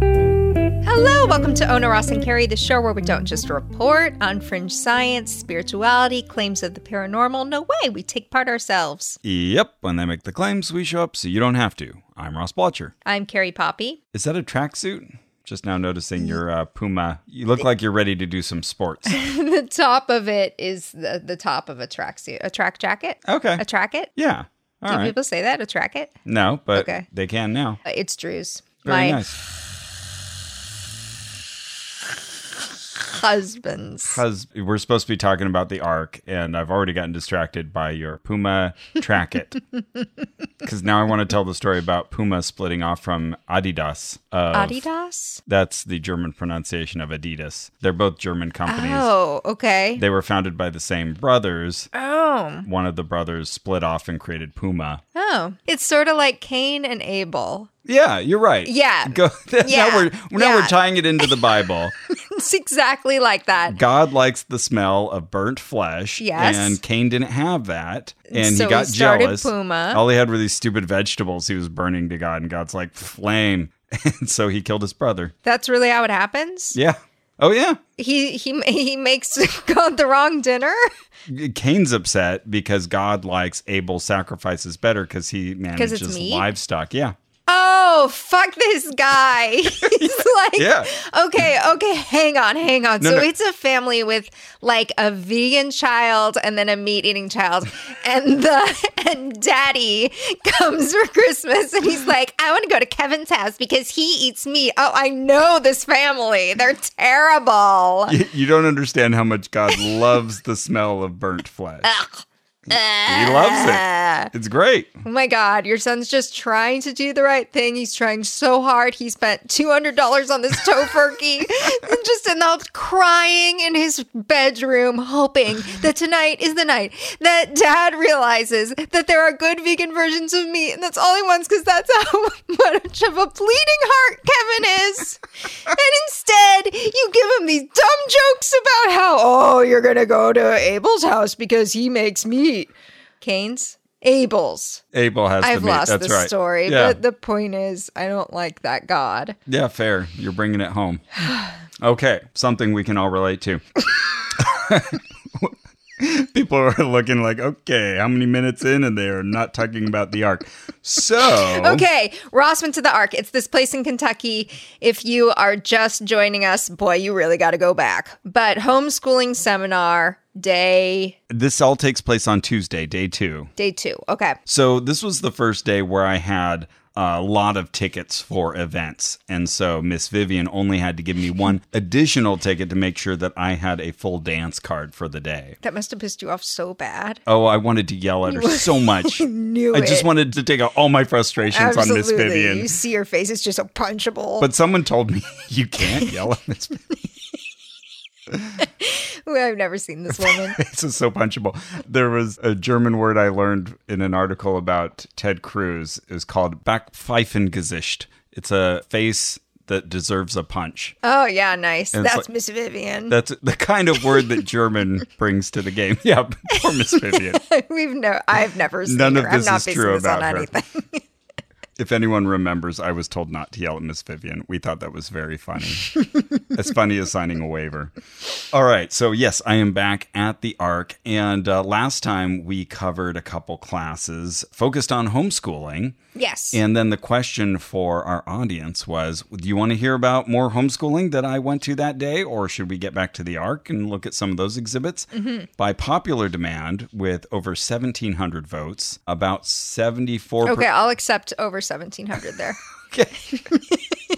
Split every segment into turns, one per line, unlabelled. Hello, welcome to Ona Ross and Carrie, the show where we don't just report on fringe science, spirituality, claims of the paranormal. No way, we take part ourselves.
Yep, when they make the claims, we show up so you don't have to. I'm Ross Blotcher.
I'm Carrie Poppy.
Is that a tracksuit? Just now noticing your uh, Puma. You look like you're ready to do some sports.
the top of it is the, the top of a tracksuit, a track jacket.
Okay.
A track it?
Yeah. All
Do
right.
people say that? A track it?
No, but
Okay.
they can now.
Uh, It's Drew's.
Very
my
nice.
husband's.
Because we're supposed to be talking about the arc, and I've already gotten distracted by your Puma track it. Because now I want to tell the story about Puma splitting off from Adidas. Of,
Ah. Adidas?
That's the German pronunciation of Adidas. They're both German companies.
Oh, okay.
They were founded by the same brothers.
oh.
One of the brothers split off and created Puma.
Oh. It's sort of like Cain and Abel.
Yeah, you're right.
Yeah.
Go,
Yeah.
Now we're now
Yeah.
we're tying it into the Bible.
It's exactly like that.
God likes the smell of burnt flesh.
Yes.
And Cain didn't have that. And
So
he
he
got
started
jealous.
Puma.
All he had were these stupid vegetables he was burning to God, and God's like, flame. And so he killed his brother.
That's really how it happens.
Yeah. Oh yeah.
He he he makes God the wrong dinner.
Cain's upset because God likes Abel's sacrifices better because he manages
meat?
livestock. Yeah.
Oh fuck this guy! He's like,
Yeah.
okay, okay, hang on, hang on.
No,
so
no.
it's a family with like a vegan child and then a meat eating child, and the and daddy comes for Christmas and he's like, I want to go to Kevin's house because he eats meat. Oh, I know this family; they're terrible.
You, you don't understand how much God loves the smell of burnt flesh. He loves it. It's great.
Oh my God, your son's just trying to do the right thing. He's trying so hard. He spent $200 on this tofurkey and just in the crying in his bedroom, hoping that tonight is the night that dad realizes that there are good vegan versions of meat. And that's all he wants because that's how much of a bleeding heart Kevin is. And instead, you give him these dumb jokes about how, oh, you're going to go to Abel's house because he makes meat. Canes? Abel's.
Abel has
I've
the meat.
lost
That's
the
right.
story,
Yeah.
but the point is, I don't like that God.
yeah, fair. You're bringing it home. Okay, something we can all relate to. People are looking like, okay, how many minutes in and they are not talking about the arc. So,
Okay, Ross went to the Ark. It's this place in Kentucky. If you are just joining us, boy, you really got to go back. But homeschooling seminar day
this all takes place on Tuesday, day two.
day two. Okay,
So this was the first day where I had a lot of tickets for events. And so Miss Vivian only had to give me one additional ticket to make sure that I had a full dance card for the day.
that must have pissed you off so bad.
Oh, I wanted to yell at her so much.
Knew
I just
it.
wanted to take out all my frustrations on Miss
Absolutely.
Vivian.
You see her face; it's just so punchable.
But someone told me you can't yell at Miss Vivian.
I've never seen this woman.
This is so punchable. There was a German word I learned in an article about Ted Cruz is called Backpfeifengesicht. It's a face that deserves a punch.
oh yeah, nice.
it's
That's
like-
Miss Vivian.
That's the kind of word that German brings to the game. Yeah, poor Miss Vivian.
We've no. I've never seen
None
her.
of this
I'm not
is
basing
true
this
about
on
her.
anything.
If anyone remembers, I was told not to yell at Miss Vivian. We thought that was very funny. as funny as signing a waiver. All right. So, yes, I am back at the ARC. And uh, last time we covered a couple classes focused on homeschooling.
Yes.
And then the question for our audience was Do you want to hear about more homeschooling that I went to that day, or should we get back to the ARC and look at some of those exhibits? By popular demand, with over 1,700 votes, about 74%.
Okay, I'll accept over 1700 there.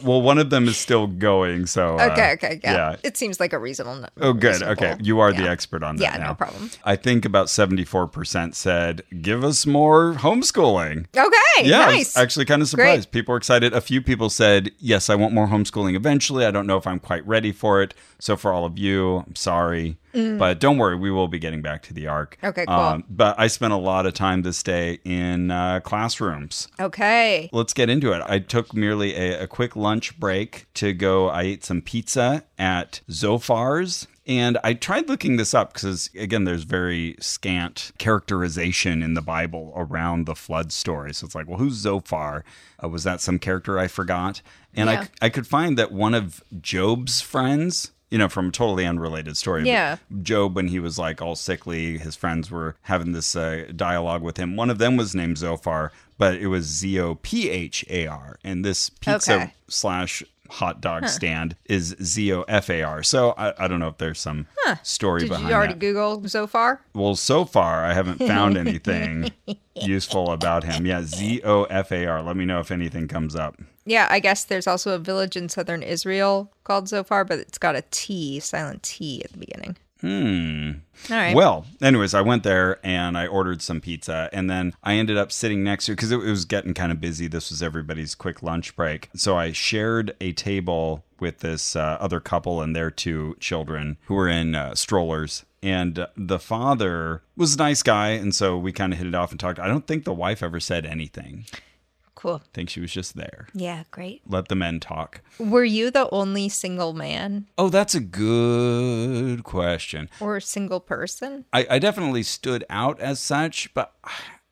Well, one of them is still going. So, uh,
Okay, okay, yeah. It seems like a reasonable. nu-
Oh, good.
reasonable-
Okay. You are the
yeah.
expert on that.
Yeah, no
now.
problem.
I think about 74% said, give us more homeschooling.
Okay,
Yeah, I was
nice.
actually kind of surprised. People were excited. A few people said, Yes, I want more homeschooling eventually. I don't know if I'm quite ready for it. So, for all of you, I'm sorry. But don't worry, we will be getting back to the arc.
Mm.
Um,
Okay, cool.
but I spent a lot of time this day in uh, classrooms.
okay.
Let's get into it. I took merely a, a quick lunch break to go. I ate some pizza at Zofar's And I tried looking this up because, again, there's very scant characterization in the Bible around the flood story. So it's like, well, who's Zophar? Uh, was that some character I forgot? And
Yeah.
I, I could find that one of Job's friends, you know, from a totally unrelated story. but
Yeah.
Job, when he was like all sickly, his friends were having this uh, dialogue with him. One of them was named Zophar, but it was Z O P H A R. And this pizza
Okay.
slash hot dog stand is Z O F A R. So I, I don't know if there's some story
Did
behind
you already
that.
Google so far?
well, so far I haven't found anything useful about him. Yeah, Z O F A R. Let me know if anything comes up.
Yeah, I guess there's also a village in southern Israel called Zophar, but it's got a T, silent T at the beginning. Hmm. All right.
Well, anyways, I went there and I ordered some pizza, and then I ended up sitting next to because it, it was getting kind of busy. This was everybody's quick lunch break, so I shared a table with this uh, other couple and their two children who were in uh, strollers. And uh, the father was a nice guy, and so we kind of hit it off and talked. I don't think the wife ever said anything. I
cool.
think she was just there.
Yeah, great.
Let the men talk.
Were you the only single man
Oh, that's a good question.
or single person?
I, I definitely stood out as such, but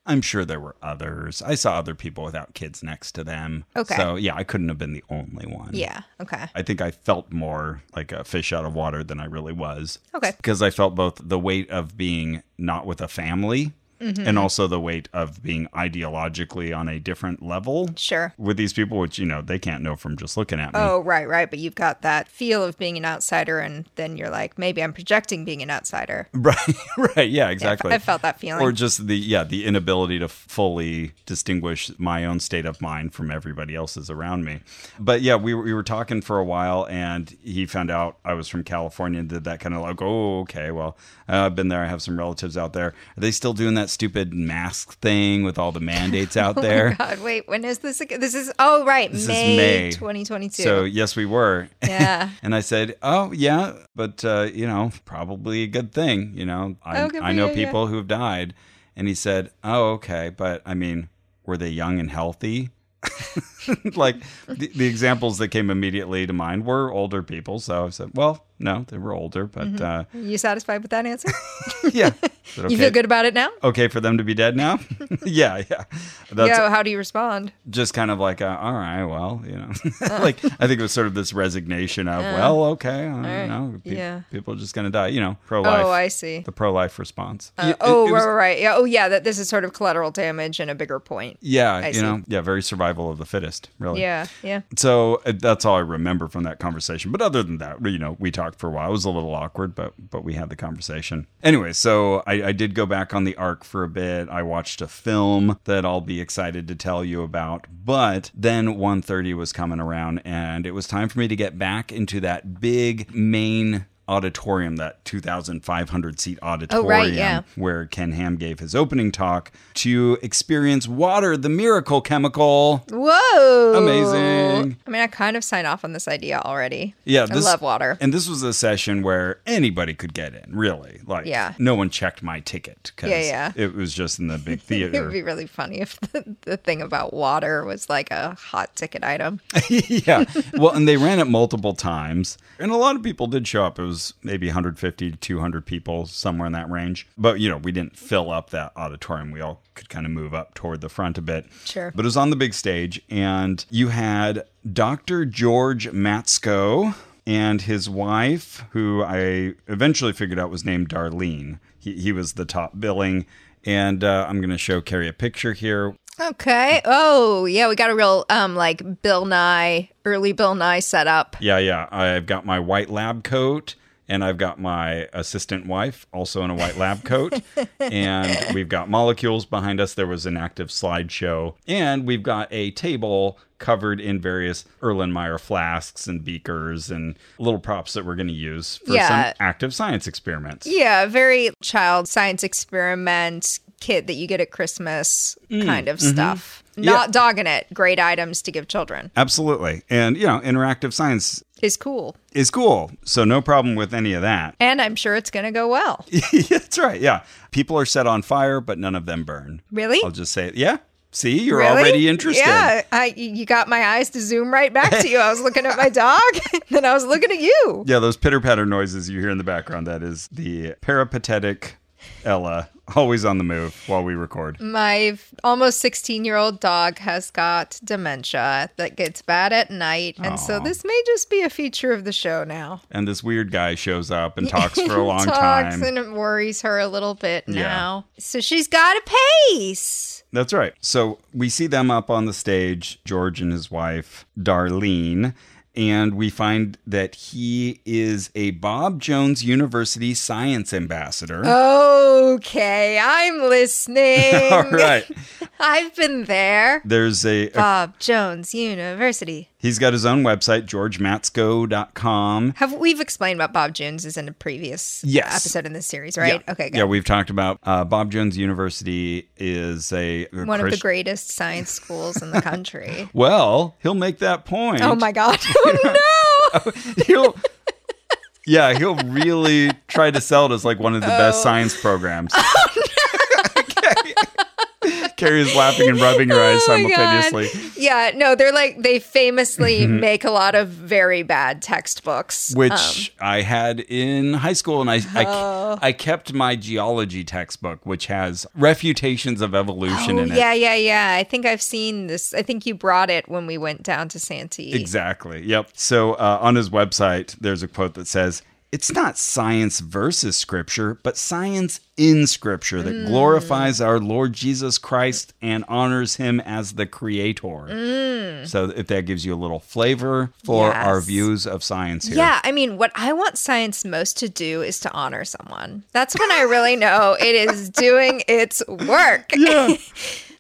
I'm sure there were others. I saw other people without kids next to them.
Okay.
So yeah, I couldn't have been the only one.
Yeah. Okay.
I think I felt more like a fish out of water than I really was.
Okay.
Because I felt both the weight of being not with a family
Mm-hmm.
and also the weight of being ideologically on a different level
Sure.
with these people, which, you know, they can't know from just looking at me.
Oh, right, right. But you've got that feel of being an outsider, and then you're like, maybe I'm projecting being an outsider.
Right. Right. Yeah, exactly.
I felt that feeling.
or just the yeah the inability to fully distinguish my own state of mind from everybody else's around me but yeah we, were- we were talking for a while and he found out i was from california and did that kind of like oh okay well uh, i've been there i have some relatives out there are they still doing that stupid mask thing with all the mandates out there
God, wait, when is this again? This is, oh, right,
is
May,
May.
2022.
so yes we were
yeah.
And I said, "Oh yeah, but uh, you know, probably a good thing. You know, I,
Oh, good
I
for
know
you, yeah.
people who've died." And he said, "Oh okay, but I mean, were they young and healthy?" like the, the examples that came immediately to mind were older people. So I said, "Well, no, they were older, but
You satisfied with that answer?
uh, yeah, Is it
Mm-hmm. You feel good about it now?
Okay for them to be dead now? yeah, yeah. That's
yeah. How do you respond?
just kind of like, uh, all right, well, you know,
Uh.
like I think it was sort of this resignation of, well, okay, uh, you know, pe-
yeah.
people are just going to die, you know, pro life,
Oh, I see.
the pro life response.
Uh,
It- it-
oh,
it
right,
was-
right, right. Yeah. Oh, yeah. That this is sort of collateral damage and a bigger point.
yeah,
I
you
see.
know, yeah, very survival of the fittest, really.
Yeah. Yeah.
So uh, that's all I remember from that conversation. But other than that, you know, we talked for a while. It was a little awkward, but but we had the conversation anyway. So I, I did go back on the arc for a bit. I watched a film that I'll be excited to tell you about. But then 1.30 was coming around, and it was time for me to get back into that big main auditorium, that 2,500 seat auditorium
yeah.
where Ken Ham gave his opening talk to experience water, the miracle chemical.
Whoa.
Amazing.
I mean, I kind of sign off on this idea already.
Yeah, this,
I love water.
And this was a session where anybody could get in, really. Like,
Yeah.
no one checked my ticket because
Yeah, yeah.
it was just in the big
It would
theater.
be really funny if the, the thing about water was like a hot ticket item.
yeah. Well, and they ran it multiple times. And a lot of people did show up. It was maybe 150 to 200 people, somewhere in that range. But, you know, we didn't fill up that auditorium. We all could kind of move up toward the front a bit.
Sure.
But it was on the big stage. And you had Dr. George Matsko and his wife, who I eventually figured out was named Darlene. He, he was the top billing. And uh, I'm going to show Carrie a picture here.
Okay. Oh, yeah. We got a real um like Bill Nye, early Bill Nye setup.
Yeah, yeah. I've got my white lab coat and I've got my assistant wife also in a white lab coat. and we've got molecules behind us. There was an active slideshow. And we've got a table covered in various Erlenmeyer flasks and beakers and little props that we're going to use for
Yeah.
some active science experiments.
Yeah, very child science experiment kit that you get at Christmas
Mm,
kind
mm-hmm.
of stuff. Not dogging it. Great items to give children
Absolutely. And, you know, interactive science
is cool.
is cool. So, no problem with any of that.
And I'm sure it's going to go well.
That's right. Yeah. People are set on fire, but none of them burn.
Really?
I'll just say it. Yeah. See, you're
Really?
already interested.
Yeah, I, you got my eyes to zoom right back to you. I was looking at my dog, then I was looking at you.
Yeah, those pitter patter noises you hear in the background, that is the peripatetic Ella, always on the move while we record.
My f- almost 16 year old dog has got dementia that gets bad at night. And so
Aw.
this may just be a feature of the show now.
And this weird guy shows up and talks for a long
Talks
time.
and it worries her a little bit
Yeah.
now. So she's got a pace.
That's right. So we see them up on the stage, George and his wife, Darlene, and we find that he is a Bob Jones University science ambassador.
Oh, Okay, I'm listening.
All right.
I've been there.
There's a, a-
Bob Jones University.
he's got his own website, georgematsko.com.
Have we've explained what Bob Jones is in a previous
Yes.
episode in this series, right?
Yeah.
Okay, good.
Yeah, we've talked about uh, Bob Jones University is a, a
One of the
Christ-
greatest science schools in the country.
Well, he'll make that point.
oh my god. Oh no.
he'll yeah he'll really try to sell it as like one of the
Oh.
best science programs okay. carrie is laughing and rubbing her eyes
Oh my God.
simultaneously Mm-hmm.
Yeah, no, they're like they famously make a lot of very bad textbooks.
which
Um, Oh.
i had in high school and I, I i kept my geology textbook which has refutations of evolution
oh,
in it
yeah, yeah, yeah. I think I've seen this. I think you brought it when we went down to Santee.
Exactly. Yep. So uh, on his website, there's a quote that says, It's not science versus scripture, but science in scripture
Mm.
that glorifies our Lord Jesus Christ and honors him as the creator. So if that gives you a little flavor for
Mm. Yes.
our views of science here.
Yeah, I mean, what I want science most to do is to honor someone. That's when I really know it is doing its work.
Yeah.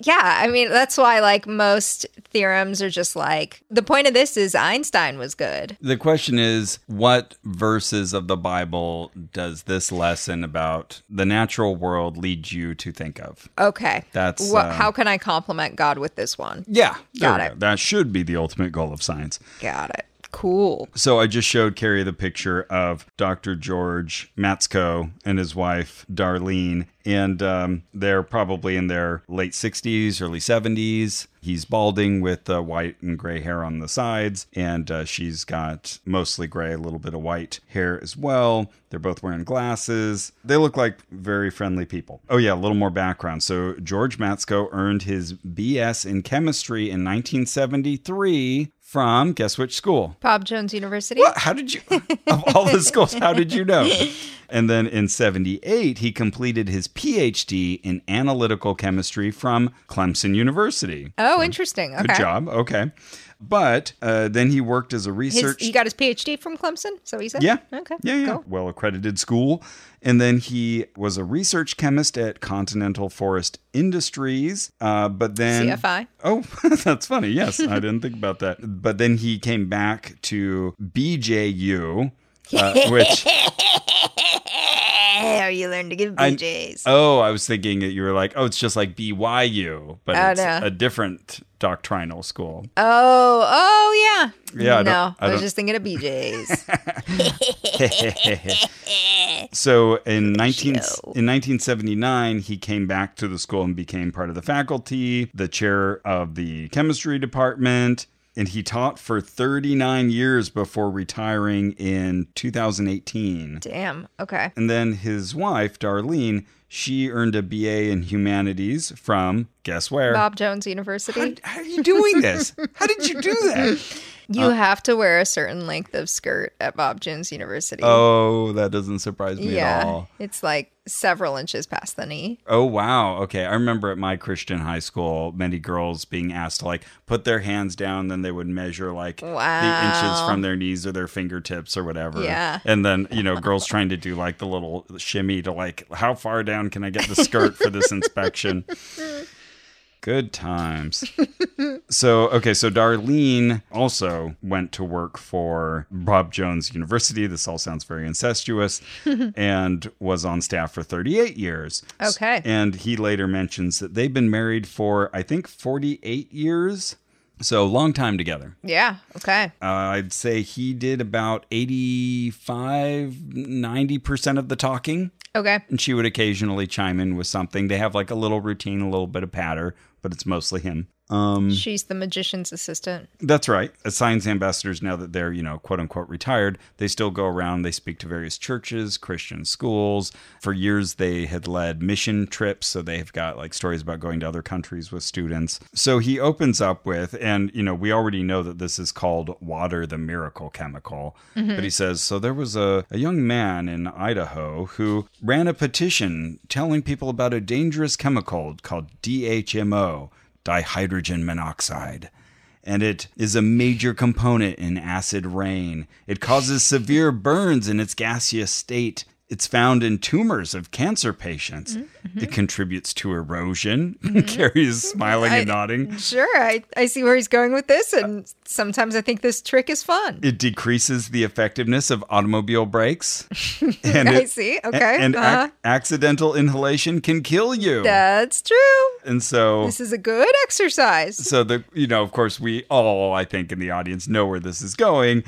Yeah, I mean, that's why like most theorems are just like the point of this is Einstein was good.
The question is, what verses of the Bible does this lesson about the natural world lead you to think of?
Okay.
That's,
Wha-
um,
how can I compliment God with this one?
Yeah, there
Got
we
it.
go. That should be the ultimate goal of science.
Got it. Cool.
So I just showed Carrie the picture of Dr. George Matsko and his wife Darlene, and um, they're probably in their late 60s, early 70s. He's balding with uh, white and gray hair on the sides, and uh, she's got mostly gray, a little bit of white hair as well. They're both wearing glasses. They look like very friendly people. Oh, yeah, a little more background. So, George Matsko earned his BS in chemistry in 1973 from guess which school?
Bob Jones University.
What? How did you, of all the schools, how did you know? And then in 78, he completed his PhD in analytical chemistry from Clemson University.
Oh, interesting. Okay.
Good job. Okay. But uh, then he worked as a
His,
research.
he got his PhD from Clemson, so he said.
yeah.
Okay.
Yeah, yeah.
Cool.
Well accredited school. And then he was a research chemist at Continental Forest Industries. Uh, but then.
CFI.
Oh, that's funny. Yes, I didn't think about that. But then he came back to BJU, uh, which
How you learn to give BJ's.
oh, I was thinking that you were like, oh, it's just like BYU, but
Oh,
it's
no.
a different doctrinal school.
oh, oh yeah.
Yeah, I don't-
no,
I
I, was
don't-
just thinking of BJ's.
So in 19
Show.
in 1979, he came back to the school and became part of the faculty, the chair of the chemistry department. And he taught for 39 years before retiring in 2018.
Damn. Okay.
And then his wife, Darlene, she earned a BA in humanities from guess where?
Bob Jones University.
How are you doing this? How did you do that?
You
Uh,
have to wear a certain length of skirt at Bob Jones University.
Oh, that doesn't surprise me at
yeah.
all.
It's like several inches past the knee.
Oh wow. Okay. I remember at my Christian high school, many girls being asked to like put their hands down, then they would measure like the inches
Wow.
from their knees or their fingertips or whatever.
Yeah.
And then, you know, girls trying to do like the little shimmy to like how far down can I get the skirt for this inspection? Good times. So, okay, so Darlene also went to work for Bob Jones University. This all sounds very incestuous and was on staff for 38 years.
Okay.
And he later mentions that they've been married for, I think, 48 years. So long time together.
Yeah. Okay.
Uh, I'd say he did about 85, 90% of the talking.
Okay.
And she would occasionally chime in with something. They have like a little routine, a little bit of patter, but it's mostly him. Um,
She's the magician's assistant.
that's right. As science ambassadors, now that they're, you know, quote unquote retired, they still go around. They speak to various churches, Christian schools. For years, they had led mission trips. So they have got like stories about going to other countries with students. So he opens up with, and, you know, we already know that this is called water, the miracle chemical. But he says, so there was a, a young man in Idaho who ran a petition telling people about a dangerous chemical called DHMO, dihydrogen monoxide and it is a major component in acid rain. It causes severe burns in its gaseous state. It's found in tumors of cancer patients.
Mm-hmm.
It contributes to erosion. Carrie is smiling and nodding.
Sure. I, I see where he's going with this. And sometimes I think this trick is fun.
It decreases the effectiveness of automobile brakes. And
I see. Okay.
And, ac-
Uh-huh.
accidental inhalation can kill you.
That's true.
And so
This is a good exercise.
so the you know of course we all i think in the audience know where this is going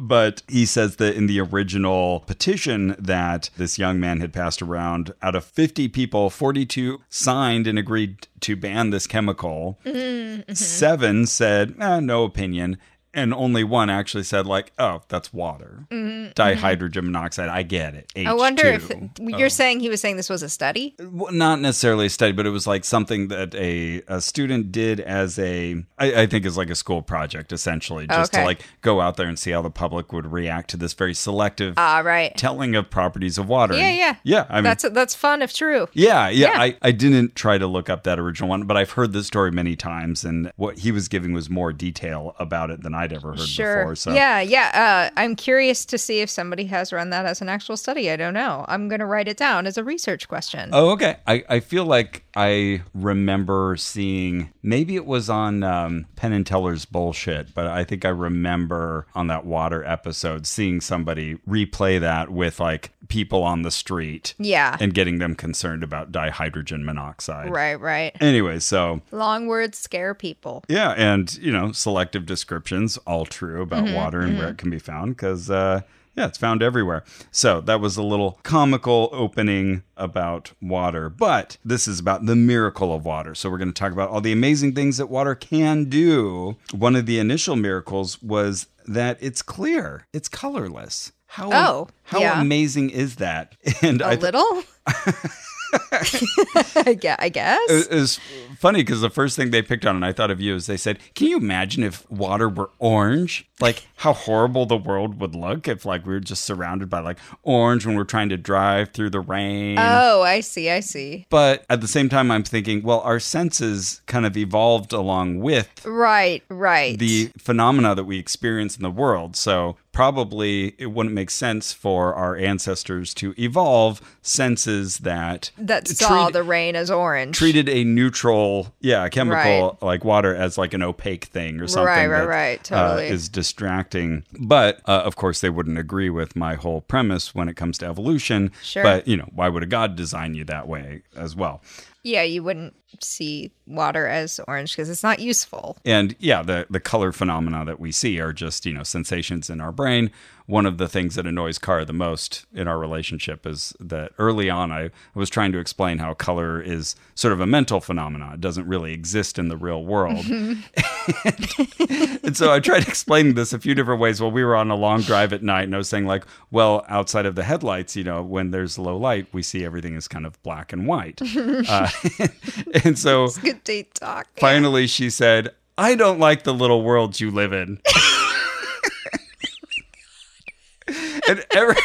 but he says that in the original petition that this young man had passed around out of 50 people 42 signed and agreed to ban this chemical
Mm-hmm,
7 said eh, no opinion and only one actually said like oh that's water dihydrogen monoxide i get it
Mm-hmm, I wonder if
H2.
you're saying he was saying this was a study.
Well, not necessarily a study, but it was like something that a, a student did as a, I, I think is like a school project essentially, just
Okay.
to like go out there and see how the public would react to this very selective
Ah, right.
telling of properties of water.
Yeah,
And-
yeah.
Yeah. I mean,
that's that's fun if true.
yeah, yeah.
Yeah.
I, I didn't try to look up that original one, but I've heard this story many times, and what he was giving was more detail about it than I'd ever heard
Sure.
before. So
Yeah, yeah. Uh, I'm curious to see if somebody has run that as an actual study. I don't know. I'm going to write it down as a research question.
Oh, okay. I, I feel like I remember seeing maybe it was on um, Penn and Teller's bullshit, but I think I remember on that water episode seeing somebody replay that with like people on the street
yeah.
and getting them concerned about dihydrogen monoxide.
right, right.
Anyway, so
Long words scare people.
yeah, and you know, selective descriptions, all true about
Mm-hmm,
water and where it can be found, because uh, yeah, it's found everywhere. So that was a little comical opening about water, but this is about the miracle of water. So we're going to talk about all the amazing things that water can do. One of the initial miracles was that it's clear, it's colorless. How,
Oh,
how
yeah.
amazing is that? And
A
I,
little? I gue- I guess.
It was funny because the first thing they picked on, and I thought of you, is they said, "Can you imagine if water were orange? Like how horrible the world would look if like we were just surrounded by like orange when we're trying to drive through the rain."
oh, I see. I see.
but at the same time, I'm thinking, well, our senses kind of evolved along with
Right, right.
the phenomena that we experience in the world. So probably it wouldn't make sense for our ancestors to evolve senses that
that saw
treat-
the rain as orange.
treated a neutral, yeah, chemical
Right.
like water as like an opaque thing or something.
Right, right,
that,
right,
uh,
totally.
is distracting. But uh, of course, they wouldn't agree with my whole premise when it comes to evolution.
Sure.
But you know, why would a god design you that way as well?
yeah, you wouldn't see water as orange because it's not useful.
And yeah, the the color phenomena that we see are just you know sensations in our brain. One of the things that annoys Car the most in our relationship is that early on I was trying to explain how color is sort of a mental phenomenon. It doesn't really exist in the real world. and so I tried explaining this a few different ways. Well, we were on a long drive at night, and I was saying like, well, outside of the headlights, you know, when there's low light, we see everything is kind of black and white. Uh, and so
Good day talk.
finally she said, I don't like the little world you live in. and every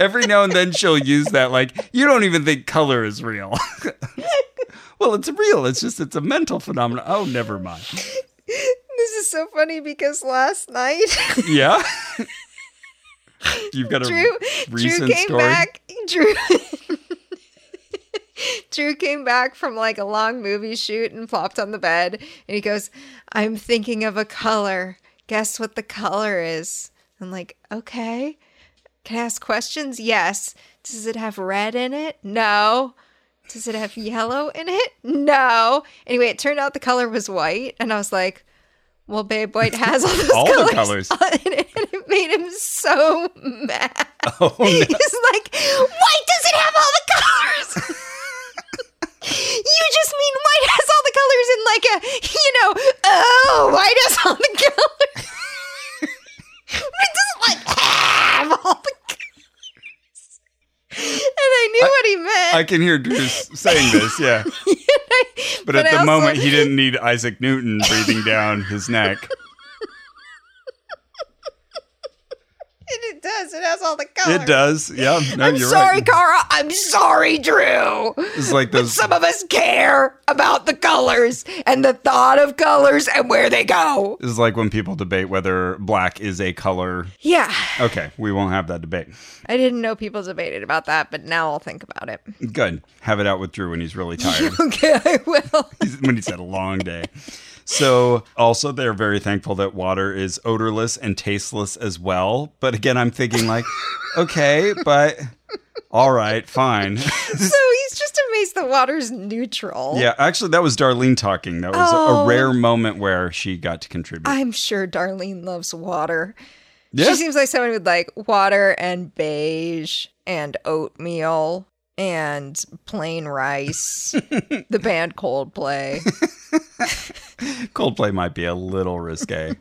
every now and then she'll use that like, you don't even think color is real. well, it's real. It's just it's a mental phenomenon. Oh, never mind.
This is so funny because last night.
Yeah. You've got a
Drew Drew
recent
came
story.
back. Drew Drew came back from like a long movie shoot and plopped on the bed and he goes, "I'm thinking of a color. Guess what the color is?" I'm like, "Okay. Can I ask questions? Yes. Does it have red in it? No. Does it have yellow in it? No. Anyway, it turned out the color was white and I was like, Well, Babe White has all those
All the
colors,
colors.
on it, and it made him so mad.
Oh, no.
He's like, white doesn't have all the colors. you just mean white has all the colors in like a, you know, oh, white has all the colors. it doesn't like have all the colors. And I knew what he meant.
I can hear Drew saying this, yeah. But,
But
at
I
the
also-
moment, he didn't need Isaac Newton breathing down his neck.
And it does. It has all the colors.
It does, yeah. No,
I'm
you're
sorry,
right.
Cara. I'm sorry, Drew.
It's like
But
those.
some of us care about the colors and the thought of colors and where they go.
It's like when people debate whether black is a color.
Yeah.
Okay, we won't have that debate.
I didn't know people debated about that, but now I'll think about it.
Good. Have it out with Drew when he's really tired.
Okay, I will.
He's- when he's had a long day. So, also, they're very thankful that water is odorless and tasteless as well. But again, I'm thinking, like, okay, but all right, fine.
so he's just amazed the water's neutral.
yeah, actually, that was Darlene talking. That was
Oh.
a rare moment where she got to contribute.
I'm sure Darlene loves water.
yeah.
She seems like someone who'd like water and beige and oatmeal and plain rice. the band Coldplay.
Coldplay might be a little risque.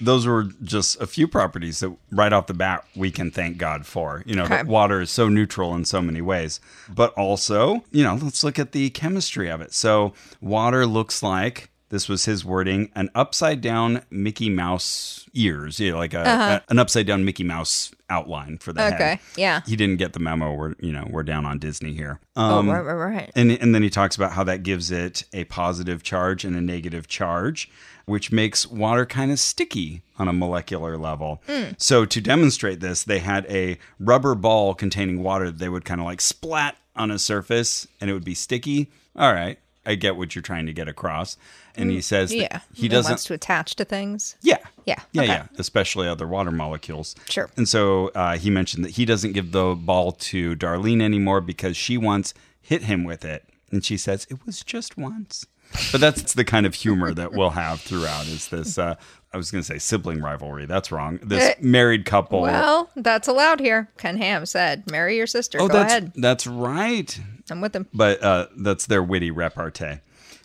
Those were just a few properties that right off the bat we can thank God for. You know,
Okay.
that water is so neutral in so many ways. But also, you know, let's look at the chemistry of it. So, water looks like this was his wording an upside down Mickey Mouse ears, you know, like a, a- an upside down Mickey Mouse outline for the head.
Uh-huh. Okay, yeah.
He didn't get the memo. We're, you know, we're down on Disney here. Um,
oh, right, right, right.
and, and then he talks about how that gives it a positive charge and a negative charge, which makes water kind of sticky on a molecular level.
Mm.
So, to demonstrate this, they had a rubber ball containing water that they would kind of like splat on a surface and it would be sticky. All right, I get what you're trying to get across. And he says that
Mm, Yeah.
he
It
doesn't.
wants to attach to things.
yeah.
Yeah,
Yeah,
okay.
yeah, especially other water molecules.
Sure.
And so uh, he mentioned that he doesn't give the ball to Darlene anymore because she once hit him with it. And she says, it was just once. But that's the kind of humor that we'll have throughout is this, uh, I was going to say sibling rivalry. That's wrong.
Eh.
This married couple.
Well, that's allowed here. Ken Ham said, "Marry your sister.
oh,
Go
that's,
ahead.
that's right.
I'm with him."
but uh, that's their witty repartee.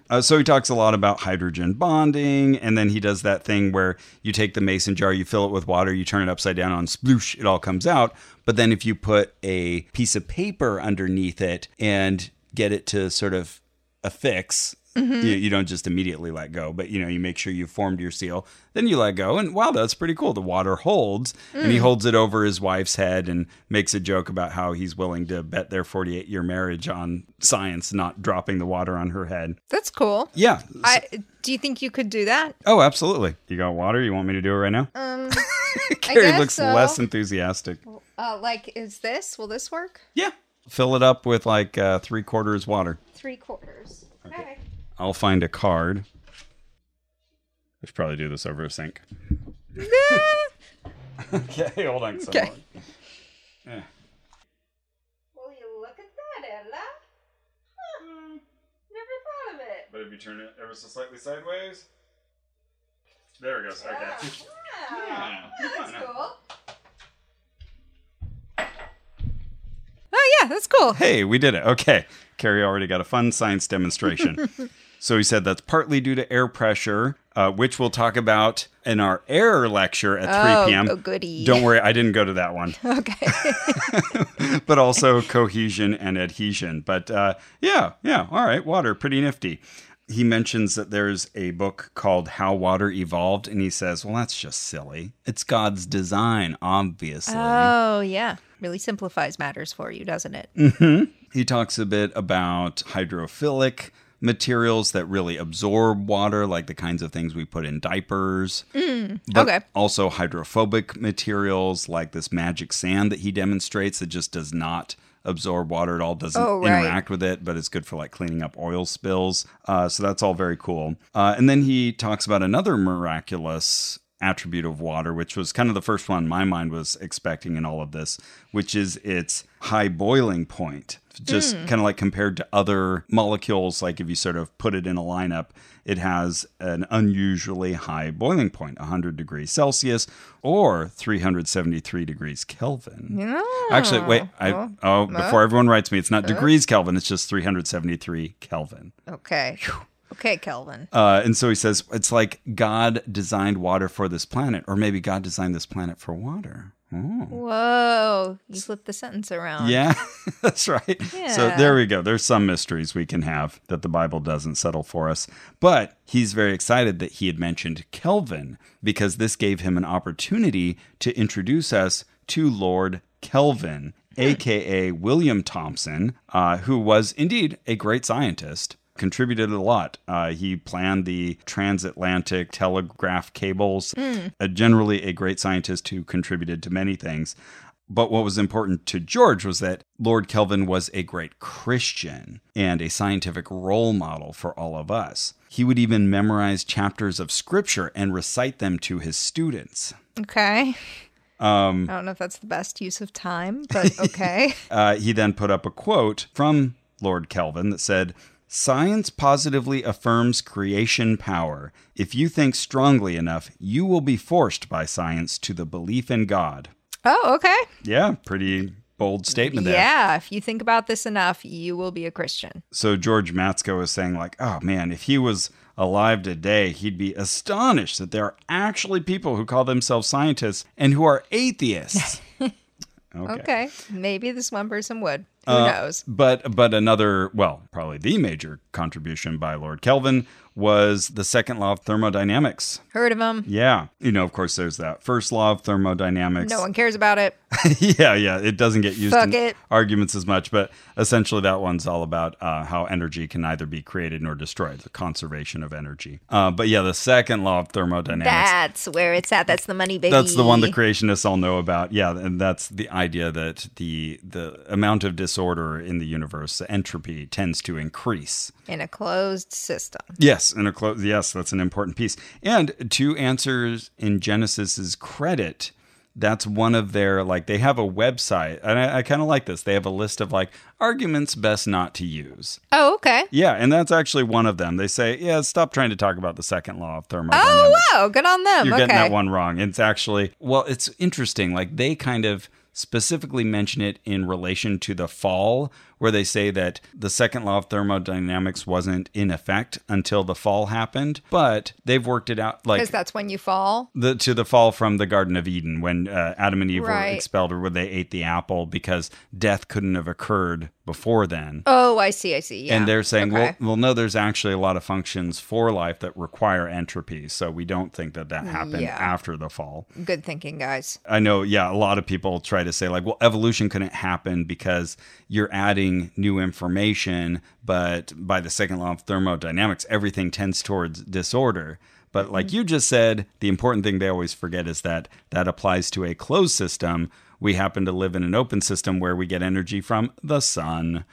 Uh, so he talks a lot about hydrogen bonding, and then he does that thing where you take the mason jar, you fill it with water, you turn it upside down, on sploosh, it all comes out. But then if you put a piece of paper underneath it and get it to sort of affix, you, you don't just immediately let go, but you know you make sure you formed your seal. Then you let go, and wow, that's pretty cool. The water holds, and he holds it over his wife's head and makes a joke about how he's willing to bet their forty-eight year marriage on science, not dropping the water on her head.
That's cool.
Yeah.
I do you think you could do that?
oh, absolutely. You got water? You want me to do it right now?
Um,
Carrie
guess
looks
so.
less enthusiastic.
uh, like, is this? Will this work?
Yeah. Fill it up with like uh, three quarters water.
Three quarters. Okay.
I'll find a card. I should probably do this over a sink. Okay, hold on. Eh.
Okay.
Okay. Yeah.
Will you look at that, Ella? Hmm. Never thought of it.
But if you turn it ever so slightly sideways, there it goes. Okay. Yeah.
That's cool. Oh yeah, that's cool.
Hey, we did it. Okay. Carrie already got a fun science demonstration. so he said that's partly due to air pressure, uh, which we'll talk about in our air lecture at
Oh,
3 p.m.
oh, goody.
Don't worry, I didn't go to that one.
Okay.
but also cohesion and adhesion. But uh, yeah, yeah, all right, water, pretty nifty. He mentions that there's a book called How Water Evolved, and he says, Well, that's just silly. It's God's design, obviously.
oh yeah, really simplifies matters for you, doesn't it?
Mm. He talks a bit about hydrophilic materials that really absorb water, like the kinds of things we put in diapers. But
okay.
Also, hydrophobic materials like this magic sand that he demonstrates that just does not absorb water at all, doesn't
Oh, right.
interact with it, but it's good for like cleaning up oil spills. Uh, so that's all very cool. Uh, and then he talks about another miraculous attribute of water, which was kind of the first one my mind was expecting in all of this, which is its high boiling point. Just
Hmm.
kind of like compared to other molecules, like if you sort of put it in a lineup, it has an unusually high boiling point 100 degrees Celsius or 373 degrees Kelvin. Actually, wait, I,
well,
oh, before everyone writes me, it's not degrees Kelvin, it's just 373 Kelvin.
Okay. Okay, Kelvin.
Uh, and so he says, it's like God designed water for this planet, or maybe God designed this planet for water. Oh.
Whoa. You flipped the sentence around.
Yeah, that's right. So
Yeah.
there we go. There's some mysteries we can have that the Bible doesn't settle for us. But he's very excited that he had mentioned Kelvin because this gave him an opportunity to introduce us to Lord Kelvin, aka William Thompson, uh, who was indeed a great scientist. Contributed a lot. Uh, he planned the transatlantic telegraph cables. Uh, generally, a great scientist who contributed to many things. But what was important to George was that Lord Kelvin was a great Christian and a scientific role model for all of us. He would even memorize chapters of scripture and recite them to his students.
Okay. Um, I don't know if that's the best use of time, but okay.
Uh, he then put up a quote from Lord Kelvin that said, Science positively affirms creation power. If you think strongly enough, you will be forced by science to the belief in God.
oh, okay.
Yeah, pretty bold statement there.
Yeah. If you think about this enough, you will be a Christian.
so George Matsko was saying like, "Oh man, if he was alive today, he'd be astonished that there are actually people who call themselves scientists and who are atheists." okay.
Okay. Maybe this one person would. Who
Uh,
knows?
But but another, well, probably the major contribution by Lord Kelvin was the second law of thermodynamics.
Heard of him.
Yeah. You know, of course there's that first law of thermodynamics.
No one cares about it.
yeah, yeah. It doesn't get used
Fuck
in
it.
arguments as much, but essentially that one's all about uh, how energy can neither be created nor destroyed, the conservation of energy. Uh, but yeah, the second law of thermodynamics.
That's where it's at. That's the money, baby.
That's the one the creationists all know about. Yeah, and that's the idea that the the amount of disorder in the universe, the entropy, tends to increase.
in a closed system.
Yes, and a clo- yes, that's an important piece. And two answers in Genesis's credit. That's one of their like they have a website, and I, I kind of like this. They have a list of like arguments best not to use.
Oh, okay.
Yeah, and that's actually one of them. They say, yeah, stop trying to talk about the second law of thermodynamics.
Oh, wow. Good on them.
You're
okay.
getting that one wrong. It's actually well, it's interesting. Like they kind of specifically mention it in relation to the fall, where they say that the second law of thermodynamics wasn't in effect until the fall happened, but they've worked it out like
Because that's when you fall.
the to the fall from the Garden of Eden when uh, Adam and Eve
Right.
were expelled or when they ate the apple because death couldn't have occurred before then.
Oh, I see. I see. Yeah.
And they're saying,
Okay.
well, well, no, there's actually a lot of functions for life that require entropy. So we don't think that that happened
Yeah.
after the fall.
good thinking, guys.
I know, yeah, a lot of people try to say, like, well, evolution couldn't happen because you're adding new information. But by the second law of thermodynamics, everything tends towards disorder. But like you just said, the important thing they always forget is that that applies to a closed system. We happen to live in an open system where we get energy from the sun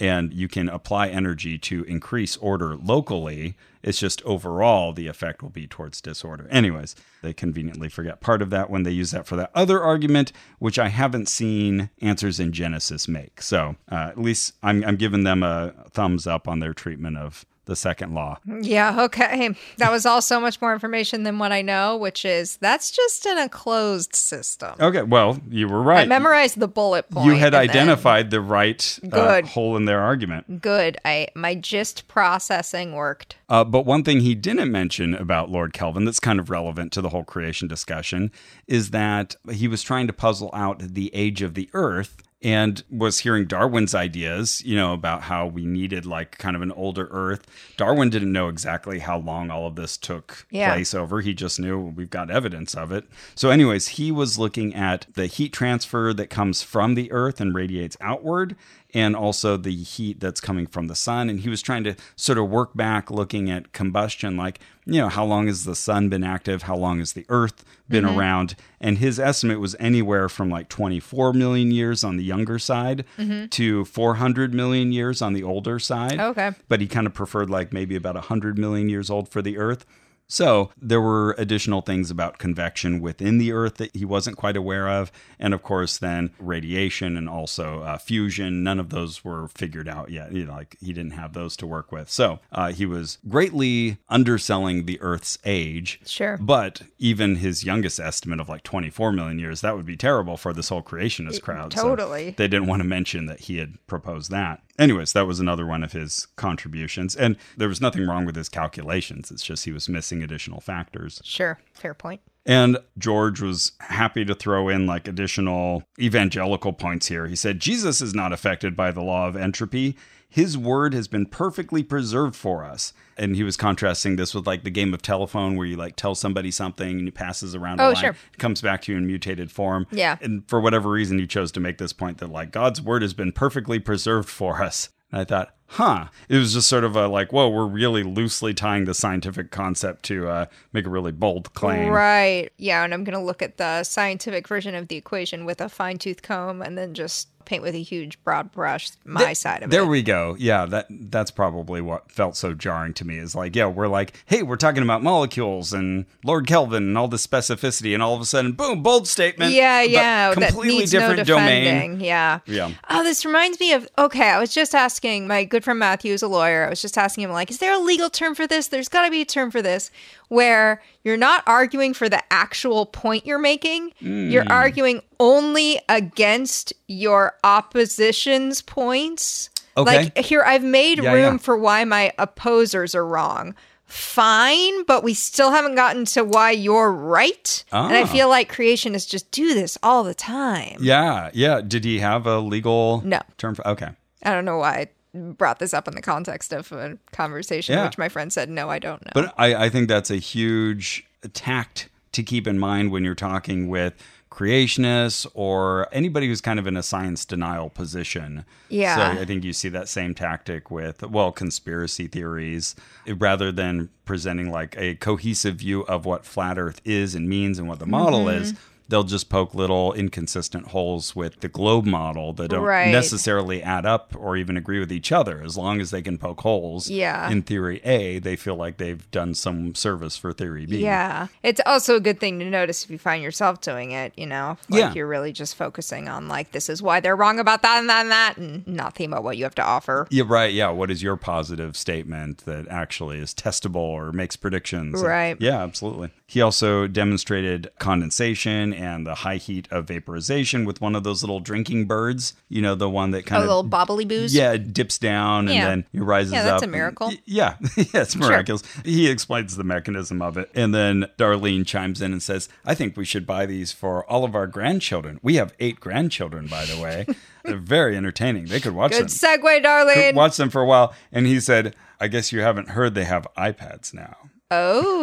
and you can apply energy to increase order locally. It's just overall the effect will be towards disorder. Anyways, they conveniently forget part of that when they use that for that other argument, which I haven't seen answers in Genesis make. So uh, at least I'm, I'm giving them a thumbs up on their treatment of the second law.
Yeah. Okay. That was all so much more information than what I know, which is that's just in a closed system.
Okay, well, you were Oh, right.
I memorized the bullet point.
you had
and then-
identified the right uh,
Good.
hole in their argument.
Good. I my gist processing worked.
Uh, but one thing he didn't mention about Lord Kelvin that's kind of relevant to the whole creation discussion is that he was trying to puzzle out the age of the earth and was hearing Darwin's ideas, you know, about how we needed like kind of an older earth. Darwin didn't know exactly how long all of this took
Yeah.
place over. He just knew we've got evidence of it. So, anyways, he was looking at the heat transfer that comes from the earth and radiates outward, and also the heat that's coming from the sun. And he was trying to sort of work back looking at combustion, like, you know, how long has the sun been active? How long has the earth been around? And his estimate was anywhere from like 24 million years on the younger side to 400 million years on the older side
Okay.
but he kind of preferred like maybe about 100 million years old for the earth So there were additional things about convection within the Earth that he wasn't quite aware of. And of course, then radiation and also uh, fusion. None of those were figured out yet. You know, like he didn't have those to work with. So uh, he was greatly underselling the Earth's age.
Sure.
But even his youngest estimate of like 24 million years, that would be terrible for this whole creationist crowd. So
totally.
they didn't want to mention that he had proposed that. Anyways, that was another one of his contributions. And there was nothing wrong with his calculations. It's just he was missing additional factors.
Sure. Fair point.
And George was happy to throw in like additional evangelical points here. He said, Jesus is not affected by the law of entropy. His word has been perfectly preserved for us. And he was contrasting this with like the game of telephone where you like tell somebody something and you passes around a
Oh,
line.
sure.
It comes back to you in mutated form.
Yeah.
And for whatever reason, you chose to make this point that like God's word has been perfectly preserved for us. And I thought, huh. It was just sort of a like, whoa, we're really loosely tying the scientific concept to uh, make a really bold claim.
Right. Yeah. And I'm going to look at the scientific version of the equation with a fine tooth comb and then just paint with a huge broad brush my side of
There
it.
we go. Yeah, that that's probably what felt so jarring to me is like, yeah, we're like, hey, we're talking about molecules and Lord Kelvin and all this specificity, and all of a sudden, boom, bold statement.
yeah.
but
Yeah. That
completely
needs no
different domain.
defending. Yeah.
Yeah.
Oh, this reminds me of okay. I was just asking my good friend Matthew, who's a lawyer. I was just asking him, like, is there a legal term for this? There's got to be a term for this where you're not arguing for the actual point you're making.
Hmm.
You're arguing only against your opposition's points.
Okay.
Like here, I've made
Yeah,
room
yeah.
for why my opposers are wrong. Fine, but we still haven't gotten to why you're right. And I
Ah.
feel like creationists just do this all the time.
Yeah, yeah. Did he have a legal
No.
term for? Okay,
I don't know why I brought this up in the context of a conversation,
Yeah.
which my friend said, no, I don't know.
but I I think that's a huge tact to keep in mind when you're talking with creationists or anybody who's kind of in a science denial position.
Yeah.
So I think you see that same tactic with, well, conspiracy theories, eh, rather than presenting like a cohesive view of what flat Earth is and means and what the model
Mm-hmm.
is. They'll just poke little inconsistent holes with the globe model that don't
Right.
necessarily add up or even agree with each other. As long as they can poke holes
Yeah.
in theory A, they feel like they've done some service for theory B.
yeah. It's also a good thing to notice if you find yourself doing it, you know, if, like
Yeah.
you're really just focusing on like, this is why they're wrong about that and that and that, and not thinking about what you have to offer.
Yeah, right. Yeah. What is your positive statement that actually is testable or makes predictions?
Right.
Yeah, absolutely. He also demonstrated condensation and the high heat of vaporization with one of those little drinking birds, you know, the one that
A
kind of
little bobbly boos.
yeah, it dips down
Yeah.
and then it rises
Yeah, that's
up.
a miracle.
And- yeah, yeah, it's miraculous. He explains the mechanism of it. And then Darlene chimes in and says, I think we should buy these for all of our grandchildren. We have eight grandchildren, by the way. They're very entertaining. They could watch
Good
them.
segue, darling.
Watch them for a while. And he said, I guess you haven't heard they have iPads now.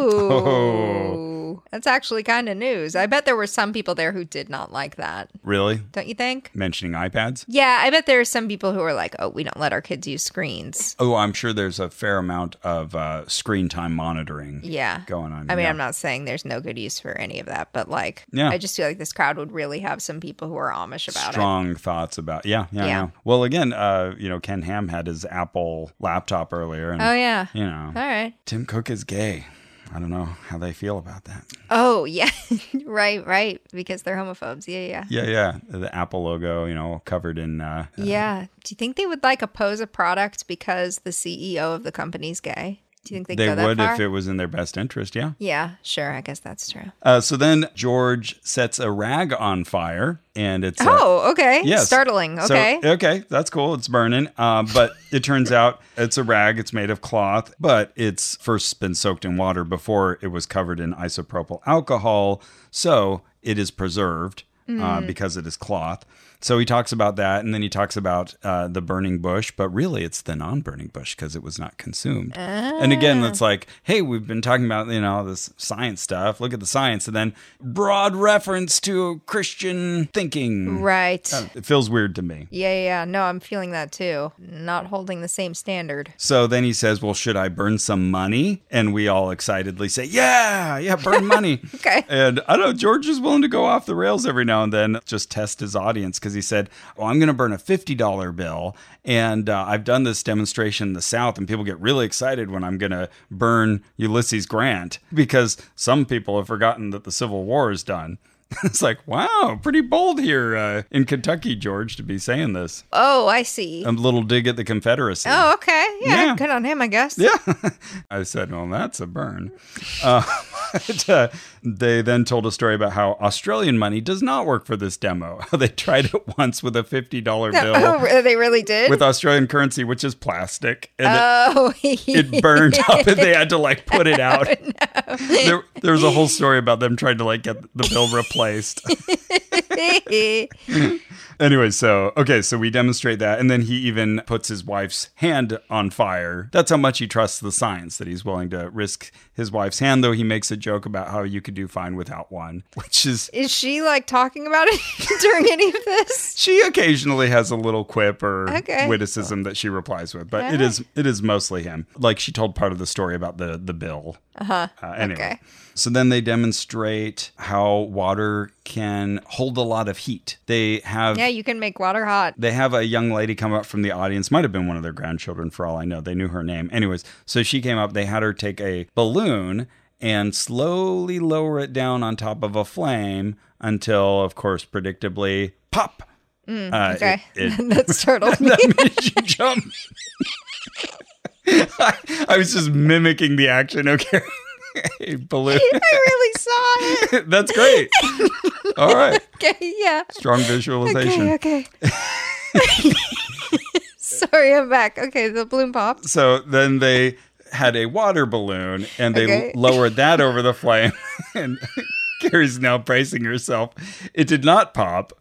Oh. That's actually kind of news. I bet there were some people there who did not like that,
Really?
don't you think?
Mentioning iPads?
Yeah, I bet there are some people who are like, oh, we don't let our kids use screens.
Oh, I'm sure there's a fair amount of uh, screen time monitoring
yeah
going on.
i mean
Yeah.
i'm not saying there's no good use for any of that but like
Yeah.
i just feel like this crowd would really have some people who are amish about
strong thoughts about yeah yeah,
Yeah.
yeah. well again uh you know ken ham had his apple laptop earlier and
it oh yeah
you know
all right
tim cook is gay i don't know how they feel about that
oh yeah right right because they're homophobes yeah yeah
yeah yeah the apple logo you know covered in uh
yeah do you think they would like oppose a product because the ceo of the company's gay do you think they'd
they
go that
would
far
if it was in their best interest yeah
yeah sure i guess that's true
uh so then george sets a rag on fire and it's uh,
oh okay
Yes.
startling
So-
okay
okay, that's cool. It's burning. Uh, but it turns out it's a rag. It's made of cloth, but it's first been soaked in water before it was covered in isopropyl alcohol. So it is preserved uh,
Mm.
because it is cloth. So he talks about that, and then he talks about uh, the burning bush, but really it's the non-burning bush because it was not consumed. And again,
Ah.
that's like, hey, we've been talking about you know this science stuff. Look at the science, and then broad reference to Christian thinking.
right
It feels weird to me.
yeah, yeah yeah no i'm feeling that too not holding the same standard
So then he says, Well, should I burn some money? And we all excitedly say, Yeah, yeah, burn money.
Okay.
And I don't know, George is willing to go off the rails every now and then, just test his audience. because he said, "Oh, I'm going to burn a fifty dollar bill, and uh, I've done this demonstration in the South, and people get really excited when I'm going to burn Ulysses Grant because some people have forgotten that the Civil War is done." it's like, wow, pretty bold here uh, in Kentucky, George, to be saying this.
Oh, I see.
A little dig at the Confederacy.
oh, okay. Yeah,
Um, Yeah.
good on him, I guess.
Yeah. I said, well, that's a burn. Uh, but, uh, they then told a story about how Australian money does not work for this demo. they tried it once with a $50 bill
Oh, they really did.
with Australian currency, which is plastic. And it-
oh,
it, burned up and they had to like put it out. there, there was a whole story about them trying to like get the bill replaced. Anyway, so okay, so we demonstrate that, and then he even puts his wife's hand on fire. That's how much he trusts the science that he's willing to risk his wife's hand. Though he makes a joke about how you could do fine without one, which is
Is she like talking about it during any of this?
she occasionally has a little quip or
Okay.
witticism that she replies with, but it
Alright.
is it is mostly him. Like she told part of the story about the the bill. Uh-huh. anyway,
Okay.
so then they demonstrate how water can hold a lot of heat. They have
Yeah, you can make water hot.
they have a young lady come up from the audience might have been one of their grandchildren for all i know they knew her name anyways so she came up they had her take a balloon and slowly lower it down on top of a flame until of course predictably pop Uh, it-
Mm, Okay.
it-
That's turtled me.
that made you jump I, I was just mimicking the action okay a balloon
I really saw it.
that's great all right
Okay, yeah.
strong visualization
Okay, okay. Sorry, I'm back. Okay, the bloom popped.
so then they had a water balloon and they
Okay.
lowered that over the flame and Carrie's now bracing herself. It did not pop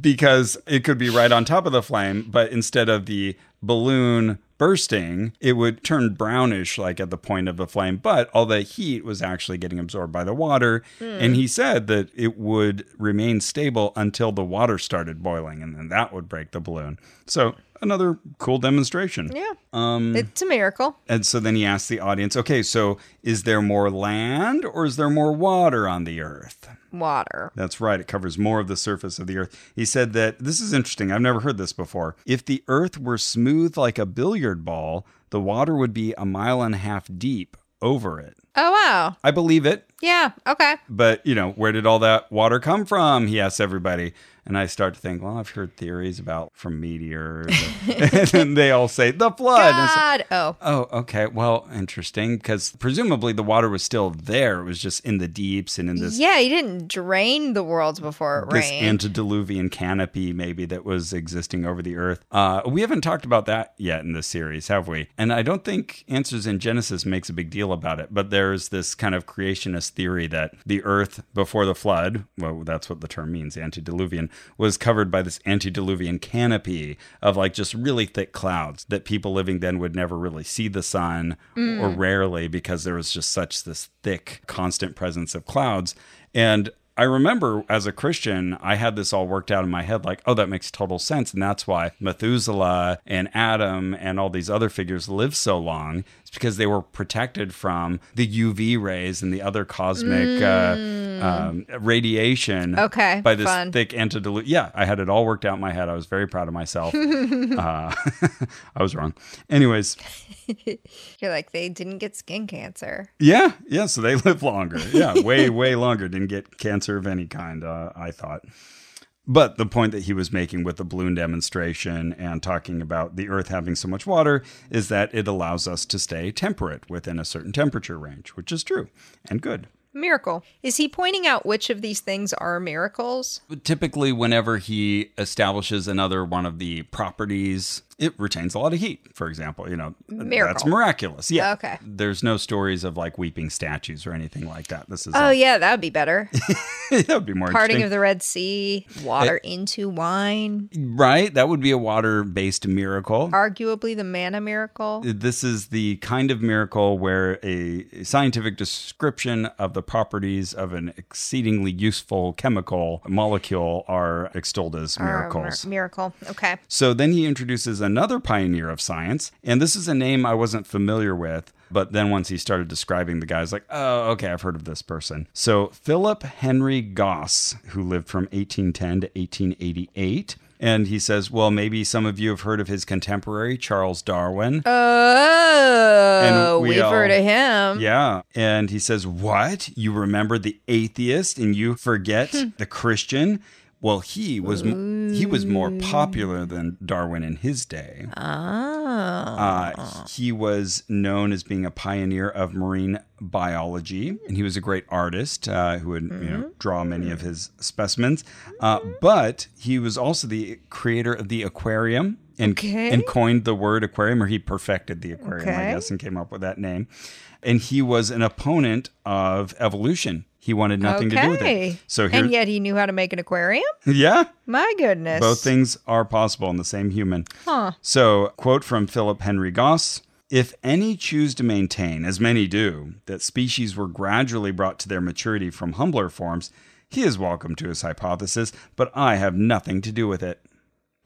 because it could be right on top of the flame, but instead of the balloon bursting, it would turn brownish like at the point of the flame, but all the heat was actually getting absorbed by the water. And he said that it would remain stable until the water started boiling and then that would break the balloon. So another cool demonstration.
Yeah. Um, it's a miracle.
And so then he asked the audience, okay, so is there more land or is there more water on the earth?
Water.
That's right, it covers more of the surface of the earth. He said that this is interesting. I've never heard this before. If the earth were smooth like a billiard ball, the water would be a mile and a half deep over it.
Oh, wow.
I believe it,
Yeah. Okay.
but you know, where did all that water come from? He asks everybody. And I start to think, well, I've heard theories about from meteors. and then they all say, the flood. And it's-
God. Oh.
Oh, okay. Well, interesting because presumably the water was still there. It was just in the deeps and in this
Yeah, he didn't drain the worlds before it
this
rained.
antediluvian canopy maybe that was existing over the earth. Uh, we haven't talked about that yet in this series, have we? And I don't think Answers in Genesis makes a big deal about it, but there's this kind of creationist theory that the earth before the flood, well, that's what the term means, antediluvian, was covered by this antediluvian canopy of like just really thick clouds that people living then would never really see the sun or rarely because there was just such this thick constant presence of clouds and I remember as a Christian, I had this all worked out in my head like, oh, that makes total sense. And that's why Methuselah and Adam and all these other figures lived so long. It's because they were protected from the UV rays and the other cosmic uh, um, radiation.
Mm. Okay,
By this
fun.
thick antediluvian. Yeah, I had it all worked out in my head. I was very proud of myself. uh, I was wrong. Anyways,
You're like, they didn't get skin cancer.
yeah, yeah. So they live longer. Yeah, way, way longer. Didn't get cancer of any kind. Uh, I thought. But the point that he was making with the balloon demonstration and talking about the Earth having so much water is that it allows us to stay temperate within a certain temperature range, which is true and good.
Miracle. Is he pointing out which of these things are miracles?
Typically, whenever he establishes another one of the properties, it retains a lot of heat, for example. You know, that's
Miracle.
miraculous. Yeah.
Okay.
There's no stories of like weeping statues or anything like that. This is,
Oh,
all-
yeah, that would be better.
that would be more
Parting
interesting.
of the Red Sea, water
Eh.
into wine,
Right? That would be a water based miracle.
arguably the manna miracle.
This is the kind of miracle where a scientific description of the properties of an exceedingly useful chemical molecule are extolled as
Or a mir-
miracles.
miracle. Okay.
So then he introduces another pioneer of science, and this is a name I wasn't familiar with. But then once he started describing the guys, like, oh, okay, I've heard of this person. So Philip Henry Goss, who lived from 1810 to 1888. And he says, well, maybe some of you have heard of his contemporary, Charles Darwin.
Oh,
And we
we have heard
all-
of him.
Yeah. And he says, What? You remember the atheist and you forget the Christian? Well, he was m- he was more popular than Darwin in his day.
Ah.
Uh, he was known as being a pioneer of marine biology, and he was a great artist uh, who would you know,
Mm-hmm.
draw many of his specimens. Uh, but he was also the creator of the aquarium and,
Okay.
and coined the word aquarium, or he perfected the aquarium, I
Okay.
guess, and came up with that name. And he was an opponent of evolution. He wanted nothing to do with it.
Okay.
So here,
and yet he knew how to make an aquarium?
yeah,
My goodness.
both things are possible in the same human.
Huh.
So, quote from Philip Henry Goss If any choose to maintain, as many do, that species were gradually brought to their maturity from humbler forms, he is welcome to his hypothesis, but I have nothing to do with it.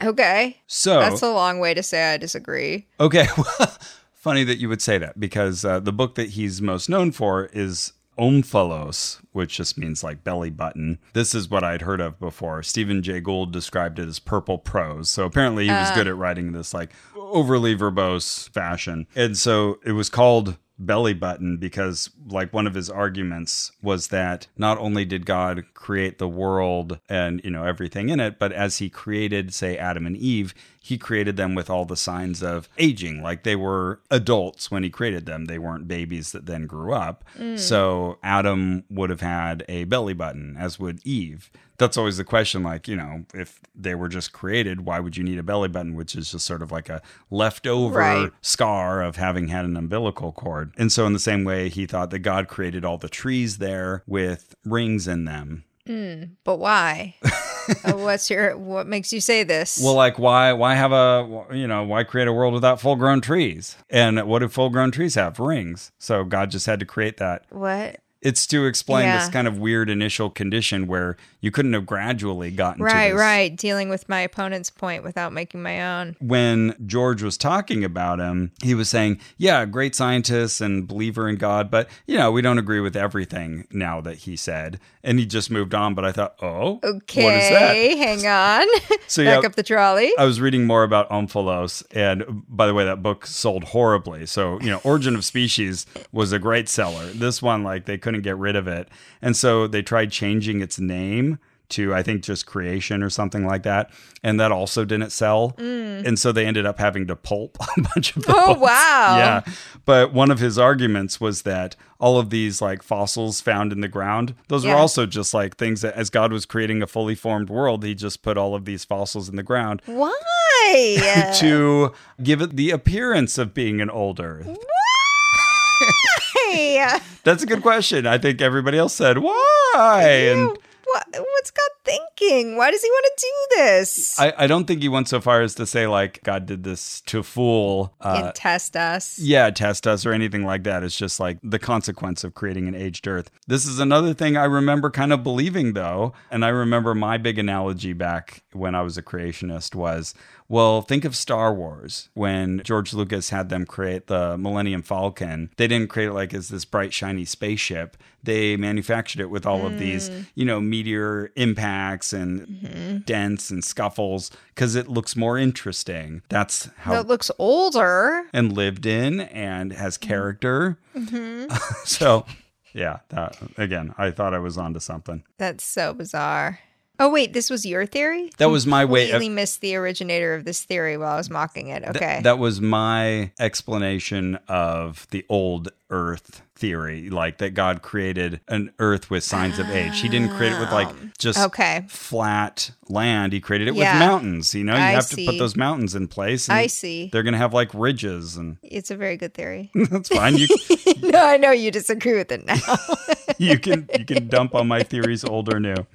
Okay.
So,
That's a long way to say I disagree.
okay, well, funny that you would say that because uh, the book that he's most known for is. Omphalos, which just means like belly button. This is what I'd heard of before. Stephen Jay Gould described it as purple prose. So apparently he was good at writing this like overly verbose fashion. And so it was called belly button because like one of his arguments was that not only did God create the world and you know everything in it, but as he created say Adam and Eve, he created them with all the signs of aging like they were adults when he created them. They weren't babies that then grew up. So Adam would have had a belly button as would Eve. That's always the question like, you know, if they were just created, why would you need a belly button which is just sort of like a leftover
Right.
scar of having had an umbilical cord. And so, in the same way, he thought that God created all the trees there with rings in them.
But why? Uh, what's your what makes you say this?
Well, like why why have a you know why create a world without full grown trees? And what do full grown trees have? Rings. So God just had to create that.
what?
It's to explain this
Yeah.
kind of weird initial condition where you couldn't have gradually gotten to
Right,
this.
right. Dealing with my opponent's point without making my own.
when George was talking about him, he was saying, Yeah, great scientist and believer in God, but you know, we don't agree with everything now that he said. And he just moved on, but I thought, Oh,
Okay,
what is that?
hang on.
So,
Back
yeah.
up the trolley.
I was reading more about Omphalos, and by the way, that book sold horribly. So, you know, Origin of Species was a great seller. This one, like, they couldn't get rid of it. And so they tried changing its name to, I think, just creation or something like that. And that also didn't sell. And so they ended up having to pulp a bunch of the
Mm. Oh,
books.
wow.
Yeah. But one of his arguments was that all of these like fossils found in the ground, those
Yeah.
were also just like things that as God was creating a fully formed world, he just put all of these fossils in the ground
Why?
to give it the appearance of being an old Earth?
Why?
That's a good question. I think everybody else said, why? And
what, what's God thinking? Why does he want to do this?
I, I don't think he went so far as to say, like, God did this to fool. Uh,
and test us.
yeah, test us or anything like that. It's just like the consequence of creating an aged earth. This is another thing I remember kind of believing though. And I remember my big analogy back when I was a creationist was well, think of Star Wars when George Lucas had them create the Millennium Falcon. They didn't create it like as this bright, shiny spaceship. They manufactured it with all of these, you know, meteor impacts and dents and scuffles because it looks more interesting. That's how
That looks older.
and lived in and has
Mm-hmm.
character. so, yeah, that again, I thought I was onto something.
That's so bizarre. Oh wait, this was your theory?
That was my way of
Completely missed the originator of this theory while I was mocking it. Okay.
uh, that was my explanation of the old earth theory, like that God created an earth with signs of age. He didn't create it with like just
Oh, Okay.
flat land. He created it
Yeah.
with mountains. You know, you
I
have to put
see.
those mountains in place. And
I see.
They're going to have like ridges and
It's a very good theory.
that's fine. You
no, I know you disagree with it now.
you can you can dump on my theories old or new.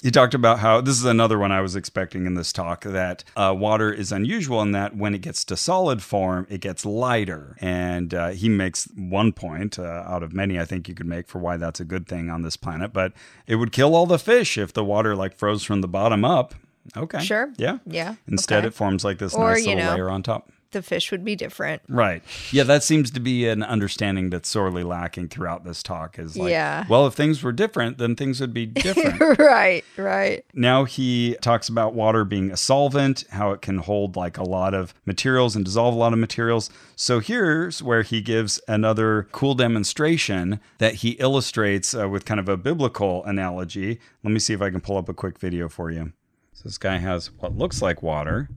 You talked about how this is another one I was expecting in this talk that uh, water is unusual in that when it gets to solid form, it gets lighter. And uh, he makes one point uh, out of many I think you could make for why that's a good thing on this planet, but it would kill all the fish if the water like froze from the bottom up. Okay.
Sure.
Yeah.
Yeah,
Instead,
okay.
it forms like this
Or,
nice
you
little
know,
layer on top.
the fish would be different.
Right. Yeah, that seems to be an understanding that's sorely lacking throughout this talk is like,
Yeah.
well, if things were different, then things would be different.
right, right.
now he talks about water being a solvent, how it can hold like a lot of materials and dissolve a lot of materials. So here's where he gives another cool demonstration that he illustrates uh, with kind of a biblical analogy. Let me see if I can pull up a quick video for you. So this guy has what looks like water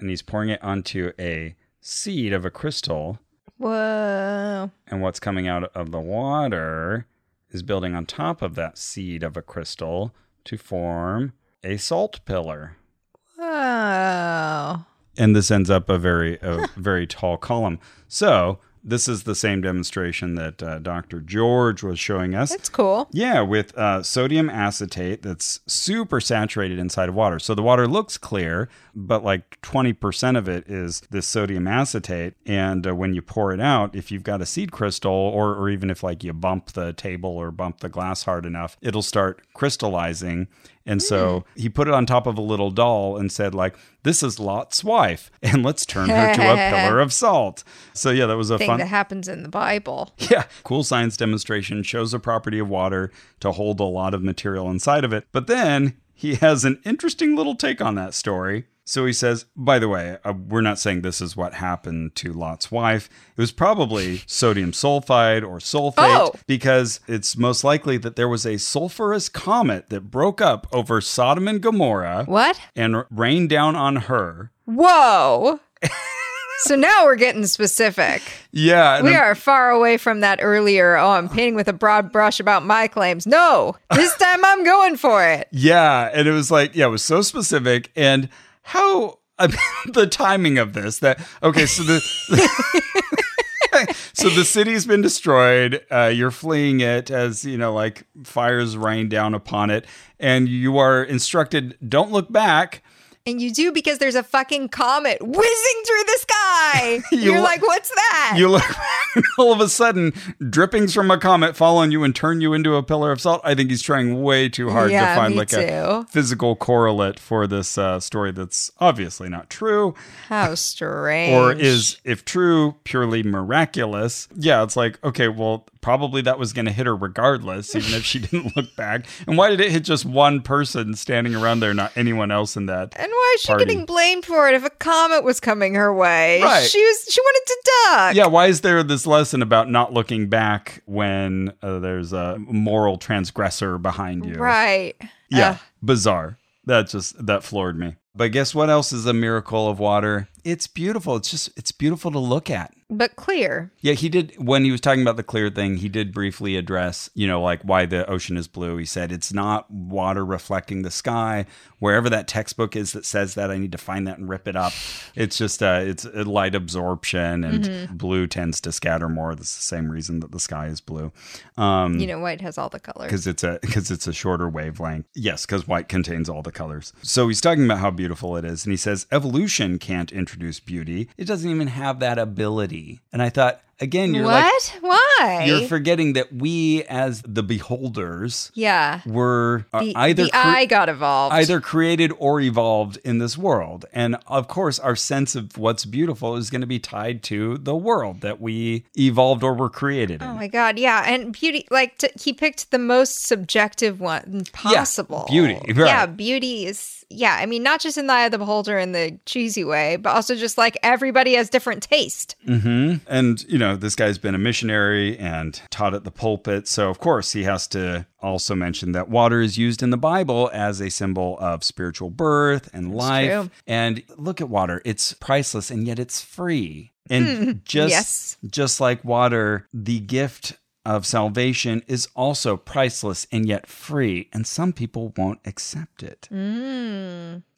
and he's pouring it onto a seed of a crystal
Whoa.
and what's coming out of the water is building on top of that seed of a crystal to form a salt pillar.
Wow.
And this ends up a very a very tall column. So this is the same demonstration that uh, Dr. George was showing us.
That's cool.
Yeah, with uh, sodium acetate that's super saturated inside of water. So the water looks clear, but like 20% of it is this sodium acetate. And uh, when you pour it out, if you've got a seed crystal, or, or even if like you bump the table or bump the glass hard enough, it'll start crystallizing. And so he put it on top of a little doll and said, like, this is Lot's wife, and let's turn her to a pillar of salt. So yeah, that was a
Thing
fun
that happens in the Bible.
yeah. Cool science demonstration shows a property of water to hold a lot of material inside of it. But then he has an interesting little take on that story. So he says, by the way, uh, we're not saying this is what happened to Lot's wife. It was probably sodium sulfide or sulfate
Oh.
because it's most likely that there was a sulfurous comet that broke up over Sodom and Gomorrah
What?
and r- rained down on her.
Whoa. so now we're getting specific.
Yeah. and
We
I'm-
are far away from that earlier. Oh, I'm painting with a broad brush about my claims. No, this time I'm going for it.
Yeah, and it was like, yeah, it was so specific. And how I mean, the timing of this? That okay, so the so the city's been destroyed. Uh, you're fleeing it as you know, like fires rain down upon it, and you are instructed, don't look back.
And you do because there's a fucking comet whizzing through the sky.
You
you are
lo-
like, what's that?
You look back, and all of a sudden, drippings from a comet fall on you and turn you into a pillar of salt. I think he's trying way too hard
Yeah,
to find
me
like a
too.
physical correlate for this uh, story that's obviously not true.
How strange.
or is if true purely miraculous yeah it's like okay well probably that was going to hit her regardless even if she didn't look back and why did it hit just one person standing around there not anyone else in that
And why is she
party.
getting blamed for it if a comet was coming her way?
Right.
She was she wanted to duck.
yeah why is there this lesson about not looking back when uh, there's a moral transgressor behind you
Right. Uh.
yeah
Ugh.
bizarre that just that floored me but guess what else is a miracle of water it's beautiful it's just it's beautiful to look at
but clear.
Yeah, he did. When he was talking about the clear thing, he did briefly address, you know, like why the ocean is blue. He said it's not water reflecting the sky. Wherever that textbook is that says that, I need to find that and rip it up. It's just, uh, it's uh, light absorption, and blue tends to scatter more. That's the same reason that the sky is blue. Um,
You know, white has all the colors.
because it's a because it's a shorter wavelength. Yes, because white contains all the colors. So he's talking about how beautiful it is, and he says evolution can't introduce beauty. It doesn't even have that ability. And I thought again, you're like
What? Why?
you're forgetting that we as the beholders
yeah.
were uh,
The,
either
the
cre-
eye got evolved.
either created or evolved in this world. And of course, our sense of what's beautiful is going to be tied to the world that we evolved or were created in.
Oh my god, yeah, and beauty. Like t- he picked the most subjective one possible.
beauty, right.
Yeah, beauty is. Yeah, I mean, not just in the eye of the beholder in the cheesy way, but also just like everybody has different taste. Mm-hmm.
And, you know, this guy's been a missionary and taught at the pulpit. So, of course, he has to also mention that water is used in the Bible as a symbol of spiritual birth and life.
true.
And look at water, it's priceless and yet it's free. And just
yes.
just like water, the gift of salvation is also priceless and yet free, and some people won't accept it.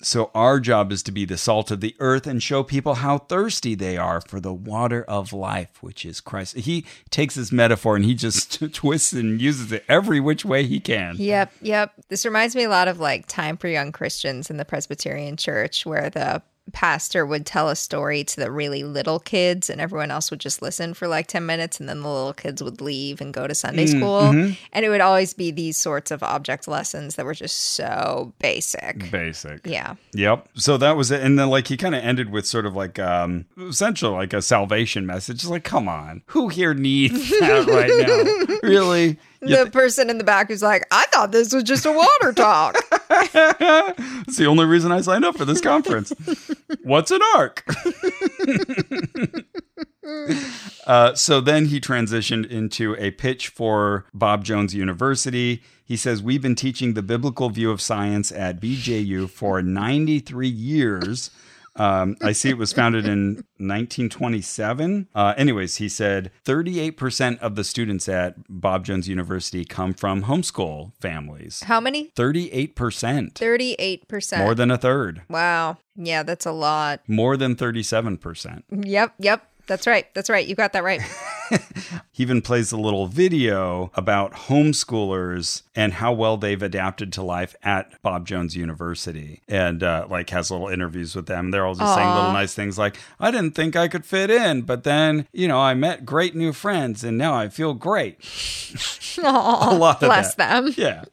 So our job is to be the salt of the earth and show people how thirsty they are for the water of life, which is Christ. He takes this metaphor and he just twists and uses it every which way he can.
Yep, yep. This reminds me a lot of like Time for Young Christians in the Presbyterian Church, where the pastor would tell a story to the really little kids, and everyone else would just listen for like 10 minutes, and then the little kids would leave and go to Sunday school. And it would always be these sorts of object lessons that were just so basic.
Basic.
Yeah.
Yep. So that was it. And then like he kind of ended with sort of like um essentially like a salvation message. It's like, come on, who here needs that right now? really? You-
The person in the back who's like, I thought this was just a water talk.
That's the only reason I signed up for this conference. What's an arc? uh, so then he transitioned into a pitch for Bob Jones University. He says, We've been teaching the biblical view of science at BJU for 93 years. Um, I see it was founded in 1927. Uh, anyways, he said 38% of the students at Bob Jones University come from homeschool families.
How many?
38%.
38%.
More than a third.
wow. Yeah, that's a lot.
More than 37%.
Yep. Yep. That's right. That's right. You got that right.
He even plays a little video about homeschoolers and how well they've adapted to life at Bob Jones University and uh, like has little interviews with them. They're all just saying little nice things like, I didn't think I could fit in, but then, you know, I met great new friends and now I feel great.
Aw,
A lot of
bless
that.
them.
Yeah.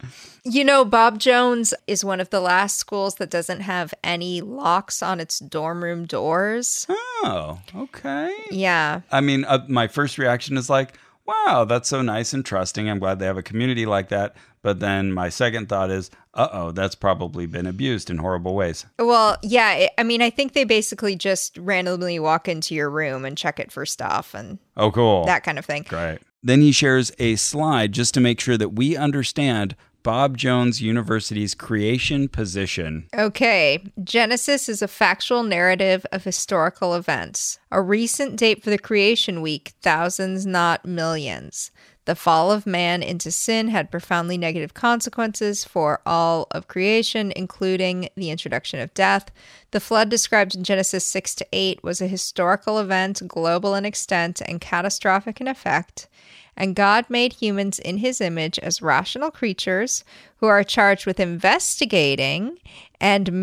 You know, Bob Jones is one of the last schools that doesn't have any locks on its dorm room doors.
Oh, okay.
Yeah.
I mean, uh, my first reaction is like, wow, that's so nice and trusting. I'm glad they have a community like that. But then my second thought is, uh oh, that's probably been abused in horrible ways.
Well, yeah. It, I mean, I think they basically just randomly walk into your room and check it for stuff and
Oh, cool.
that kind of thing.
Great. Then he shares a slide just to make sure that we understand Bob Jones University's creation position.
Okay. Genesis is a factual narrative of historical events. A recent date for the creation week, thousands, not millions. The fall of man into sin had profoundly negative consequences for all of creation, including the introduction of death. The flood described in Genesis 6 to 8 was a historical event, global in extent and catastrophic in effect. And God made humans in his image as rational creatures who are charged with investigating and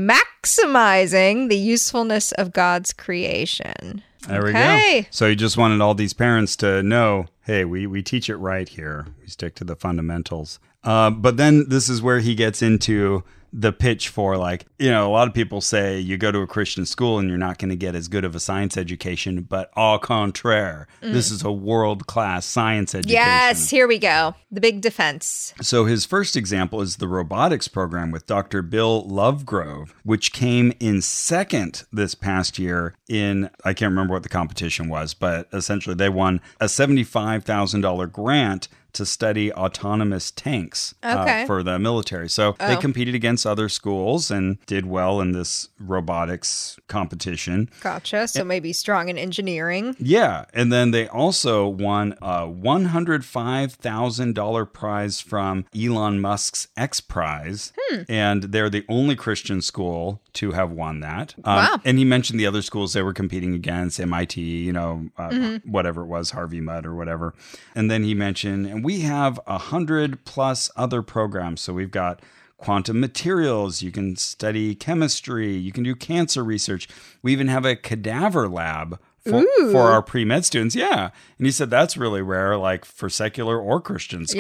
maximizing the usefulness of God's creation.
There we
Okay.
go. So he just wanted all these parents to know, hey, we, we teach it right here. We stick to the fundamentals. Uh, but then this is where he gets into the pitch for like, you know, a lot of people say you go to a Christian school and you're not going to get as good of a science education, but au contraire, this is a world class science education.
Mm. Yes, here we go. The big defense.
So his first example is the robotics program with Dr. Bill Lovegrove, which came in second this past year in I can't remember what the competition was, but essentially they won a $75,000 grant to study autonomous tanks uh,
Okay.
for the military. So they competed against other schools and did well in this robotics competition.
Gotcha. So maybe strong in engineering.
Yeah, and then they also won a one hundred five thousand dollar prize from Elon Musk's X Prize, and they're the only Christian school to have won that. Um,
Wow.
And he mentioned the other schools they were competing against, MIT, you know, uh, whatever it was, Harvey Mudd or whatever. And then he mentioned, and we have a hundred plus other programs, so we've got quantum materials. You can study chemistry. You can do cancer research. We even have a cadaver lab for, for our pre med students. Yeah. And he said that's really rare, like for secular or Christian schools.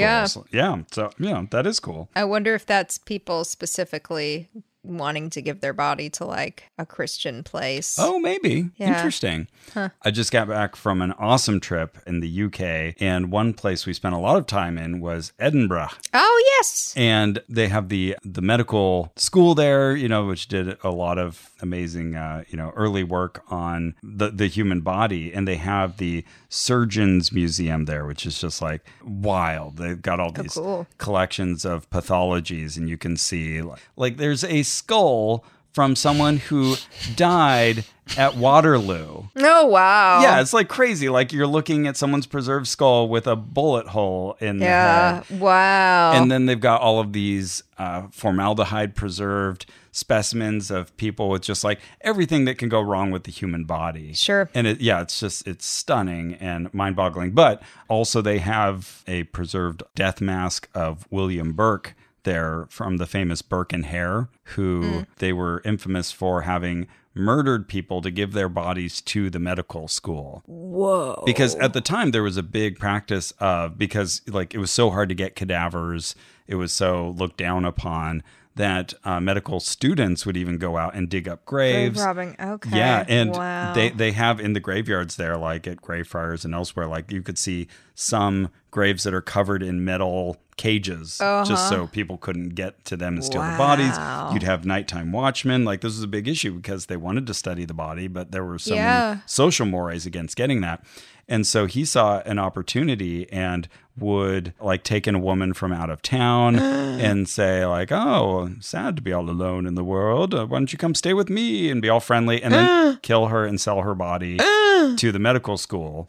Yeah.
yeah. So, yeah, that is cool.
I wonder if that's people specifically wanting to give their body to like a Christian place.
Oh, maybe.
Yeah.
Interesting. I just got back from an awesome trip in the UK, and one place we spent a lot of time in was Edinburgh.
Oh, yes.
and they have the the medical school there you know which did a lot of amazing uh, you know early work on the the human body and they have the surgeons museum there which is just like wild they've got all these
Oh, cool.
collections of pathologies and you can see like, like there's a skull from someone who died at Waterloo
Oh, wow.
yeah, it's like crazy. Like you're looking at someone's preserved skull with a bullet hole in the head.
Yeah. Wow.
Uh-huh. And then they've got all of these uh, formaldehyde preserved specimens of people with just like everything that can go wrong with the human body.
Sure.
And it, yeah, it's just, it's stunning and mind boggling. But also, they have a preserved death mask of William Burke there from the famous Burke and Hare, who they were infamous for having murdered people to give their bodies to the medical school.
Whoa.
Because at the time there was a big practice of because like it was so hard to get cadavers, it was so looked down upon that uh, medical students would even go out and dig up
Grave
graves.
robbing. Okay.
Yeah, and
wow.
they they have in the graveyards there, like at Greyfriars and elsewhere, like you could see some graves that are covered in metal cages, just so people couldn't get to them and steal the
Uh-huh. Wow.
bodies. You'd have nighttime watchmen. Like this was a big issue because they wanted to study the body, but there were so
Yeah.
many social mores against getting that. And so he saw an opportunity and would like take in a woman from out of town and say like, "Oh, I'm sad to be all alone in the world. Uh, why don't you come stay with me and be all friendly?" And then kill her and sell her body to the medical school.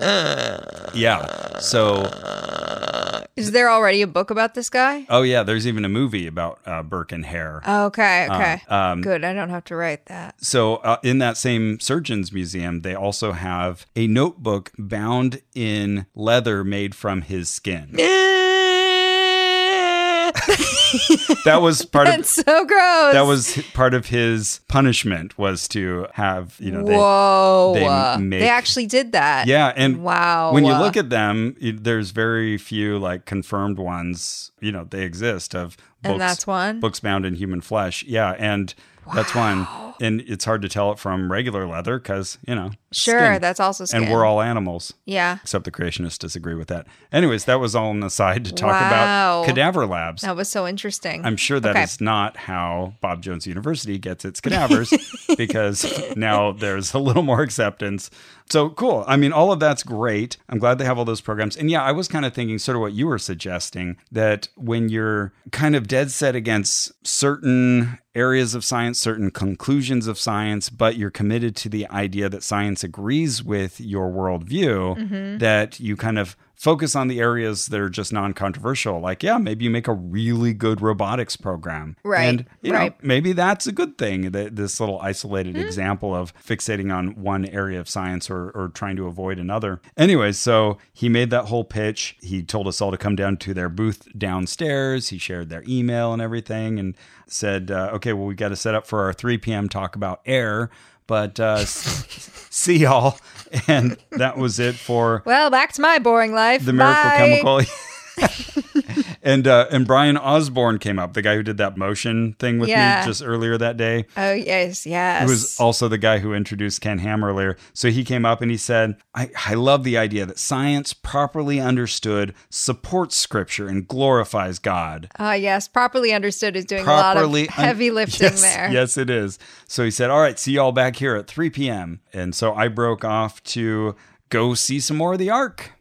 yeah. So,
Is there already a book about this guy?
oh yeah, there's even a movie about uh, Burke and Hare.
Okay. Okay.
um,
Good. I don't have to write that.
so uh, in that same surgeon's museum they also have a notebook bound in leather made from his skin that was part of
That's so gross.
that was h- part of his punishment was to have you know they,
Whoa.
they
They,
make-
actually did that.
yeah and
Wow.
when you look at them y- there's very few like confirmed ones you know they exist of books
And that's one?
books bound in human flesh yeah and that's one and it's hard to tell it from regular leather because you know
Sure.
skin.
That's also skin.
and we're all animals
Yeah.
except the creationists disagree with that. Anyways, that was all an aside to talk
Wow.
about cadaver labs.
That was so interesting.
I'm sure that is
Okay.
not how Bob Jones University gets its cadavers because now there's a little more acceptance. So cool. I mean, all of that's great. I'm glad they have all those programs. And yeah, I was kind of thinking, sort of what you were suggesting, that when you're kind of dead set against certain areas of science, certain conclusions of science, but you're committed to the idea that science agrees with your worldview,
Mm-hmm.
that you kind of focus on the areas that are just non-controversial like yeah maybe you make a really good robotics program
Right,
and you know
right. Hmm.
maybe that's a good thing that this little isolated example of fixating on one area of science or, or trying to avoid another anyway so he made that whole pitch he told us all to come down to their booth downstairs he shared their email and everything and said uh, okay well we got to set up for our 3 p.m talk about air but uh, s- see y'all and that was it for
well, back to my boring life.
the miracle
Bye.
chemical. and uh, and Brian Osborne came up, the guy who did that motion thing with
Yeah.
me just earlier that day.
Oh yes, yes.
He was also the guy who introduced Ken Ham earlier. So he came up and he said, I, I love the idea that science, properly understood, supports scripture and glorifies God.
Ah, yes, properly understood is doing
Properly
a lot of
un-
heavy lifting
Yes,
there.
Yes, it is. So he said, All right, see y'all back here at 3 p.m. And so I broke off to go see some more of the ark.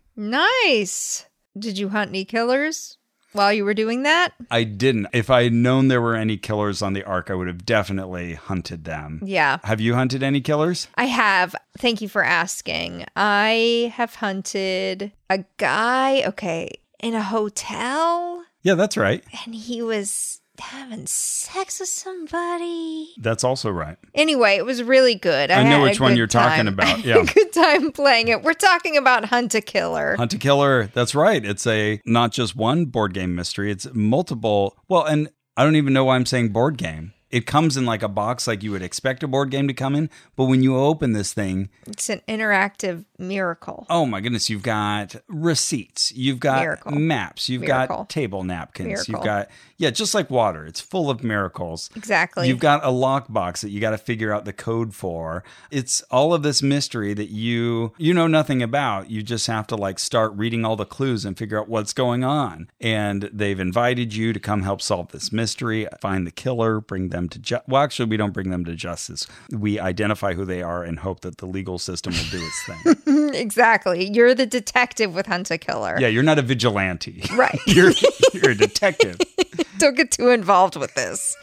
Nice. Did you hunt any killers while you were doing that?
I didn't. If I had known there were any killers on the Ark, I would have definitely hunted them.
Yeah.
Have you hunted any killers?
I have. Thank you for asking. I have hunted a guy, okay, in a hotel
Yeah, that's right.
and he was having sex with somebody.
That's also right.
Anyway, it was really good. I,
I know
had a
which one
good
you're talking
time.
about.
I had
Yeah.
a good time playing it. We're talking about Hunt a Killer.
Hunt a Killer. That's right. It's a not just one board game mystery, it's multiple. Well, and I don't even know why I'm saying board game. It comes in like a box like you would expect a board game to come in, but when you open this thing,
It's an interactive miracle.
oh my goodness, you've got receipts, you've got
Miracle.
maps, you've
Miracle.
got table napkins,
Miracle.
you've got yeah, just like water. It's full of miracles.
Exactly.
You've got a lockbox that you got to figure out the code for. It's all of this mystery that you you know nothing about. You just have to like start reading all the clues and figure out what's going on. And they've invited you to come help solve this mystery, find the killer, bring them to ju- well, actually, we don't bring them to justice. We identify who they are and hope that the legal system will do its thing.
exactly. You're the detective with Hunt a Killer.
yeah, you're not a vigilante.
Right.
you're you're a detective.
Don't get too involved with this.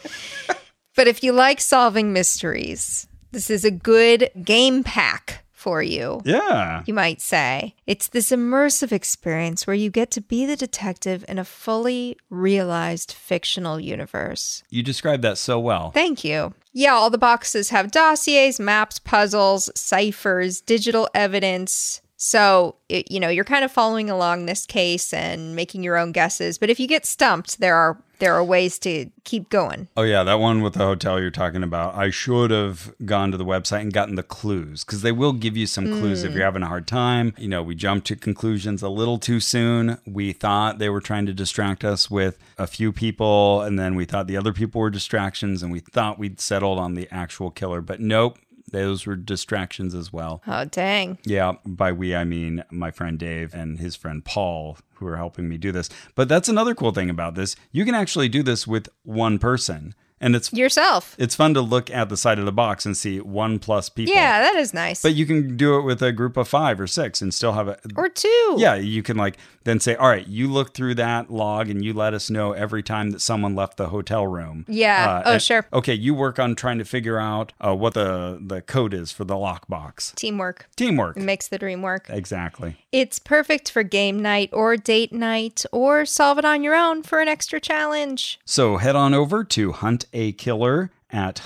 but if you like solving mysteries, this is a good game pack for you.
Yeah.
You might say it's this immersive experience where you get to be the detective in a fully realized fictional universe.
You described that so well.
Thank you. Yeah, all the boxes have dossiers, maps, puzzles, ciphers, digital evidence, So, it, you know, you're kind of following along this case and making your own guesses, but if you get stumped, there are there are ways to keep going.
Oh yeah, that one with the hotel you're talking about. I should have gone to the website and gotten the clues because they will give you some clues if you're having a hard time. You know, we jumped to conclusions a little too soon. We thought they were trying to distract us with a few people, and then we thought the other people were distractions, and we thought we'd settled on the actual killer, but nope. Those were distractions as well.
Oh, dang.
Yeah, by we I mean my friend Dave and his friend Paul who are helping me do this. But that's another cool thing about this. You can actually do this with one person. And it's
Yourself.
it's fun to look at the side of the box and see one plus people.
Yeah, that is nice.
But you can do it with a group of 5 or 6 and still have a
or two.
yeah, you can like then say, "All right, you look through that log and you let us know every time that someone left the hotel room." Uh,
Yeah. Oh,
and-
sure.
Okay, you work on trying to figure out uh, what the the code is for the lockbox.
Teamwork
Teamwork.
makes the dream work.
Exactly.
It's perfect for game night or date night or solve it on your own for an extra challenge.
So head on over to Hunt a Killer at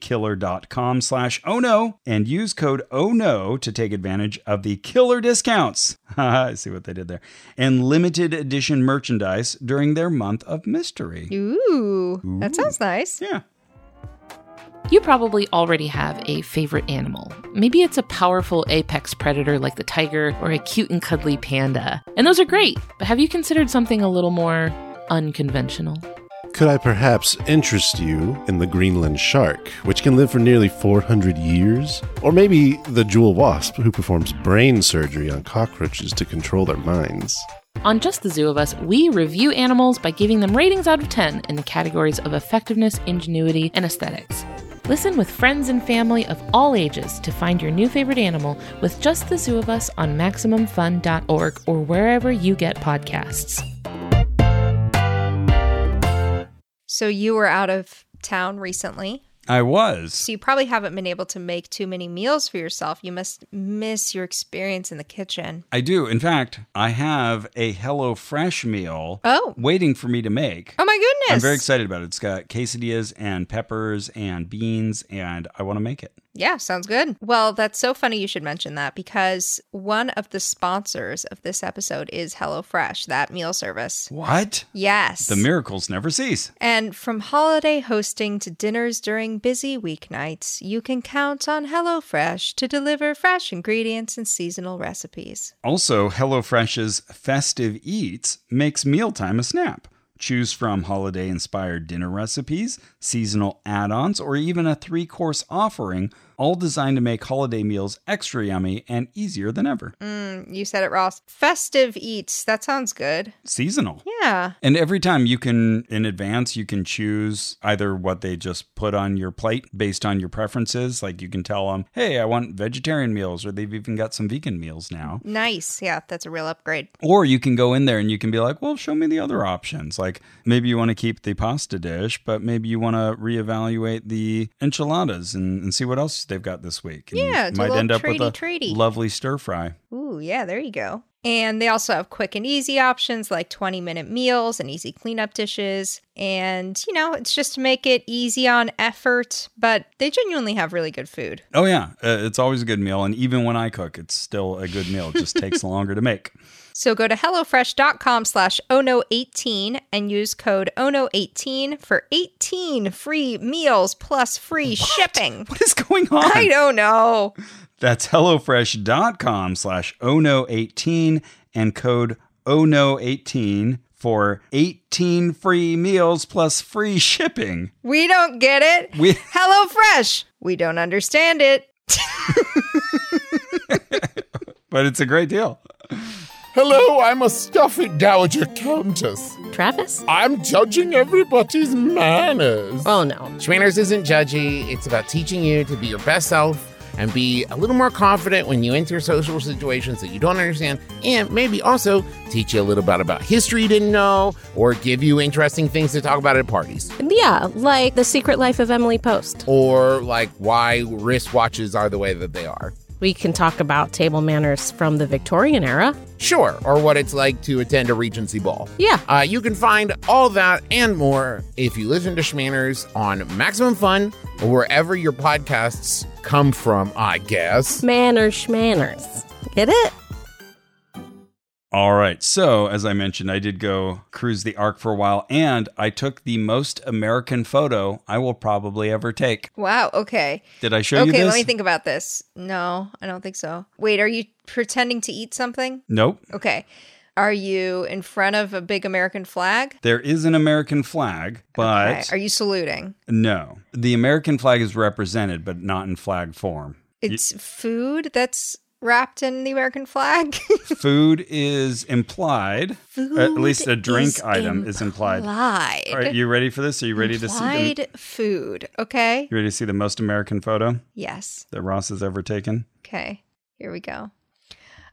huntakiller.com slash oh no and use code oh no to take advantage of the killer discounts. I see what they did there. And limited edition merchandise during their month of mystery.
Ooh, that sounds nice.
Yeah.
You probably already have a favorite animal. Maybe it's a powerful apex predator like the tiger or a cute and cuddly panda. And those are great, but have you considered something a little more unconventional?
Could I perhaps interest you in the Greenland shark, which can live for nearly 400 years? Or maybe the jewel wasp, who performs brain surgery on cockroaches to control their minds?
On Just the Zoo of Us, we review animals by giving them ratings out of 10 in the categories of effectiveness, ingenuity, and aesthetics. Listen with friends and family of all ages to find your new favorite animal with Just the Zoo of Us on MaximumFun.org or wherever you get podcasts.
So you were out of town recently,
I was.
so you probably haven't been able to make too many meals for yourself. You must miss your experience in the kitchen.
I do. In fact, I have a HelloFresh meal
Oh.
waiting for me to make.
Oh my goodness.
I'm very excited about it. It's got quesadillas and peppers and beans, and I want to make it.
Yeah, sounds good. Well, that's so funny you should mention that because one of the sponsors of this episode is HelloFresh, that meal service.
What?
Yes.
The miracles never cease.
And from holiday hosting to dinners during busy weeknights, you can count on HelloFresh to deliver fresh ingredients and seasonal recipes.
Also, HelloFresh's Festive Eats makes mealtime a snap. Choose from holiday inspired dinner recipes, seasonal add ons, or even a three course offering, all designed to make holiday meals extra yummy and easier than ever.
Mm, You said it, Ross. Festive eats. That sounds good.
Seasonal.
Yeah.
And every time you can, in advance, you can choose either what they just put on your plate based on your preferences. Like you can tell them, hey, I want vegetarian meals, or they've even got some vegan meals now.
Nice. Yeah, that's a real upgrade.
Or you can go in there and you can be like, well, show me the other options. Like maybe you want to keep the pasta dish, but maybe you want to reevaluate the enchiladas and, and see what else they've got this week. And
Yeah,
you
do a little treaty, treaty.
lovely stir fry.
Ooh, yeah, there you go. And they also have quick and easy options like 20 minute meals and easy cleanup dishes. And, you know, it's just to make it easy on effort, but they genuinely have really good food.
Oh, yeah. Uh, it's always a good meal. And even when I cook, it's still a good meal. It just takes longer to make.
So go to HelloFresh.com slash ONO18 and use code ONO18 for 18 free meals plus free shipping.
What is going on?
I don't know.
That's HelloFresh.com slash ONO18 and code ONO18 for 18 free meals plus free shipping.
We don't get it.
We-
HelloFresh. We don't understand it.
But it's a great deal.
Hello, I'm a stuffy dowager countess.
Travis?
I'm judging everybody's manners.
Oh no.
Schmanners isn't judgy. It's about teaching you to be your best self and be a little more confident when you enter social situations that you don't understand, and maybe also teach you a little bit about history you didn't know, or give you interesting things to talk about at parties,
Yeah, like The Secret Life of Emily Post.
or like why wristwatches are the way that they are.
We can talk about table manners from the Victorian era.
Sure, or what it's like to attend a Regency ball.
Yeah.
Uh, you can find all that and more if you listen to Schmanners on Maximum Fun or wherever your podcasts come from, I guess.
Manners, schmanners. Get it?
All right. So, as I mentioned, I did go cruise the Ark for a while and I took the most American photo I will probably ever take.
Wow. Okay.
Did I show you
Okay.
this?
Let me think about this. No, I don't think so. Wait, are you pretending to eat something?
Nope.
Okay. Are you in front of a big American flag?
There is an American flag, but
Okay. Are you saluting?
no. The American flag is represented, but not in flag form.
It's food that's wrapped in the American flag.
Food is implied.
food
at least a drink
is
item is implied.
Implied.
All right, you ready for this? Are you ready to see? The,
Implied food. Okay.
you ready to see the most American photo
Yes.
that Ross has ever taken?
Okay. Here we go.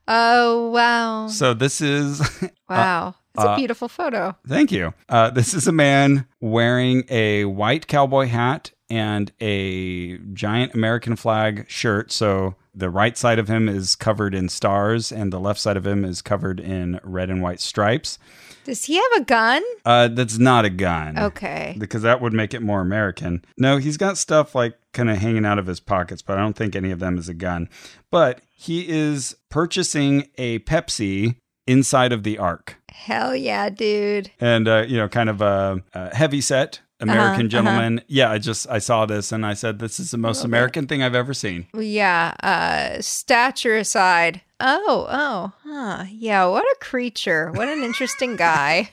Oh wow!
So this is.
Wow, it's a
uh,
beautiful photo.
thank you. Uh, this is a man wearing a white cowboy hat and a giant American flag shirt. So the right side of him is covered in stars, and the left side of him is covered in red and white stripes.
Does he have a gun?
Uh, that's not a gun.
Okay.
because that would make it more American. No, he's got stuff like kind of hanging out of his pockets, but I don't think any of them is a gun. But he is purchasing a Pepsi inside of the Ark,
Hell yeah, dude.
and uh, you know, kind of a, a heavy set American gentleman. Yeah, I just I saw this and I said this is the most American thing I've ever seen.
Well, Yeah, uh stature aside. Oh, oh. Huh. Yeah, what a creature. What an interesting guy.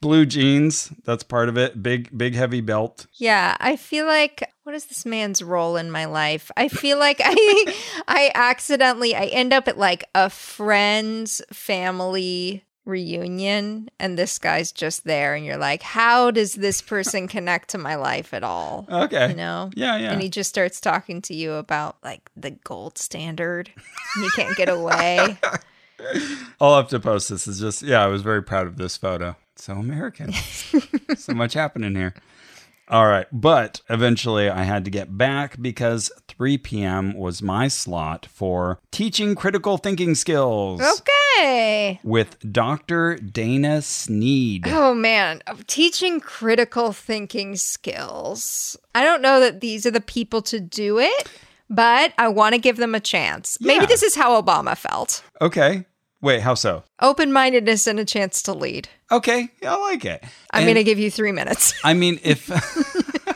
Blue jeans, that's part of it. Big big heavy belt.
Yeah, I feel like what is this man's role in my life? I feel like I I accidentally I end up at like a friend's family reunion and this guy's just there and you're like, "How does this person connect to my life at all?"
Okay.
You know?
Yeah, yeah.
And he just starts talking to you about like the gold standard. you can't get away.
I'll have to post this. It's just, yeah, I was very proud of this photo. So American. so much happening here. All right. But eventually I had to get back because 3 p.m. was my slot for teaching critical thinking skills
Oh. Okay.
with Dr. Dana Sneed.
Oh man, teaching critical thinking skills. I don't know that these are the people to do it, but I want to give them a chance.
Yeah.
Maybe this is how Obama felt.
Okay. Wait, how so?
Open-mindedness and a chance to lead.
Okay. I like it.
I'm
And-
going to give you 3 minutes.
I mean, if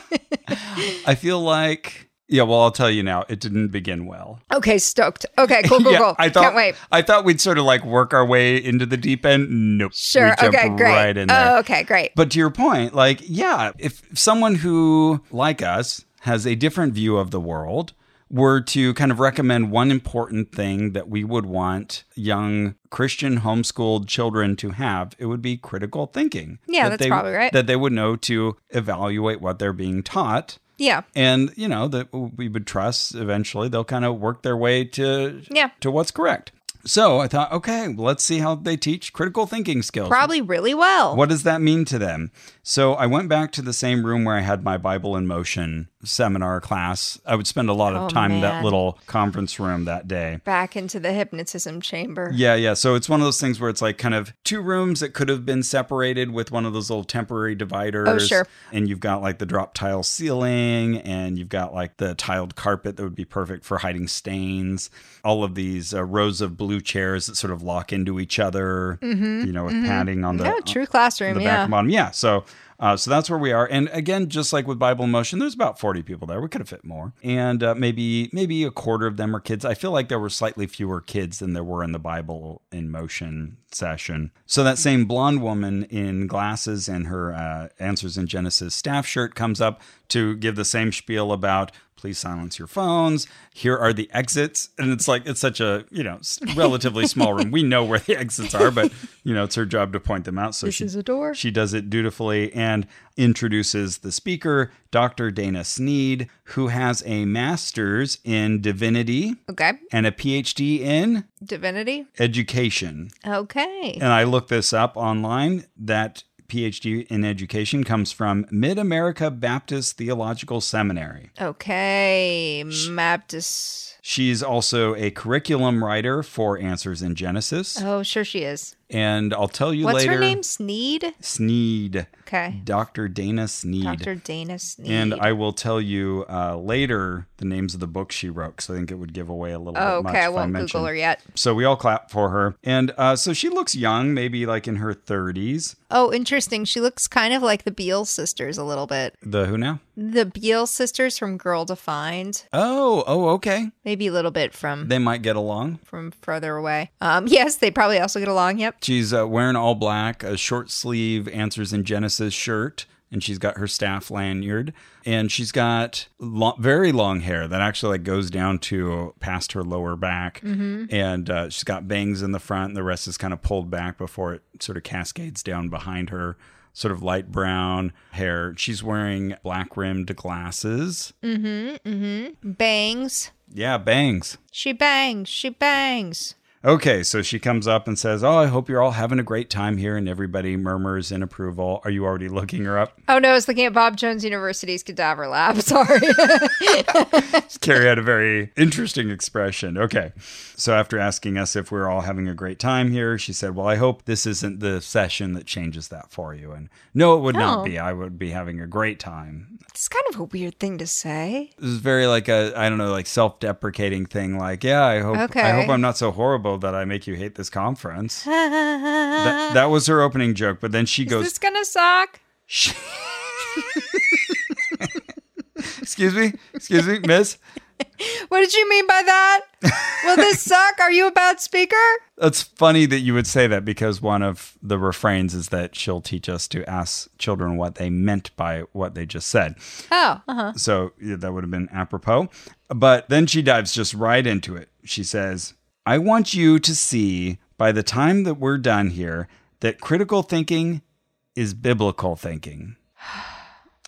I feel like, yeah, well, I'll tell you now, it didn't begin well.
okay, stoked. Okay, cool, cool, cool.
I thought,
Can't wait.
I thought we'd sort of like work our way into the deep end. Nope.
Sure.
We
Okay,
jump
great.
Right in there.
oh, okay, great.
But to your point, like, yeah, if someone who, like us, has a different view of the world were to kind of recommend one important thing that we would want young Christian homeschooled children to have, it would be critical thinking.
Yeah,
That
that's
they-
probably right.
That they would know to evaluate what they're being taught
yeah.
and you know that we would trust eventually they'll kind of work their way to
Yeah.
to what's correct so i thought okay well, let's see how they teach critical thinking skills
Probably really well.
what does that mean to them so i went back to the same room where i had my bible in motion seminar class i would spend a lot of
Oh,
time in that
man.
little conference room that day
Back into the hypnotism chamber.
yeah, yeah. So it's one of those things where it's like kind of two rooms that could have been separated with one of those little temporary dividers.
Oh, sure.
And you've got like the drop tile ceiling and you've got like the tiled carpet that would be perfect for hiding stains. All of these uh, rows of blue chairs that sort of lock into each other, you know, with padding on the, uh,
No, Mm-hmm. true classroom,
the back
yeah.
and bottom. Yeah. So uh, so that's where we are. And again, just like with Bible in Motion, there's about 40 people there. We could have fit more. And uh, maybe maybe a quarter of them are kids. I feel like there were slightly fewer kids than there were in the Bible in Motion session. So that same blonde woman in glasses and her uh, Answers in Genesis staff shirt comes up to give the same spiel about please silence your phones. Here are the exits. And it's like, it's such a, you know, s- relatively small room. We know where the exits are, but, you know, it's her job to point them out. So
This
she,
is a door.
she does it dutifully and introduces the speaker, Dr. Dana Sneed, who has a master's in divinity
Okay.
and a PhD in
Divinity.
education.
Okay.
And I looked this up online. That PhD in education comes from Mid America Baptist Theological Seminary.
Okay. Baptist.
She's also a curriculum writer for Answers in Genesis.
Oh, sure she is.
And I'll tell you
What's
later.
her name? Sneed?
Sneed.
Okay.
Dr. Dana Sneed.
Dr. Dana Sneed.
And I will tell you uh, later the names of the books she wrote because I think it would give away a little
Oh,
bit much
okay. I
if
won't
mention-
Google her yet.
So we all clap for her. And uh, so she looks young, maybe like in her 30s.
Oh, interesting. She looks kind of like the Beale sisters a little bit.
The who now?
The Beale sisters from Girl Defined,
Oh, oh, okay.
maybe a little bit from
They might get along.
from further away. Um, yes, they probably also get along. Yep.
She's uh, wearing all black, a short sleeve Answers in Genesis shirt, and she's got her staff lanyard, and she's got lo- very long hair that actually like goes down to past her lower back, and uh, she's got bangs in the front, and the rest is kind of pulled back before it sort of cascades down behind her. Sort of light brown hair. She's wearing black rimmed glasses.
Bangs.
Yeah, bangs.
She bangs. She bangs.
Okay, so she comes up and says, Oh, I hope you're all having a great time here. And everybody murmurs in approval. Are you already looking her up?
Oh no, I was looking at Bob Jones University's cadaver lab. Sorry.
Carrie had a very interesting expression. Okay. So after asking us if we're all having a great time here, she said, Well, I hope this isn't the session that changes that for you. And no, it would
Oh.
not be. I would be having a great time.
it's kind of a weird thing to say.
This is very like a I don't know, like self deprecating thing, like, yeah, I hope I
Okay.
hope I'm not so horrible that I make you hate this conference. that, that was her opening joke, but then she goes
Is this gonna suck?
Sh- Excuse me? Excuse me, miss?
What did you mean by that? Will this suck? Are you a bad speaker?
It's funny that you would say that because one of the refrains is that she'll teach us to ask children what they meant by what they just said.
Oh, uh-huh.
So yeah, that would have been apropos. But then she dives just right into it. She says, I want you to see by the time that we're done here that critical thinking is biblical thinking.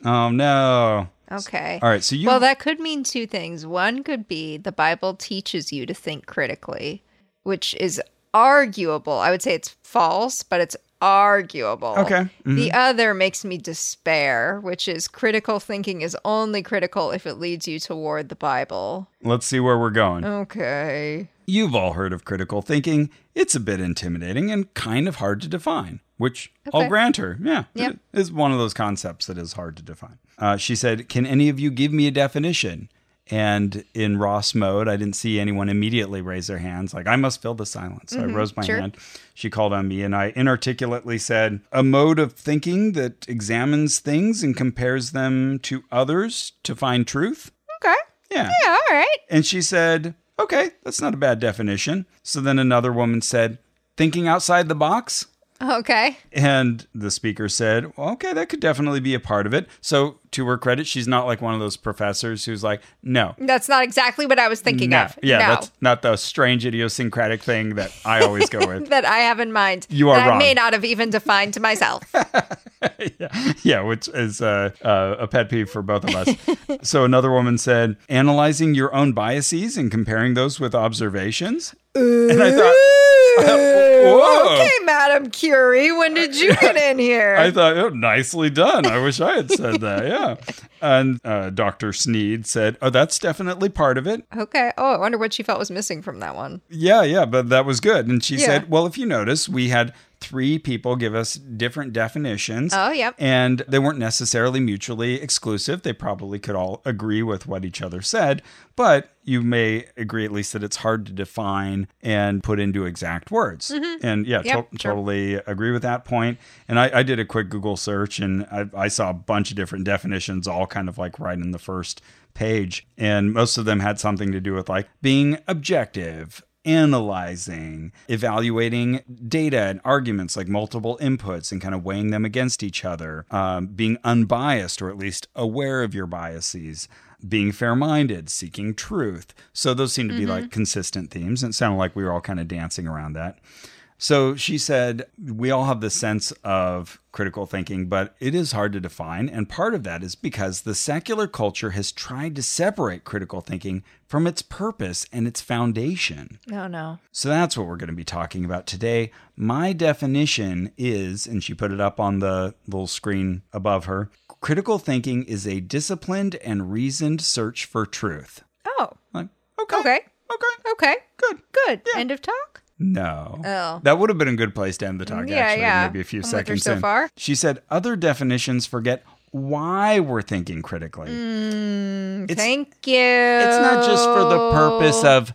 Oh, no.
Okay.
All right. So you.
Well, that could mean two things. One could be the Bible teaches you to think critically, which is arguable. I would say it's false, but it's arguable.
Okay. Mm-hmm.
The other makes me despair, which is critical thinking is only critical if it leads you toward the Bible.
Let's see where we're going.
Okay.
You've all heard of critical thinking. It's a bit intimidating and kind of hard to define, which I'll
Okay.
grant her. Yeah.
Yep.
It is one of those concepts that is hard to define. Uh, she said, Can any of you give me a definition? And in Ross mode, I didn't see anyone immediately raise their hands. Like, I must fill the silence. So I rose my
Mm-hmm. sure.
hand. She called on me, and I inarticulately said, A mode of thinking that examines things and compares them to others to find truth.
Okay.
Yeah.
Yeah, all right.
And she said, Okay, that's not a bad definition. So then another woman said, Thinking outside the box?
Okay.
And the speaker said, well, Okay, that could definitely be a part of it. So to her credit, she's not like one of those professors who's like, No.
That's not exactly what I was thinking
No.
of.
Yeah,
no.
that's not the strange idiosyncratic thing that I always go with.
that I have in mind.
You are
that I
wrong.
may not have even defined to myself.
yeah, which is uh, uh, a pet peeve for both of us. so another woman said, analyzing your own biases and comparing those with observations. and I thought, Whoa.
okay, Madam Curie, when did you get in here?
I thought, oh, nicely done. I wish I had said that. Yeah. And uh, Dr. Sneed said, oh, that's definitely part of it.
okay. Oh, I wonder what she felt was missing from that one.
Yeah, yeah, but that was good. And she
Yeah.
said, well, if you notice, we had three people give us different definitions.
Oh, yep.
And they weren't necessarily mutually exclusive. They probably could all agree with what each other said, but you may agree at least that it's hard to define and put into exact words. And yeah,
Mm-hmm. Yep,
to-
sure.
totally agree with that point. And I, I did a quick Google search and I, I saw a bunch of different definitions, all kind of like right in the first page. And most of them had something to do with like being objective, analyzing, evaluating data and arguments, like multiple inputs and kind of weighing them against each other, um, being unbiased or at least aware of your biases, being fair minded, seeking truth. So those seem to be like consistent themes. And it sounded like we were all kind of dancing around that. So she said, We all have the sense of critical thinking, but it is hard to define. And part of that is because the secular culture has tried to separate critical thinking from its purpose and its foundation.
Oh no.
So that's what we're going to be talking about today. My definition is, and she put it up on the little screen above her critical thinking is a disciplined and reasoned search for truth.
Oh.
Like,
Okay.
Okay.
Okay.
Good.
Good. End of talk.
No.
Oh. Mm,
That would have been a good place to end the talk,
Yeah,
actually.
yeah.
Maybe a few
I'm with her
seconds
so
in.
far.
She said other definitions forget why we're thinking critically.
Mm,
It's-
Thank you.
It's not just for the purpose of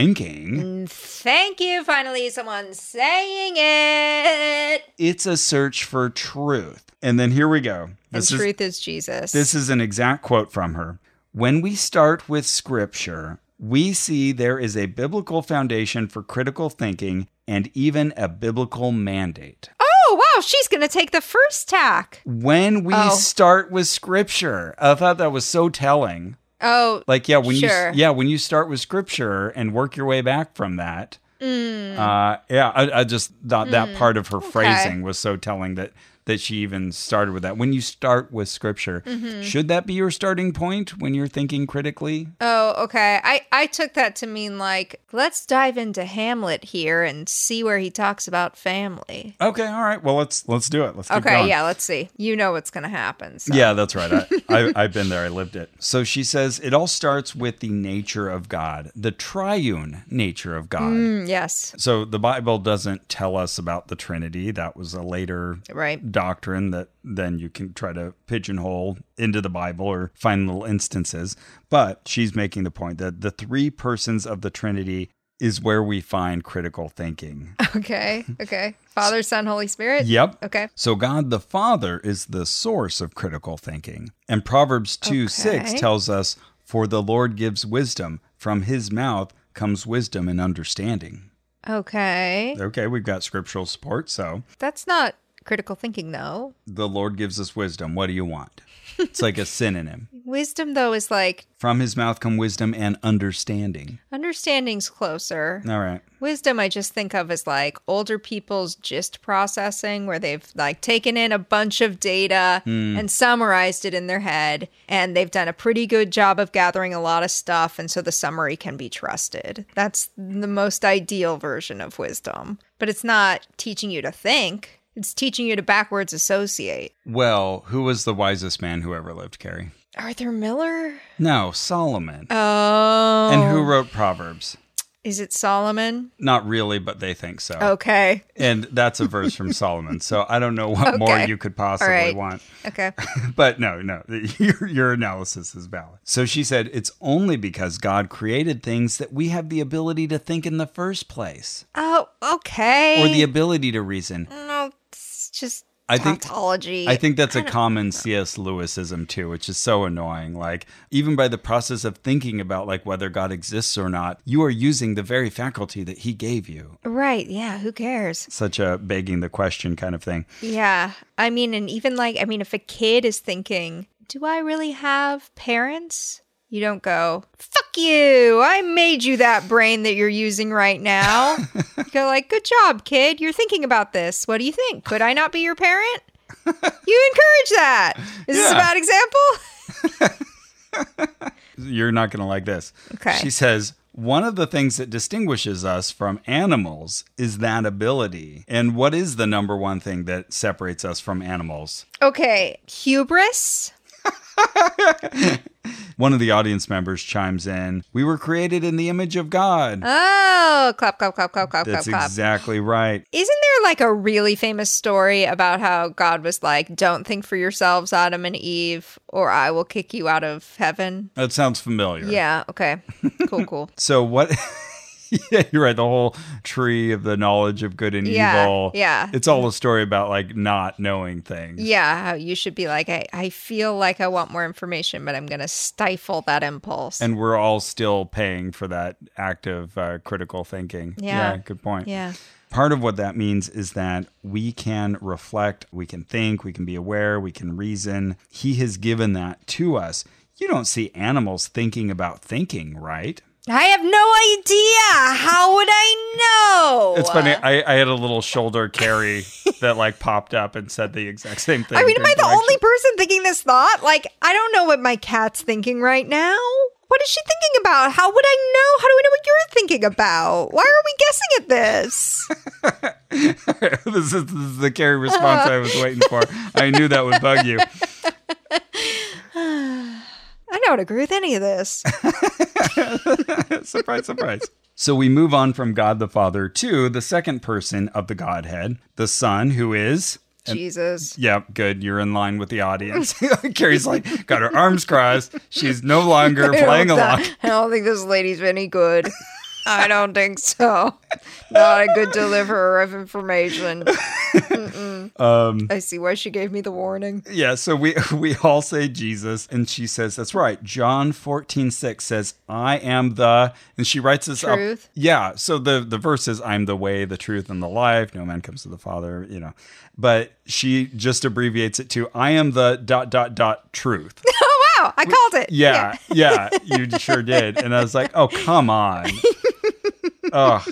thinking,
Thank you. Finally, someone saying it.
it's a search for truth. And then here we go. This
and
is
truth is Jesus.
This is an exact quote from her. When we start with scripture, we see there is a biblical foundation for critical thinking and even a biblical mandate.
oh wow, she's gonna take the first tack.
When we
Oh.
start with scripture, I thought that was so telling.
Oh,
Like yeah, when
Sure.
you yeah when you start with scripture and work your way back from that.
Mm.
Uh, yeah, I, I just thought that part of her phrasing was so telling that that she even started with that. When you start with scripture,
Mm-hmm.
should that be your starting point when you're thinking critically?
oh, okay. I I took that to mean like let's dive into Hamlet here and see where he talks about family.
Okay, all right. Well, let's let's do it. Let's keep
Okay,
going.
yeah. Let's see. You know what's gonna happen. So.
Yeah, that's right. I, I, I've been there. I lived it. So she says it all starts with the nature of God, the triune nature of God.
Mm, Yes.
So the Bible doesn't tell us about the Trinity. That was a later
Right.
Mm. doctrine that then you can try to pigeonhole into the Bible or find little instances. But she's making the point that the three persons of the Trinity is where we find critical thinking.
Okay. Okay. Father, Son, Holy Spirit.
Yep.
Okay.
So God the Father is the source of critical thinking. And Proverbs 2 6
Okay.
tells us, For the Lord gives wisdom, from his mouth comes wisdom and understanding.
Okay.
Okay, we've got scriptural support. So
That's not critical thinking though.
the Lord gives us wisdom. What do you want? It's like a synonym.
Wisdom though is like
From his mouth come wisdom and understanding.
understanding's closer.
All right.
Wisdom, I just think of as like older people's gist processing, where they've like taken in a bunch of data
Hmm.
and summarized it in their head, and they've done a pretty good job of gathering a lot of stuff, and so the summary can be trusted. That's the most ideal version of wisdom, but it's not teaching you to think, it's teaching you to backwards associate.
Well, who was the wisest man who ever lived, Carrie?
Arthur Miller?
No, Solomon.
Oh.
And who wrote Proverbs?
Is it Solomon?
Not really, but they think so.
Okay.
And that's a verse from Solomon. So I don't know what more
Okay.
you could possibly
All right.
want.
Okay.
But no, no, your, your analysis is valid. So she said, It's only because God created things that we have the ability to think in the first place
Oh, okay.
or the ability to reason.
No, it's just
I think-
tautology.
I think that's a common C.S. Lewisism too, which is so annoying. Like, even by the process of thinking about like whether God exists or not, you are using the very faculty that he gave you.
right. Yeah. Who cares?
Such a begging the question kind of thing.
Yeah. I mean, and even like, I mean, if a kid is thinking, "Do I really have parents?" You don't go, "Fuck you! I made you that brain that you're using right now." you go like, "Good job, kid. You're thinking about this. What do you think? Could I not be your parent?" you encourage that. Is this a
Yeah.
bad example?
You're not going to like this.
Okay.
She says, one of the things that distinguishes us from animals is that ability. And what is the number one thing that separates us from animals?
Okay, hubris.
One of the audience members chimes in, We were created in the image of God.
Oh, clap, clap, clap, clap, clap,
That's
clap, clap.
exactly right.
Isn't there like a really famous story about how God was like, don't think for yourselves, Adam and Eve, or I will kick you out of heaven?
That sounds familiar.
Yeah, okay. Cool, cool.
So what? yeah, you're right. The whole tree of the knowledge of good and
Yeah,
evil.
yeah.
It's all a story about like not knowing things.
yeah, how you should be like, I, I feel like I want more information, but I'm going to stifle that impulse.
And we're all still paying for that active uh, critical thinking.
Yeah.
Good point.
yeah.
Part of what that means is that we can reflect, we can think, we can be aware, we can reason. He has given that to us. You don't see animals thinking about thinking, right?
I have no idea. How would I know?
It's funny. I, I had a little shoulder carry that like popped up and said the exact same thing.
I mean, am
during
I the
lecture.
only person thinking this thought? Like, I don't know what my cat's thinking right now. What is she thinking about? How would I know? How do I know what you're thinking about? Why are we guessing at this?
this, is, this is the carry response I was waiting for. I knew that would bug you.
I don't agree with any of this.
surprise, surprise. So we move on from God the Father to the second person of the Godhead, the Son, who is.
Jesus.
Yep, good. You're in line with the audience. Carrie's like, got her arms crossed. She's no longer
I
playing
don't
along.
thi- I don't think this lady's any good. I don't think so. Not a good deliverer of information. Um, I see why she gave me the warning.
Yeah, so we we all say Jesus, and she says, That's right. John 14, 6 says, I am the and she writes this
Truth.
up. Yeah. So the, the verse is I'm the way, the truth, and the life. No man comes to the Father, you know. But she just abbreviates it to I am the dot dot dot truth.
Oh, I called it.
Yeah, yeah, you sure did. And I was like, Oh, come on. oh,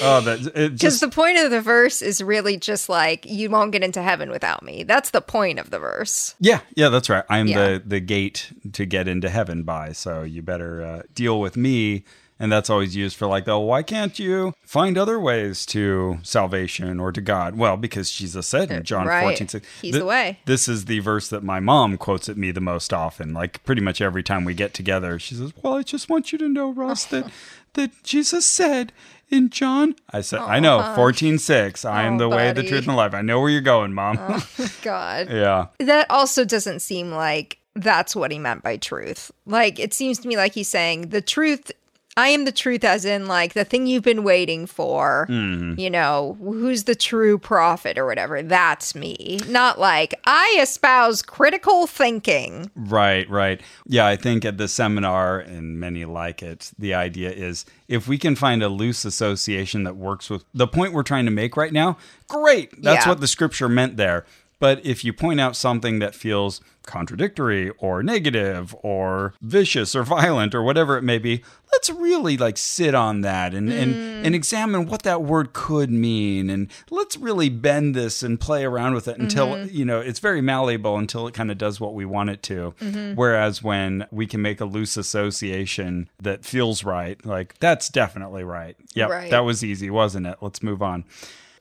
oh that it
Because
just
the point of the verse is really just like, you won't get into heaven without me. That's the point of the verse.
Yeah, yeah, that's right. I'm
Yeah.
the the gate to get into heaven by, so you better uh, deal with me. And that's always used for like, oh, why can't you find other ways to salvation or to God? Well, because Jesus said in John
right.
14, 6,
He's the way.
This is the verse that my mom quotes at me the most often. Like pretty much every time we get together, she says, well, I just want you to know, Ross, that, that Jesus said in John, I said, I know, 14, 6, I am
Oh,
the way, the
buddy.
truth, and the life. I know where you're going, mom.
God.
yeah.
Uh, That also doesn't seem like that's what he meant by truth. Like, it seems to me like he's saying the truth. I am the truth, as in, like, the thing you've been waiting for,
Mm-hmm.
you know, who's the true prophet or whatever. That's me. Not like, I espouse critical thinking.
Right, right. Yeah, I think at the seminar and many like it, the idea is if we can find a loose association that works with the point we're trying to make right now, great. That's
Yeah.
what the scripture meant there. But if you point out something that feels contradictory or negative or vicious or violent or whatever it may be, let's really like sit on that and, and, and examine what that word could mean. And let's really bend this and play around with it until, you know, it's very malleable until it kind of does what we want it to. Whereas when we can make a loose association that feels right, like that's definitely right. Yep.
Right.
That was easy, wasn't it? Let's move on.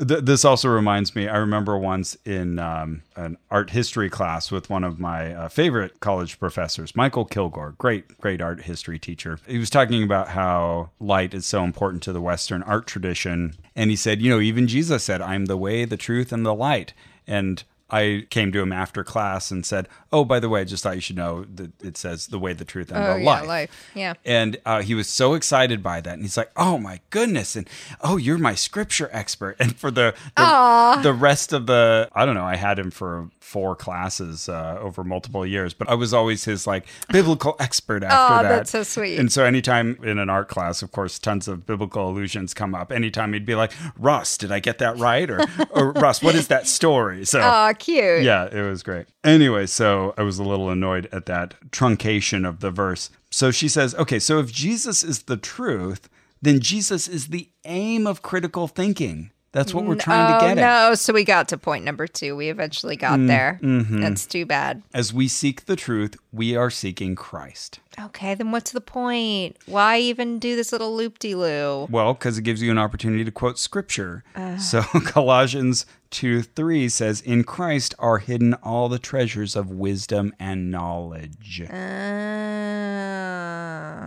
Th- this also reminds me. I remember once in um, an art history class with one of my uh, favorite college professors, Michael Kilgore, great, great art history teacher. He was talking about how light is so important to the Western art tradition, and he said, you know, even Jesus said, "I'm the way, the truth, and the light," and I came to him after class and said, "Oh, by the way, I just thought you should know that it says the way, the truth, and the light."
Oh, Yeah.
And uh, he was so excited by that. And he's like, oh my goodness. And oh, you're my scripture expert. And for the the, the rest of the, I don't know, I had him for four classes uh, over multiple years, but I was always his like biblical expert after
Aw,
that.
that's so sweet.
And so anytime in an art class, of course, tons of biblical allusions come up. Anytime he'd be like, Ross, did I get that right? Or, or Ross, what is that story? So
Aw, cute.
yeah, it was great. Anyway, so I was a little annoyed at that truncation of the verse. So she says, okay, so if Jesus is the truth, then Jesus is the aim of critical thinking. That's what we're trying to
Oh
get at.
no! So we got to point number two. We eventually got
Mm,
there.
mm-hmm.
That's too bad.
As we seek the truth, we are seeking Christ.
Okay, then what's the point? Why even do this little loop de loo?
Well, because it gives you an opportunity to quote scripture. So Colossians 2 3 says, In Christ are hidden all the treasures of wisdom and knowledge.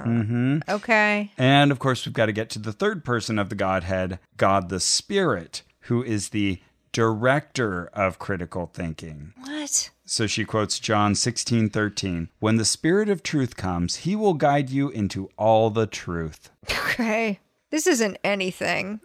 Mm-hmm. Uh, Okay.
And of course, we've got to get to the third person of the Godhead, God the Spirit, who is the director of critical thinking.
What?
So she quotes John 16, 13. When the Spirit of truth comes, he will guide you into all the truth.
Okay. This isn't anything.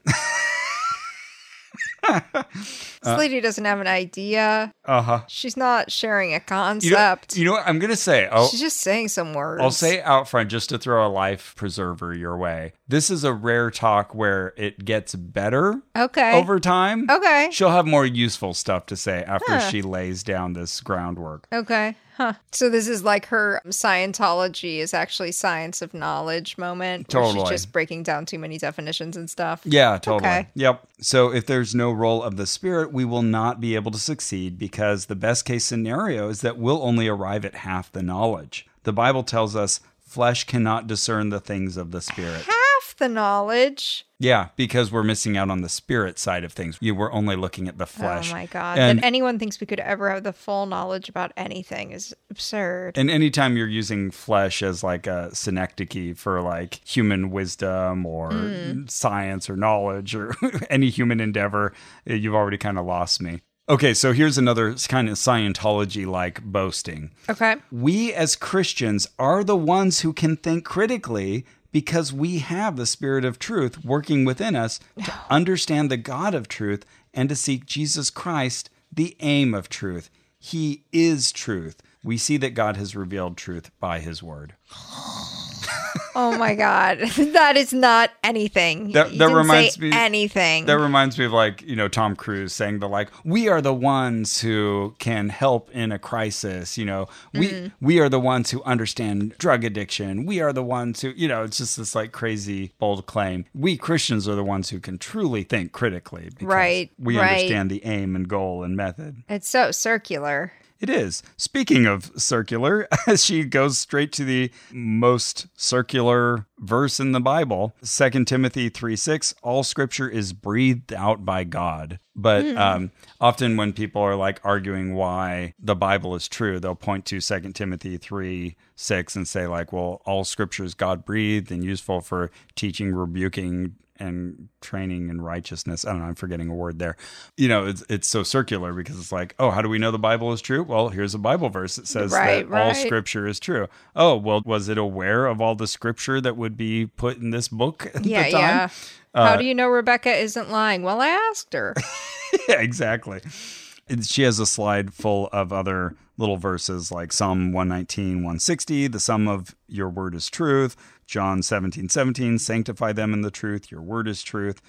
this lady doesn't have an idea.
Uh huh.
She's not sharing a
You know,
concept.
you know what? I'm going to say, oh,
She's just saying some words.
I'll say out front just to throw a life preserver your way. This is a rare talk where it gets better
Okay.
over time.
Okay.
She'll have more useful stuff to say after she lays down this groundwork.
Okay. Huh. So this is like her Scientology is actually science of knowledge moment. where
Totally.
She's just breaking down too many definitions and stuff.
Yeah, totally.
Okay.
Yep. So if there's no role of the spirit, we will not be able to succeed because the best case scenario is that we'll only arrive at half the knowledge. The Bible tells us flesh cannot discern the things of the spirit.
Half the knowledge.
Yeah, because we're missing out on the spirit side of things. You were only looking at the flesh.
Oh my god!
And-
that anyone thinks we could ever have the full knowledge about anything is absurd.
And anytime you're using flesh as like a synecdoche for like human wisdom or science or knowledge or any human endeavor, eh, you've already kind of lost me. Okay, so here's another kind of Scientology like boasting.
okay.
We as Christians are the ones who can think critically because we have the spirit of truth working within us to understand the God of truth and to seek Jesus Christ, the aim of truth. He is truth. We see that God has revealed truth by his word.
Oh my god, that is not anything.
That-
You
that
didn't
reminds
say
me-
anything.
That reminds me of like, you know, Tom Cruise saying the like, we are the ones who can help in a crisis, you know.
Mm.
We we are the ones who understand drug addiction. We are the ones who, you know, it's just this like crazy bold claim. We Christians are the ones who can truly think critically because
Right,
we
right.
understand the aim and goal and method.
it's so circular.
It is. Speaking of circular, she goes straight to the most circular verse in the Bible, 2 Timothy 3 6. All scripture is breathed out by God. But um, often when people are like arguing why the Bible is true, they'll point to 2 Timothy 3 6 and say, like, well, all scripture is God breathed and useful for teaching, rebuking, and training in righteousness. I don't know, I'm forgetting a word there. You know, it's it's so circular because it's like, oh, how do we know the Bible is true? Well, here's a Bible verse that says
Right,
that all
right.
scripture is true. Oh, well, was it aware of all the scripture that would be put in this book at
Yeah,
the time? Uh,
yeah. How do you know Rebecca isn't lying? Well, I asked her.
yeah, exactly. And She has a slide full of other little verses like Psalm 119, 160, the sum of your word is truth, John 17, 17, sanctify them in the truth, your word is truth.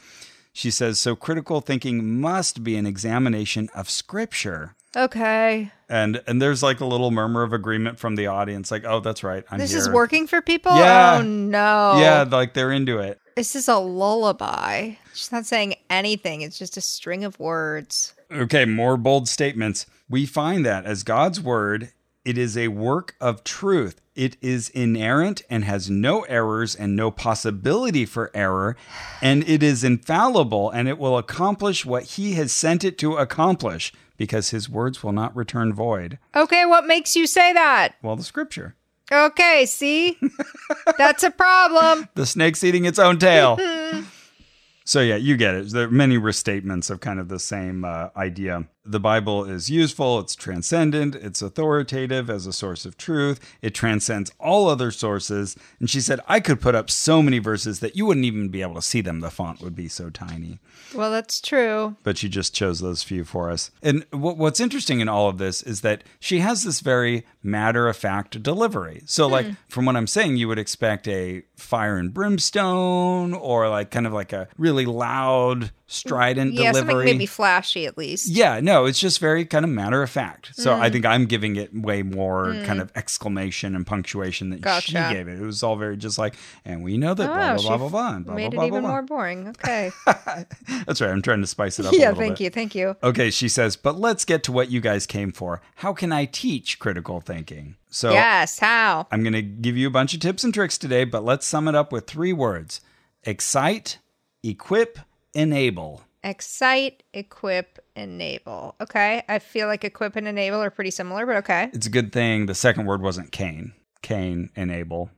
She says, so critical thinking must be an examination of scripture.
Okay.
And and there's like a little murmur of agreement from the audience, like, oh, that's right. I'm
This
here.
is working for people?
Yeah.
Oh no.
Yeah, like they're into it.
This is a lullaby. She's not saying anything. It's just a string of words.
Okay, more bold statements. We find that as God's word, it is a work of truth. It is inerrant and has no errors and no possibility for error, and it is infallible and it will accomplish what he has sent it to accomplish because his words will not return void.
Okay, what makes you say that?
Well, the scripture.
Okay, see? That's a problem.
The snake's eating its own tail. so, yeah, you get it. There are many restatements of kind of the same uh, idea. The Bible is useful, it's transcendent, it's authoritative as a source of truth, it transcends all other sources. And she said, I could put up so many verses that you wouldn't even be able to see them. The font would be so tiny
Well, that's true.
but she just chose those few for us. And what, what's interesting in all of this is that she has this very matter of fact delivery. So, like,
Hmm.
from what I'm saying, you would expect a fire and brimstone or like kind of like a really loud, strident
Yeah,
delivery.
something maybe flashy at least.
Yeah, no, it's just very kind of matter of fact. So
Hmm.
I think I'm giving it way more kind of exclamation and punctuation than she
Gotcha.
gave it. It was all very just like, and we know that
Oh,
blah,
she
blah, blah, blah, blah, blah,
made
blah,
it
blah,
even
blah.
more boring. Okay.
That's right. I'm trying to spice it up a
yeah,
little
thank
bit. Oh.
you. Thank you.
Okay, she says, but let's get to what you guys came for. How can I teach critical thinking? So
Yes, how?
I'm going to give you a bunch of tips and tricks today, but let's sum it up with three words excite, equip, enable.
Excite, equip, enable. Okay. I feel like equip and enable are pretty similar, but okay.
It's a good thing the second word wasn't cane. Cane, enable.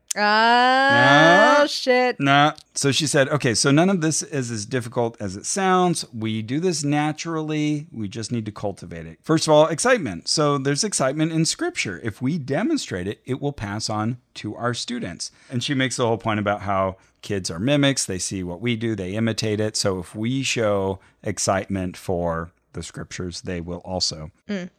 Oh,
No.
shit.
Nah. So she said, okay, so none of this is as difficult as it sounds. We do this naturally. We just need to cultivate it. First of all, excitement. So there's excitement in scripture. If we demonstrate it, it will pass on to our students. And she makes the whole point about how kids are mimics. They see what we do, they imitate it. So if we show excitement for the scriptures, they will also.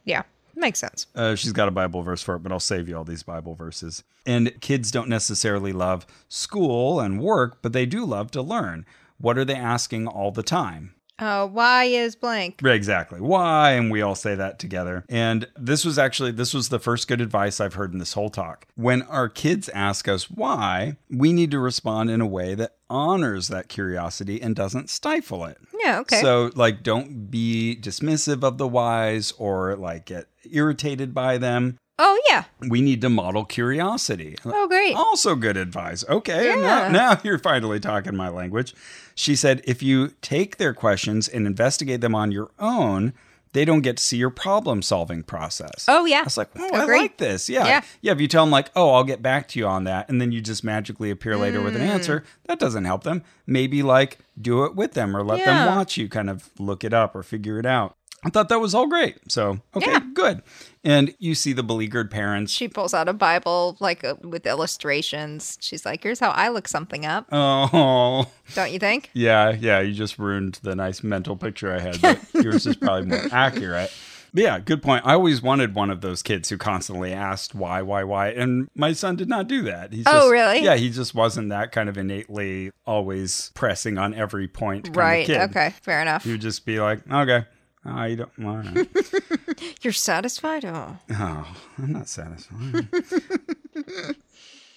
Yeah, makes sense.
Uh, she's got a Bible verse for it, but I'll save you all these Bible verses. And kids don't necessarily love school and work, but they do love to learn. What are they asking all the time?
Uh, why is blank?
Right, Exactly. Why? And we all say that together. And this was actually this was the first good advice I've heard in this whole talk. When our kids ask us why, we need to respond in a way that honors that curiosity and doesn't stifle it.
Yeah, okay.
So, like, don't be dismissive of the whys or like get irritated by them.
Oh, yeah.
We need to model curiosity.
Oh, great.
Also, good advice. Okay, now,
Yeah.
now you're finally talking my language. She said, if you take their questions and investigate them on your own, they don't get to see your problem solving process.
Oh, yeah.
I was like, oh, I
Agreed.
like this. Yeah. yeah.
Yeah.
If you tell them, like, oh, I'll get back to you on that, and then you just magically appear later with an
Mm.
answer, that doesn't help them. Maybe, like, do it with them or let them
Yeah.
watch you kind of look it up or figure it out. I thought that was all great. So, okay,
Yeah.
good. And you see the beleaguered parents.
She pulls out a Bible, like uh, with illustrations. She's like, here's how I look something up.
Oh,
Don't you think?
Yeah, yeah, you just ruined the nice mental picture I had. But yours is probably more accurate. But yeah, good point. I always wanted one of those kids who constantly asked why, why, why, and my son did not do that. He's
Oh,
just-
really?
Yeah, he just wasn't that kind of innately always pressing on every point. Kind
right.
Of kid.
Okay. Fair enough.
He would just be like, okay. I don't. All right.
You're satisfied? Oh.
Oh, I'm not satisfied.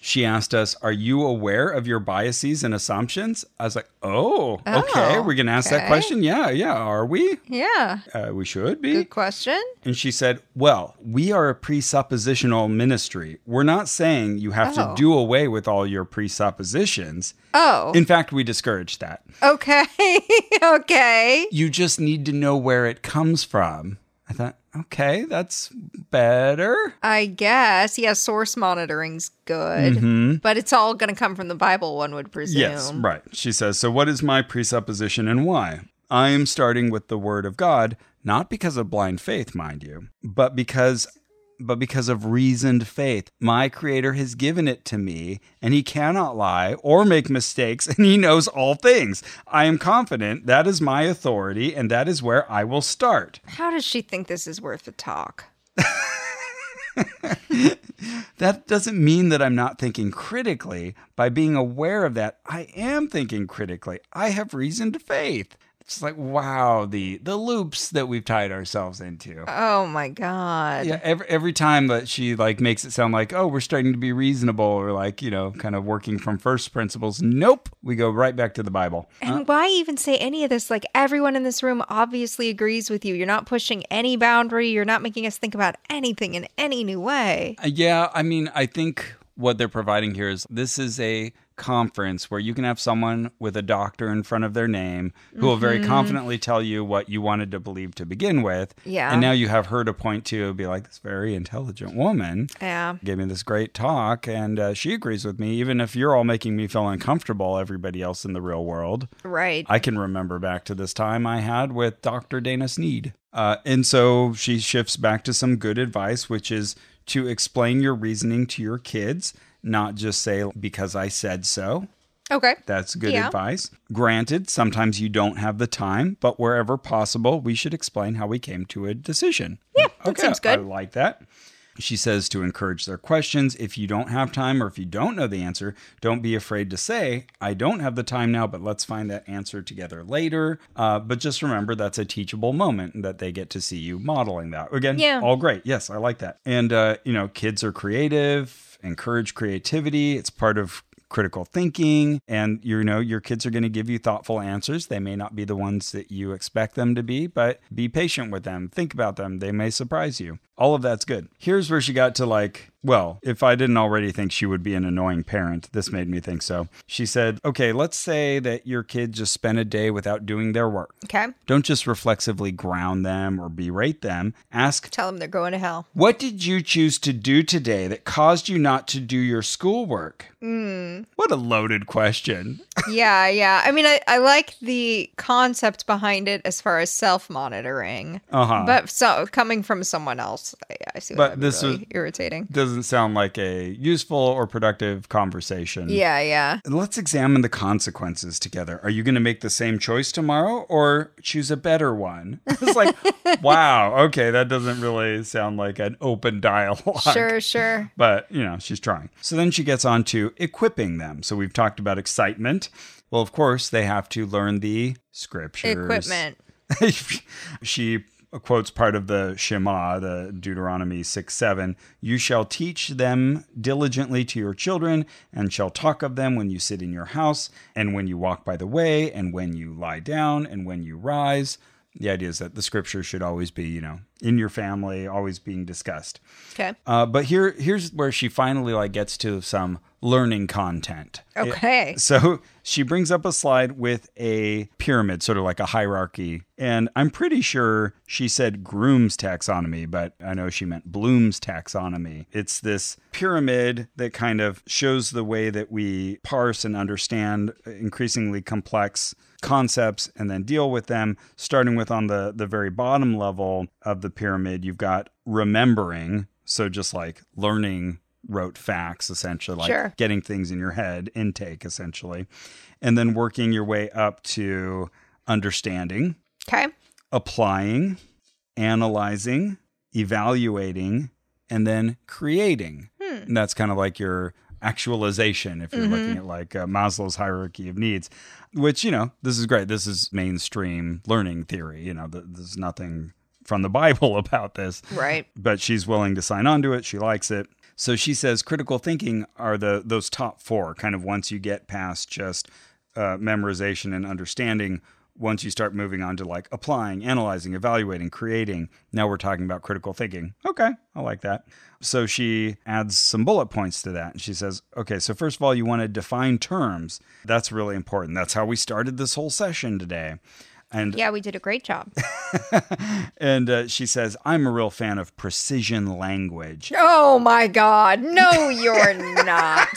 she asked us, Are you aware of your biases and assumptions? I was like, Oh, okay.
Oh,
We're going to ask that
okay.
question. Yeah, yeah. Are we?
Yeah.
Uh, we should be.
Good question.
And she said, Well, we are a presuppositional ministry. We're not saying you have to
Oh.
do away with all your presuppositions.
Oh.
In fact, we discourage that.
okay. okay.
You just need to know where it comes from. I thought, Okay, that's better.
I guess. Yeah, source monitoring's good. But it's all going to come from the Bible, one would presume.
Mm-hmm. Yes, right. She says, So, what is my presupposition and why? I am starting with the word of God, not because of blind faith, mind you, but because. But because of reasoned faith, my Creator has given it to me, and He cannot lie or make mistakes, and He knows all things. I am confident that is my authority, and that is where I will start.
How does she think this is worth a talk?
That doesn't mean that I'm not thinking critically. By being aware of that, I am thinking critically. I have reasoned faith. It's like wow, the the loops that we've tied ourselves into.
Oh my God.
Yeah, every every time that she like makes it sound like, oh, we're starting to be reasonable or like, you know, kind of working from first principles. Nope. We go right back to the Bible.
And why even say any of this? Like, everyone in this room obviously agrees with you. You're not pushing any boundary. You're not making us think about anything in any new way.
Uh, Yeah, I mean, I think what they're providing here is this is a conference where you can have someone with a doctor in front of their name who will very confidently tell you what you wanted to believe to begin with.
Yeah.
And now you have her to point to and be like, this very intelligent woman
Yeah.
gave me this great talk and uh, she agrees with me. Even if you're all making me feel uncomfortable, everybody else in the real world.
Right.
I can remember back to this time I had with Dr. Dana Sneed. Uh, and so she shifts back to some good advice, which is to explain your reasoning to your kids, not just say, because I said so.
okay.
That's good
Yeah.
advice. Granted, sometimes you don't have the time, but wherever possible, we should explain how we came to a decision. Yeah,
that sounds good.
I like that. She says to encourage their questions. If you don't have time or if you don't know the answer, don't be afraid to say, I don't have the time now, but let's find that answer together later. Uh, but just remember that's a teachable moment and that they get to see you modeling that. Again,
Yeah.
all great. Yes, I like that. And, uh, you know, kids are creative, encourage creativity. It's part of critical thinking and you know your kids are going to give you thoughtful answers they may not be the ones that you expect them to be but be patient with them think about them they may surprise you all of that's good here's where she got to like well if i didn't already think she would be an annoying parent this made me think so she said okay let's say that your kid just spent a day without doing their work
Okay.
don't just reflexively ground them or berate them ask
Tell them they're going to hell.
what did you choose to do today that caused you not to do your schoolwork?
Hmm.
What a loaded question.
yeah. Yeah. I mean, I, I like the concept behind it as far as self monitoring.
Uh-huh.
But so coming from someone else, I, I see.
But
But
this
this really
was-
irritating.
Doesn't sound like a useful or productive conversation.
Yeah, yeah.
Let's examine the consequences together. Are you going to make the same choice tomorrow or choose a better one? It's like, wow, okay, that doesn't really sound like an open dialogue.
Sure, sure.
But, you know, she's trying. So then she gets on to equipping them. So we've talked about excitement. Well, of course, they have to learn the scriptures.
Equipment.
she quotes part of the Shema, the Deuteronomy 6 7. You shall teach them diligently to your children, and shall talk of them when you sit in your house, and when you walk by the way, and when you lie down, and when you rise. The idea is that the scripture should always be, you know, in your family, always being discussed.
Okay.
Uh, but here, here's where she finally like gets to some learning content.
Okay.
So she brings up a slide with a pyramid, sort of like a hierarchy. And I'm pretty sure she said Groom's taxonomy, but I know she meant Bloom's taxonomy. It's this pyramid that kind of shows the way that we parse and understand increasingly complex concepts and then deal with them starting with on the the very bottom level of the pyramid you've got remembering so just like learning rote facts essentially like
Sure.
getting things in your head, intake essentially, and then working your way up to understanding,
Okay.
applying, analyzing, evaluating, and then creating. And that's kind of like your actualization if you're looking at like uh, Maslow's hierarchy of needs, which, you know, this is great. This is mainstream learning theory. You know, th- there's nothing from the Bible about this
Right.
but she's willing to sign on to it. She likes it. So she says critical thinking are the those top four. Kind of once you get past just uh, memorization and understanding, once you start moving on to like applying, analyzing, evaluating, creating. Now we're talking about critical thinking. Okay, I like that. So she adds some bullet points to that, and she says, okay, so first of all, you want to define terms. That's really important. That's how we started this whole session today. And
Yeah, we did a great job.
and uh, she says, I'm a real fan of precision language.
Oh my God. No, you're not.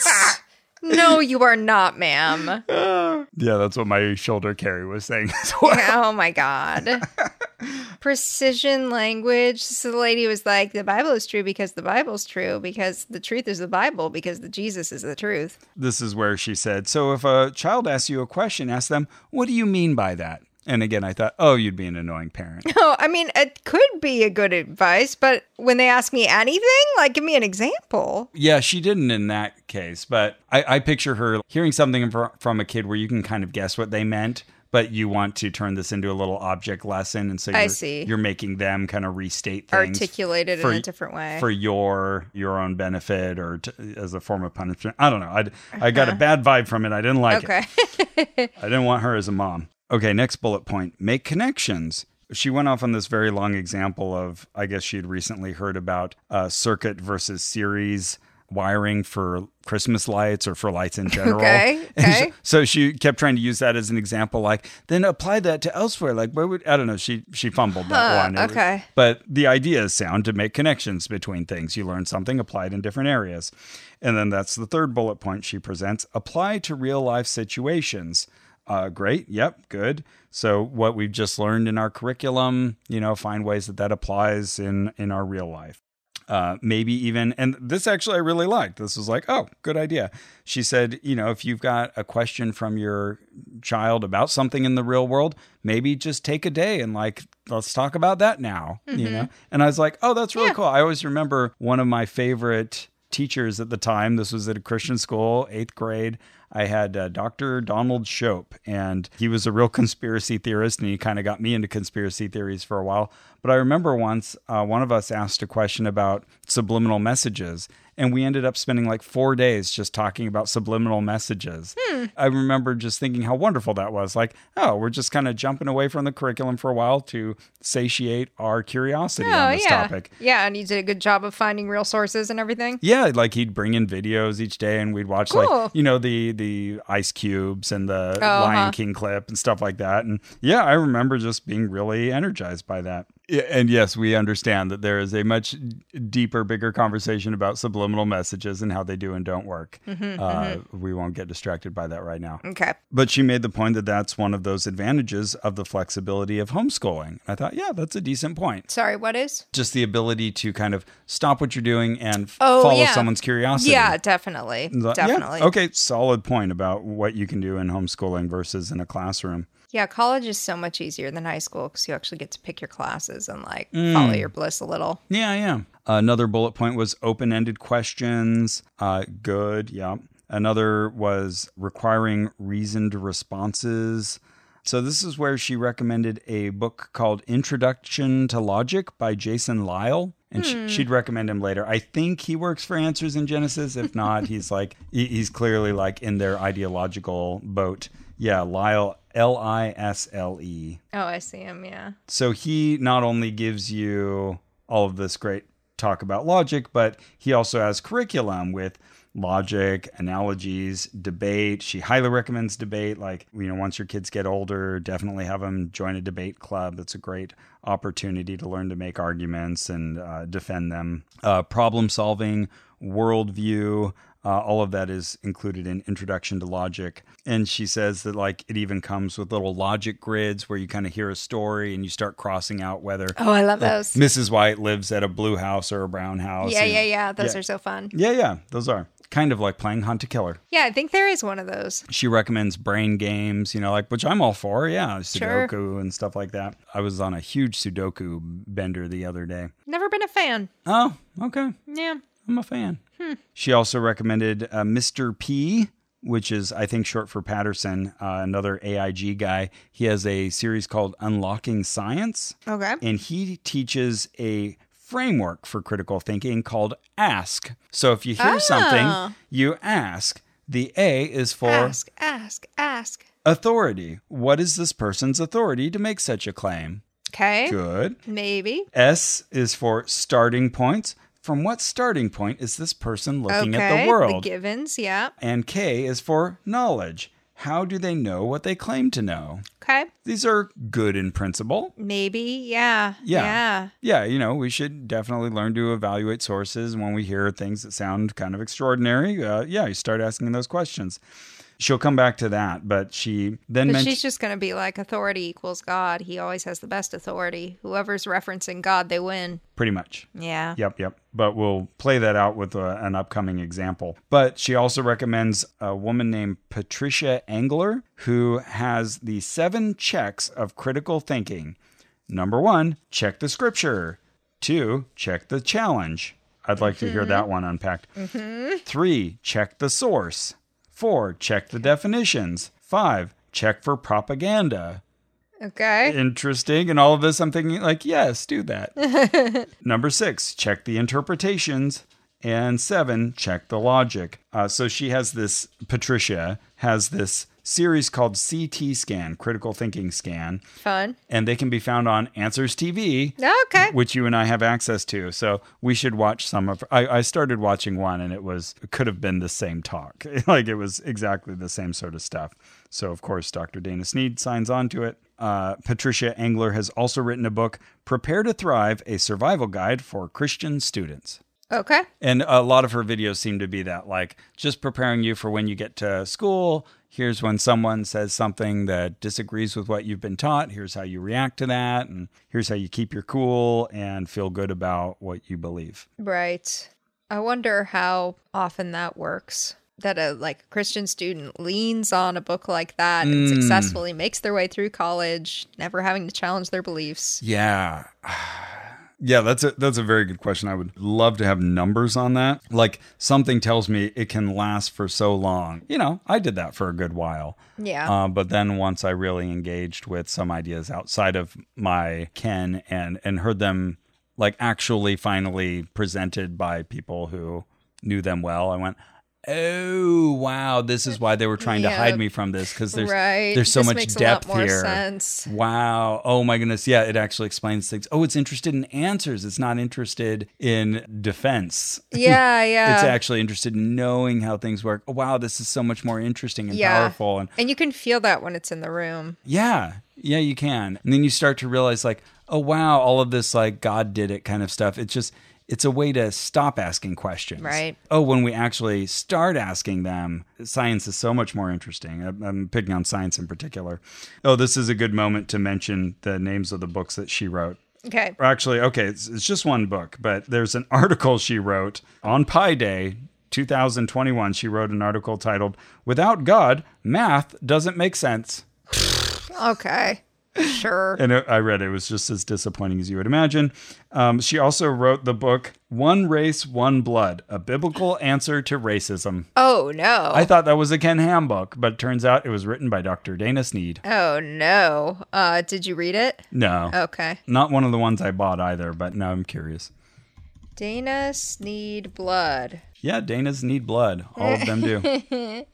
No, you are not, ma'am.
Yeah, that's what my shoulder carry was saying as well.
Oh my God. Precision language. So the lady was like, the Bible is true because the Bible's true, because the truth is the Bible, because the Jesus is the truth.
This is where she said, So if a child asks you a question, ask them, What do you mean by that? And again, I thought, Oh, you'd be an annoying parent.
No, Oh, I mean, it could be a good advice, but when they ask me anything, like, give me an example.
yeah, she didn't in that case, but I, I picture her hearing something fr- from a kid where you can kind of guess what they meant. But you want to turn this into a little object lesson, and so
I
you're,
see.
you're making them kind of restate things,
Articulate it in
for-
a different way.
for your your own benefit or t- as a form of punishment. I don't know. I I got
Uh-huh.
a bad vibe from it. I didn't like
okay.
it. I didn't want her as a mom. Okay, next bullet point: make connections. She went off on this very long example of I guess she'd recently heard about uh, circuit versus series wiring for Christmas lights or for lights in general.
Okay, okay.
so she kept trying to use that as an example, like then apply that to elsewhere. Like where would I don't know? She she fumbled that
Huh,
one. It was-
okay.
but the idea is sound to make connections between things. You learn something applied in different areas. And then that's the third bullet point she presents apply to real life situations. Uh, great. Yep. Good. So what we've just learned in our curriculum, you know, find ways that that applies in in our real life uh, maybe even, and this actually I really liked. This was like, oh, good idea. She said, you know, if you've got a question from your child about something in the real world, maybe just take a day and like, let's talk about that now, you know? And I was like, oh, that's really cool. I always remember one of my favorite teachers at the time. This was at a Christian school, eighth grade. I had uh, Dr. Donald Shope, and he was a real conspiracy theorist, and he kind of got me into conspiracy theories for a while. But I remember once uh, one of us asked a question about subliminal messages, and we ended up spending like four days just talking about subliminal messages. I remember just thinking how wonderful that was. Like, oh, we're just kind of jumping away from the curriculum for a while to satiate our curiosity on this
Oh, yeah.
topic.
Yeah, and you did a good job of finding real sources and everything.
Yeah, like he'd bring in videos each day, and we'd watch
Cool.
like you know the the ice cubes and the Lion
uh-huh.
King clip and stuff like that. And yeah, I remember just being really energized by that. Yeah, And yes, we understand that there is a much deeper, bigger conversation about subliminal messages and how they do and don't work.
Mm-hmm,
uh, We won't get distracted by that right now.
Okay.
But she made the point that that's one of those advantages of the flexibility of homeschooling. I thought, yeah, that's a decent point
Sorry, what is?
just the ability to kind of stop what you're doing and f-
Oh,
follow
yeah.
someone's curiosity.
Yeah, definitely.
And the- yeah,
Definitely.
Okay, solid point about what you can do in homeschooling versus in a classroom.
Yeah, college is so much easier than high school because you actually get to pick your classes and like
Mm.
follow your bliss a little.
Yeah, yeah. Another bullet point was open ended questions. Uh, good, yeah. Another was requiring reasoned responses. So, this is where she recommended a book called Introduction to Logic by Jason Lyle. And she, she'd recommend him later. I think he works for Answers in Genesis. If not, he's like, he- he's clearly like in their ideological boat. Yeah, Lyle L I S L E.
Oh, I see him. Yeah.
So he not only gives you all of this great talk about logic, but he also has curriculum with logic, analogies, debate. She highly recommends debate. Like, you know, once your kids get older, definitely have them join a debate club. That's a great opportunity to learn to make arguments and uh, defend them. Uh, problem solving, worldview. Uh, all of that is included in Introduction to Logic. And she says that, like, it even comes with little logic grids where you kind of hear a story and you start crossing out whether
Oh, I love those.
Mrs. White lives at a blue house or a brown house.
Yeah,
you know.
yeah, yeah. Those are so fun.
Yeah, yeah, those are kind of like playing Hunt to Killer.
Yeah, I think there is one of those.
She recommends brain games, you know, like which I'm all for. Yeah,
Sure.
Sudoku and stuff like that. I was on a huge Sudoku bender the other day.
Never been a fan.
Oh, okay.
Yeah.
I'm a fan.
Hmm.
She also recommended uh, Mr. P, which is, I think, short for Patterson, uh, another AIG guy. He has a series called Unlocking Science.
Okay.
And he teaches a framework for critical thinking called ask. So if you hear something, you ask. The A is for
Oh. Ask, ask, ask.
authority. What is this person's authority to make such a claim?
Okay.
Good.
Maybe.
S is for starting points. From what starting point is this person looking
okay.
at the world?
givens. Yeah.
and K is for knowledge. How do they know what they claim to know?
Okay.
These are good in principle.
Maybe. Yeah.
Yeah.
Yeah.
Yeah, you know, we should definitely learn to evaluate sources when we hear things that sound kind of extraordinary. Uh, yeah, you start asking those questions. She'll come back to that, but she then
But
mentioned.
she's just going to be like, authority equals God. He always has the best authority. Whoever's referencing God, they win.
pretty much.
Yeah.
Yep, yep. But we'll play that out with uh an upcoming example. But she also recommends a woman named Patricia Engler, who has the seven checks of critical thinking. Number one, check the scripture. Two, check the challenge. I'd like to hear that one unpacked. Three, check the source. Four, check the definitions. Five, check for propaganda
Okay.
interesting and all of this i'm thinking like yes do that number six check the interpretations and seven check the logic uh, so she has this patricia has this series called ct scan critical thinking scan
Fun.
and they can be found on answers tv
Okay.
which you and i have access to so we should watch some of I, I started watching one and it was it could have been the same talk like it was exactly the same sort of stuff so of course dr dana sneed signs on to it uh, patricia engler has also written a book prepare to thrive a survival guide for christian students
Okay.
and a lot of her videos seem to be that, like just preparing you for when you get to school. Here's when someone says something that disagrees with what you've been taught. Here's how you react to that. And here's how you keep your cool and feel good about what you believe.
Right. I wonder how often that works. That a like Christian student leans on a book like that and
Hmm.
successfully makes their way through college, never having to challenge their beliefs.
Yeah. Yeah, that's a that's a very good question. I would love to have numbers on that. Like something tells me it can last for so long. You know, I did that for a good while.
Yeah.
Uh, but then once I really engaged with some ideas outside of my ken and and heard them like actually finally presented by people who knew them well, I went, "Oh wow, this is why they were trying to
Yeah.
hide me from this because there's
right.
there's so
This
much
makes
depth
a lot more
here."
sense.
Wow. Oh my goodness. Yeah, it actually explains things. Oh, it's interested in answers. It's not interested in defense.
Yeah, yeah.
It's actually interested in knowing how things work. Oh, wow, this is so much more interesting and
yeah.
powerful. And
and you can feel that when it's in the room.
yeah, yeah, you can. And then you start to realize, like, oh, wow, all of this, like, God did it kind of stuff. It's just, it's a way to stop asking questions.
Right.
Oh, when we actually start asking them, science is so much more interesting. I'm, I'm picking on science in particular. Oh, this is a good moment to mention the names of the books that she wrote.
Okay.
Or actually, okay, it's, it's just one book, but there's an article she wrote on Pi Day 2021. She wrote an article titled, Without God, Math Doesn't Make Sense.
Okay. Sure.
And it, I read it. It was just as disappointing as you would imagine. Um, she also wrote the book One Race, One Blood A Biblical Answer to Racism.
oh no.
I thought that was a Ken Ham book, but it turns out it was written by Dr. Dana Sneed.
oh no. Uh did you read it?
No,
Okay.
not one of the ones I bought either, but now I'm curious.
Dana Sneed Blood.
Yeah, Dana's need blood. All of them do.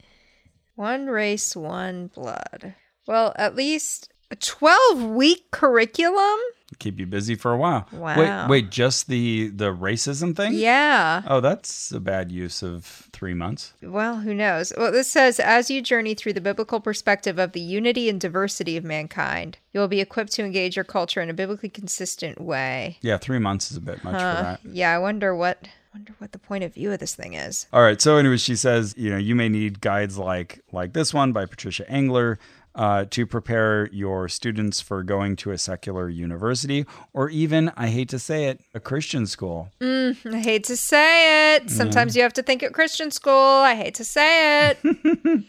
One race, one blood. Well, at least a 12 week curriculum?
Keep you busy for a while.
Wow.
Wait, wait, just the the racism thing?
Yeah.
Oh, that's a bad use of three months.
Well, who knows? Well, this says as you journey through the biblical perspective of the unity and diversity of mankind, you will be equipped to engage your culture in a biblically consistent way.
Yeah, three months is a bit much for that.
Yeah, I wonder what wonder what the point of view of this thing is.
All right. So, anyway, she says, you know, you may need guides like like this one by Patricia Engler uh, to prepare your students for going to a secular university or even, I hate to say it, a Christian school.
I hate to say
Mm-hmm.
it. Sometimes you have to think at Christian school. I hate to say it.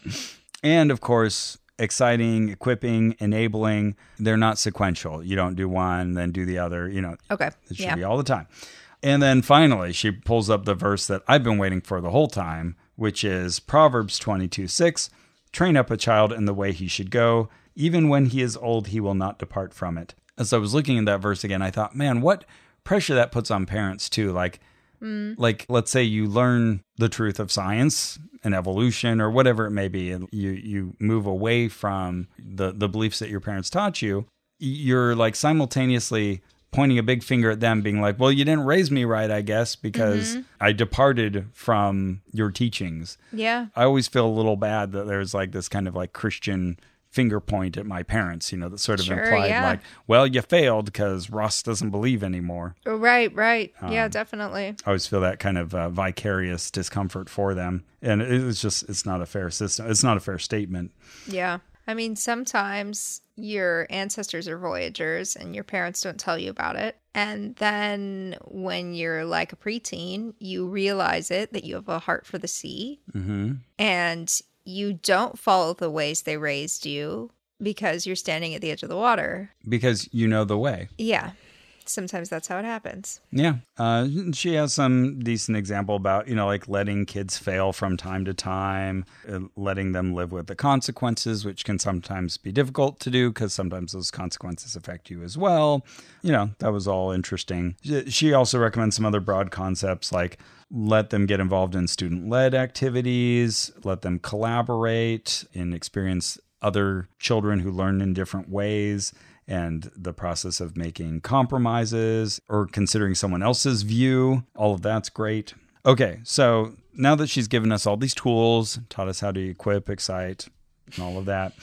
And of course, exciting, equipping, enabling. They're not sequential. You don't do one, then do the other. You know,
Okay.
It should
yeah.
be all the time. And then finally, she pulls up the verse that I've been waiting for the whole time, which is Proverbs 22 6 Train up a child in the way he should go. Even when he is old, he will not depart from it. As I was looking at that verse again, I thought, man, what pressure that puts on parents, too. Like, like let's say you learn the truth of science and evolution or whatever it may be and you you move away from the the beliefs that your parents taught you you're like simultaneously pointing a big finger at them being like well you didn't raise me right i guess because
Mm-hmm.
i departed from your teachings
yeah.
i always feel a little bad that there's like this kind of like christian finger point at my parents you know that sort of
Sure,
implied
yeah.
like well you failed because ross doesn't believe anymore
Oh, Right, right. yeah,
Um,
definitely.
I always feel that kind of uh, vicarious discomfort for them, and it- it's just it's not a fair system. It's not a fair statement.
Yeah. I mean, sometimes your ancestors are voyagers and your parents don't tell you about it. And then when you're like a preteen, you realize it that you have a heart for the sea
Mm-hmm.
and you don't follow the ways they raised you because you're standing at the edge of the water.
Because you know the way.
Yeah. Sometimes that's how it happens.
Yeah. Uh, she has some decent example about, you know, like letting kids fail from time to time, uh, letting them live with the consequences, which can sometimes be difficult to do because sometimes those consequences affect you as well. You know, that was all interesting. She- She also recommends some other broad concepts like let them get involved in student led activities, let them collaborate and experience other children who learn in different ways and the process of making compromises or considering someone else's view. All of that's great. Okay, so now that she's given us all these tools, taught us how to equip, excite, and all of that.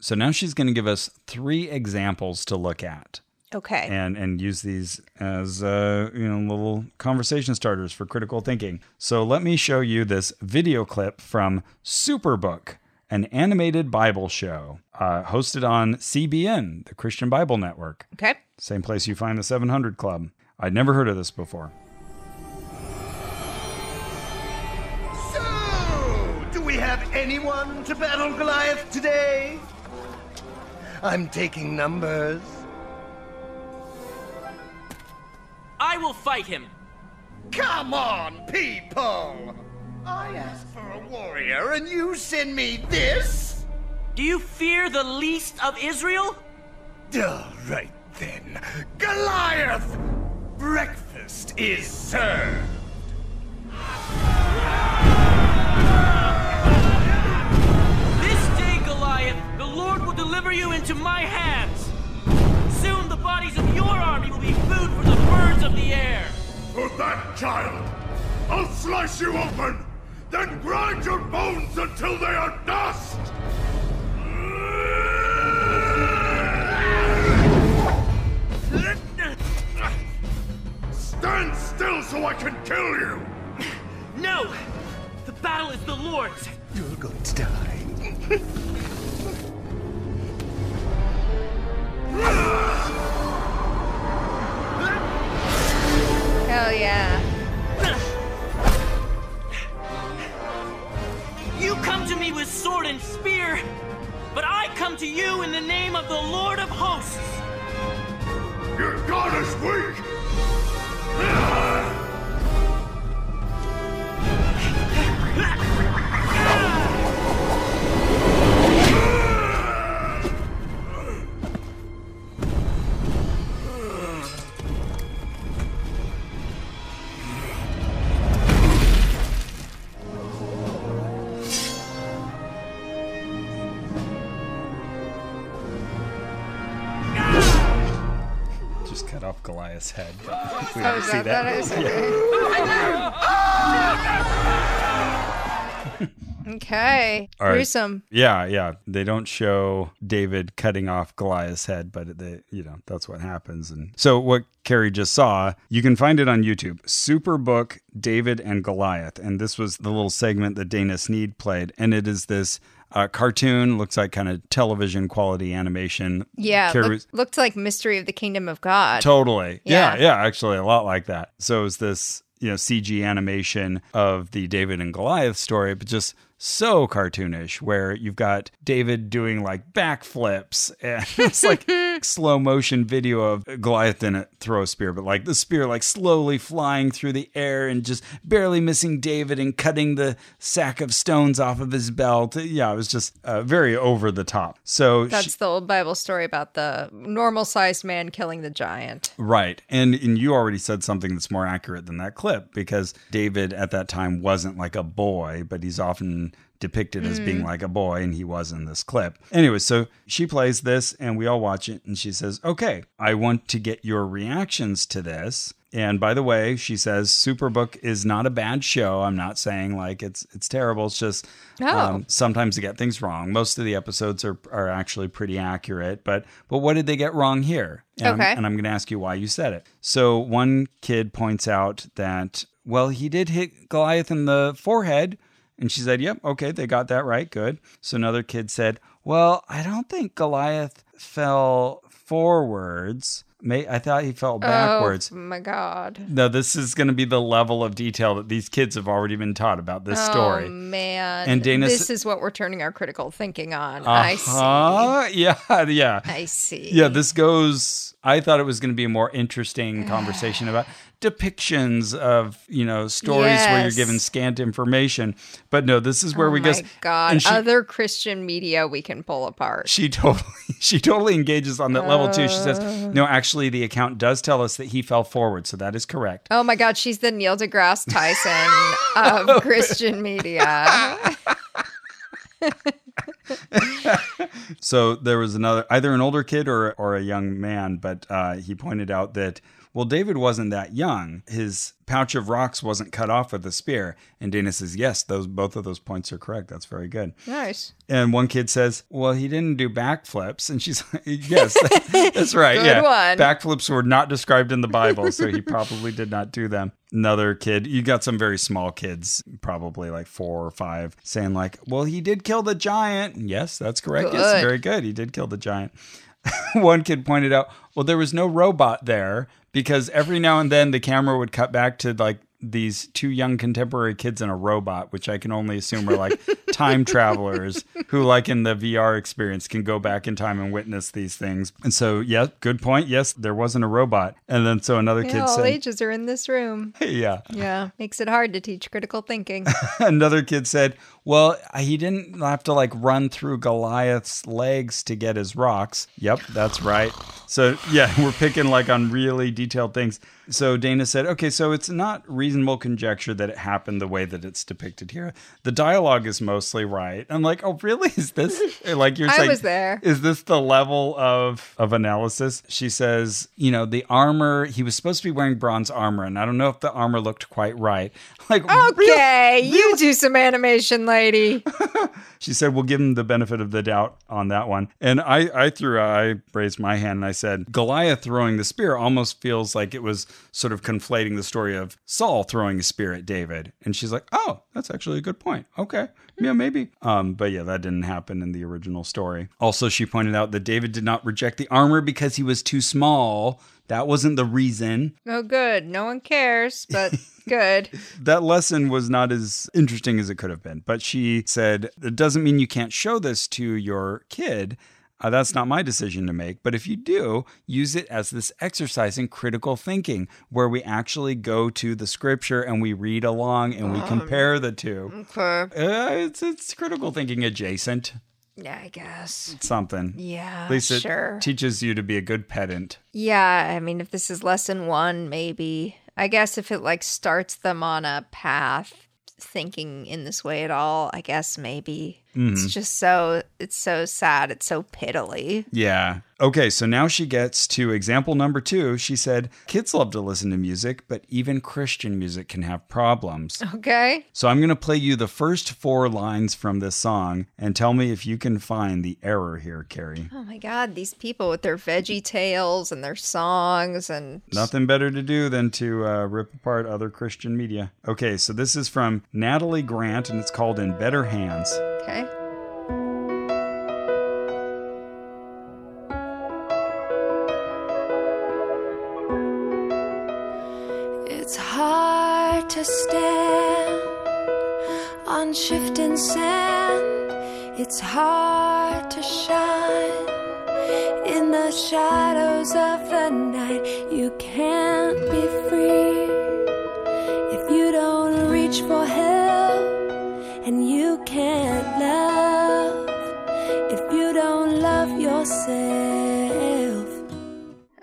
So now she's going to give us three examples to look at
Okay.
and and use these as uh, you know little conversation starters for critical thinking. So let me show you this video clip from Superbook, an animated Bible show uh, hosted on CBN, the Christian Bible Network,
okay.
same place you find the 700 Club. I'd never heard of this before.
So, Oh, do we have anyone to battle Goliath today? I'm taking numbers.
I will fight him.
Come on, people! I asked for a warrior and you send me this?
Do you fear the least of Israel?
All right then. Goliath! Breakfast is served!
This day, Goliath, the Lord will deliver you into my hands. Soon the bodies of your army will be food for the birds of the air.
For that child, I'll slice you open, then grind your bones until they are dust! Stand still so I can kill you!
No! The battle is the Lord's.
You're going to die.
Hell yeah.
You come to me with sword and spear, but I come to you in the name of the Lord of hosts.
Your god is weak!
Goliath's head. But we
Oh,
don't
is
see
that, that
that.
is okay. okay.
All right.
Gruesome.
Yeah, yeah. They don't show David cutting off Goliath's head, but they, you know, that's what happens. And so what Carrie just saw, you can find it on YouTube. Superbook David and Goliath, and this was the little segment that Dana Sneed played, and it is this uh, cartoon, looks like kind of television quality animation.
Yeah.
Carrie
look-
was-
looked like Mystery of the Kingdom of God.
Totally. Yeah. yeah,
Yeah.
actually a lot like that. So it's this, you know, CG animation of the David and Goliath story, but just so cartoonish where you've got David doing like backflips and it's like slow motion video of Goliath didn't throw a spear, but like the spear like slowly flying through the air and just barely missing David and cutting the sack of stones off of his belt. Yeah, it was just uh, very over the top. So she-
That's the old Bible story about the normal sized man killing the giant.
Right. And and you already said something that's more accurate than that clip because David at that time wasn't like a boy, but he's often depicted as being like a boy and he was in this clip. Anyway, so she plays this and we all watch it and she says, "Okay, I want to get your reactions to this." And by the way, she says Superbook is not a bad show. I'm not saying like it's it's terrible. It's just um,
No.
sometimes they get things wrong. Most of the episodes are are actually pretty accurate, but but what did they get wrong here? And I'm-
Okay.
and I'm going to ask you why you said it. So one kid points out that well, he did hit Goliath in the forehead, and she said, "Yep, okay, they got that right, good." So another kid said, "Well, I don't think Goliath fell forwards. May I thought he fell backwards."
Oh my God.
No, this is going to be the level of detail that these kids have already been taught about this story.
Oh, man.
And Dana
This
s-
is what we're turning our critical thinking on. I see.
Uh-huh. Yeah, yeah.
I see.
Yeah, this goes. I thought it was going to be a more interesting conversation about depictions of you know stories where you're
Yes.
given scant information, but no, this is where we
oh
just
my God.
and she,
Other Christian media we can pull apart.
she totally she totally engages on that level too. She says,
Oh.
"No, actually, the account does tell us that he fell forward, so that is correct."
Oh my God, she's the Neil deGrasse Tyson of Christian media.
So there was another, either an older kid or or a young man, but uh, he pointed out that well, David wasn't that young. His pouch of rocks wasn't cut off with a spear. And Dana says, "Yes, those both of those points are correct. That's very good."
Nice.
And one kid says, "Well, he didn't do backflips," and she's like, "Yes, that's right.
Good
yeah,
one.
backflips were not described in the Bible, so he probably did not do them." Another kid, you got some very small kids, probably like four or five, saying like, "Well, he did kill the giant." Yes, that's correct. Yes,
Good.
very good. He did kill the giant. one kid pointed out, "Well, there was no robot there because every now and then the camera would cut back to like." These two young contemporary kids and a robot, which I can only assume are like time travelers who, like in the VR experience, can go back in time and witness these things. And so, yeah, good point. Yes, there wasn't a robot. And then so another
Yeah,
kid
all
said,
ages are in this room.
"Yeah."
Yeah, makes it hard to teach critical thinking.
Another kid said, "Well, he didn't have to like run through Goliath's legs to get his rocks." Yep, that's right. So, yeah, we're picking like on really detailed things. So, Dana said, "Okay, so it's not reasonable conjecture that it happened the way that it's depicted here. The dialogue is mostly right." I'm like, "Oh, really? Is this like you're
I
saying
was there.
is this the level of of analysis she says you know the armor he was supposed to be wearing bronze armor and i don't know if the armor looked quite right like really?
Okay, you do some animation, lady.
she said we'll give him the benefit of the doubt on that one and i i threw i raised my hand and i said goliath throwing the spear almost feels like it was sort of conflating the story of saul throwing a spear at david and she's like oh that's actually a good point okay yeah maybe um but yeah that didn't happen in the original story also she pointed out that david did not reject the armor because he was too small that wasn't the reason
Oh, good. No one cares, but good.
that lesson was not as interesting as it could have been. But she said, It doesn't mean you can't show this to your kid. Uh, that's not my decision to make. But if you do, use it as this exercise in critical thinking where we actually go to the scripture and we read along and we compare the two.
Oh, Okay.
Uh, it's, it's critical thinking adjacent,
Yeah, I
Mm.
guess.
something.
Yeah,
At least it
sure.
teaches you to be a good pedant.
Yeah, I mean, if this is lesson one, maybe. I guess if it like starts them on a path thinking in this way at all, I guess maybe. It's just so it's so sad. It's so piddly.
Yeah. Okay, so now she gets to example number two. She said, Kids love to listen to music, but even Christian music can have problems.
Okay.
So I'm going to play you the first four lines from this song and tell me if you can find the error here, Carrie.
Oh my god, these people with their veggie tales and their songs and
Nothing better to do than to uh, rip apart other Christian media. Okay, so this is from Natalie Grant and it's called In Better Hands.
okay.
It's hard to stand on shifting sand. It's hard to shine in the shadows of the night. You can't be free if you don't reach for help, and you can't love if you don't love yourself.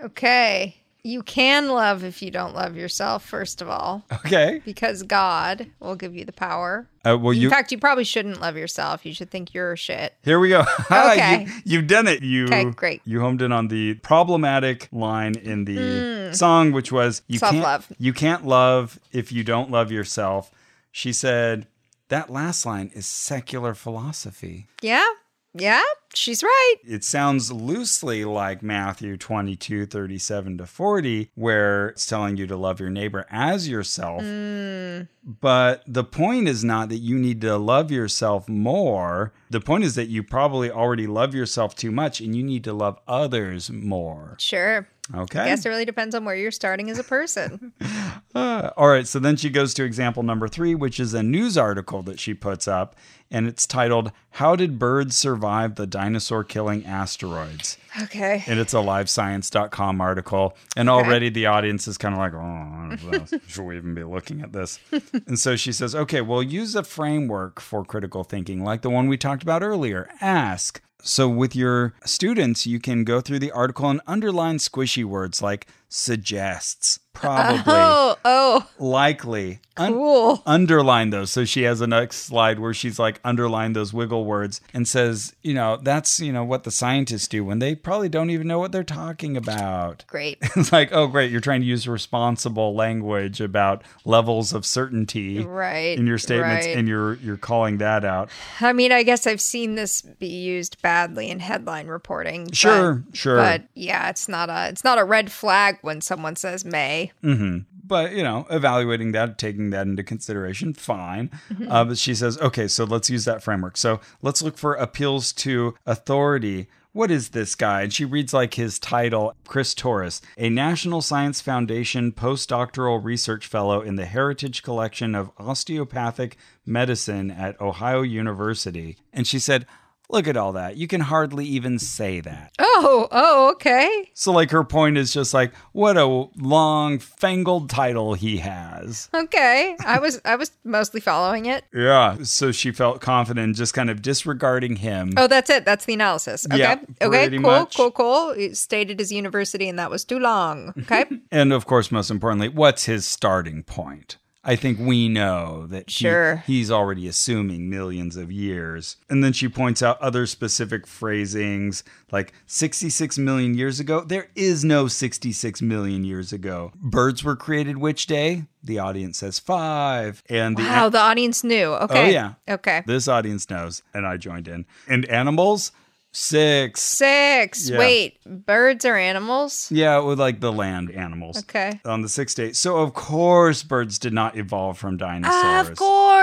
Okay. You can love if you don't love yourself, first of all,
Okay.
because God will give you the power.
Uh, well,
In
you.
fact, you probably shouldn't love yourself. You should think you're shit.
Here we go. Ha,
Okay.
You, have done it. You
Okay, great.
You homed in on the problematic line in the song, which was you
Hmm. Self-love.
can't you can't love if you don't love yourself. She said that last line is secular philosophy.
Yeah. Yeah. She's right.
It sounds loosely like Matthew 22, 37 to 40, where it's telling you to love your neighbor as yourself. But the point is not that you need to love yourself more. The point is that you probably already love yourself too much and you need to love others more.
Sure. I
Okay.
guess it really depends on where you're starting as a person.
Uh, all right. So then she goes to example number three, which is a news article that she puts up, and it's titled, How Did Birds Survive the Dinosaur Killing Asteroids?
Okay.
and it's a livescience.com article. And already the audience is kind of like, oh, I don't know, should we even be looking at this? and so she says, okay, well, use a framework for critical thinking, like the one we talked about earlier. Ask. So with your students, you can go through the article and underline squishy words like suggests, probably,
Oh, oh,
likely, un-
cool.
underline those. So she has a next slide where she's like underline those wiggle words and says, you know, that's you know what the scientists do when they probably don't even know what they're talking about.
Great.
It's like, oh great, you're trying to use responsible language about levels of certainty
Right.
in your statements
right.
and you're you're calling that out.
I mean, I guess I've seen this be used badly in headline reporting. but-
Sure, sure.
But yeah, it's not a it's not a red flag when someone says may.
but you know, evaluating that, taking that into consideration, fine. Uh, but she says, okay, so let's use that framework. So let's look for appeals to authority. What is this guy? And she reads like his title, Chris Torres, a National Science Foundation postdoctoral research fellow in the Heritage Collection of Osteopathic Medicine at Ohio University. And she said, Look at all that. You can hardly even say that.
Oh, oh, okay.
So, like, her point is just like, what a long, fangled title he has.
Okay. I was I was mostly following it.
Yeah. So she felt confident, just kind of disregarding him.
Oh, that's it. That's the analysis. Okay.
Yeah,
okay,
pretty
cool,
much.
cool, cool. It stated his university and that was too long. Okay.
And of course, most importantly, what's his starting point? I think we know that he-
Sure.
he's already assuming millions of years. And then she points out other specific phrasings like 66 million years ago. There is no 66 million years ago. Birds were created which day? The audience says five. And the
wow, the audience knew. Okay.
Oh, yeah.
Okay.
this audience knows. And I joined in. And animals? Six.
Six.
Yeah.
Wait, birds are animals?
Yeah, with like the land animals.
Okay.
On the sixth day. So, of course, birds did not evolve from dinosaurs.
Of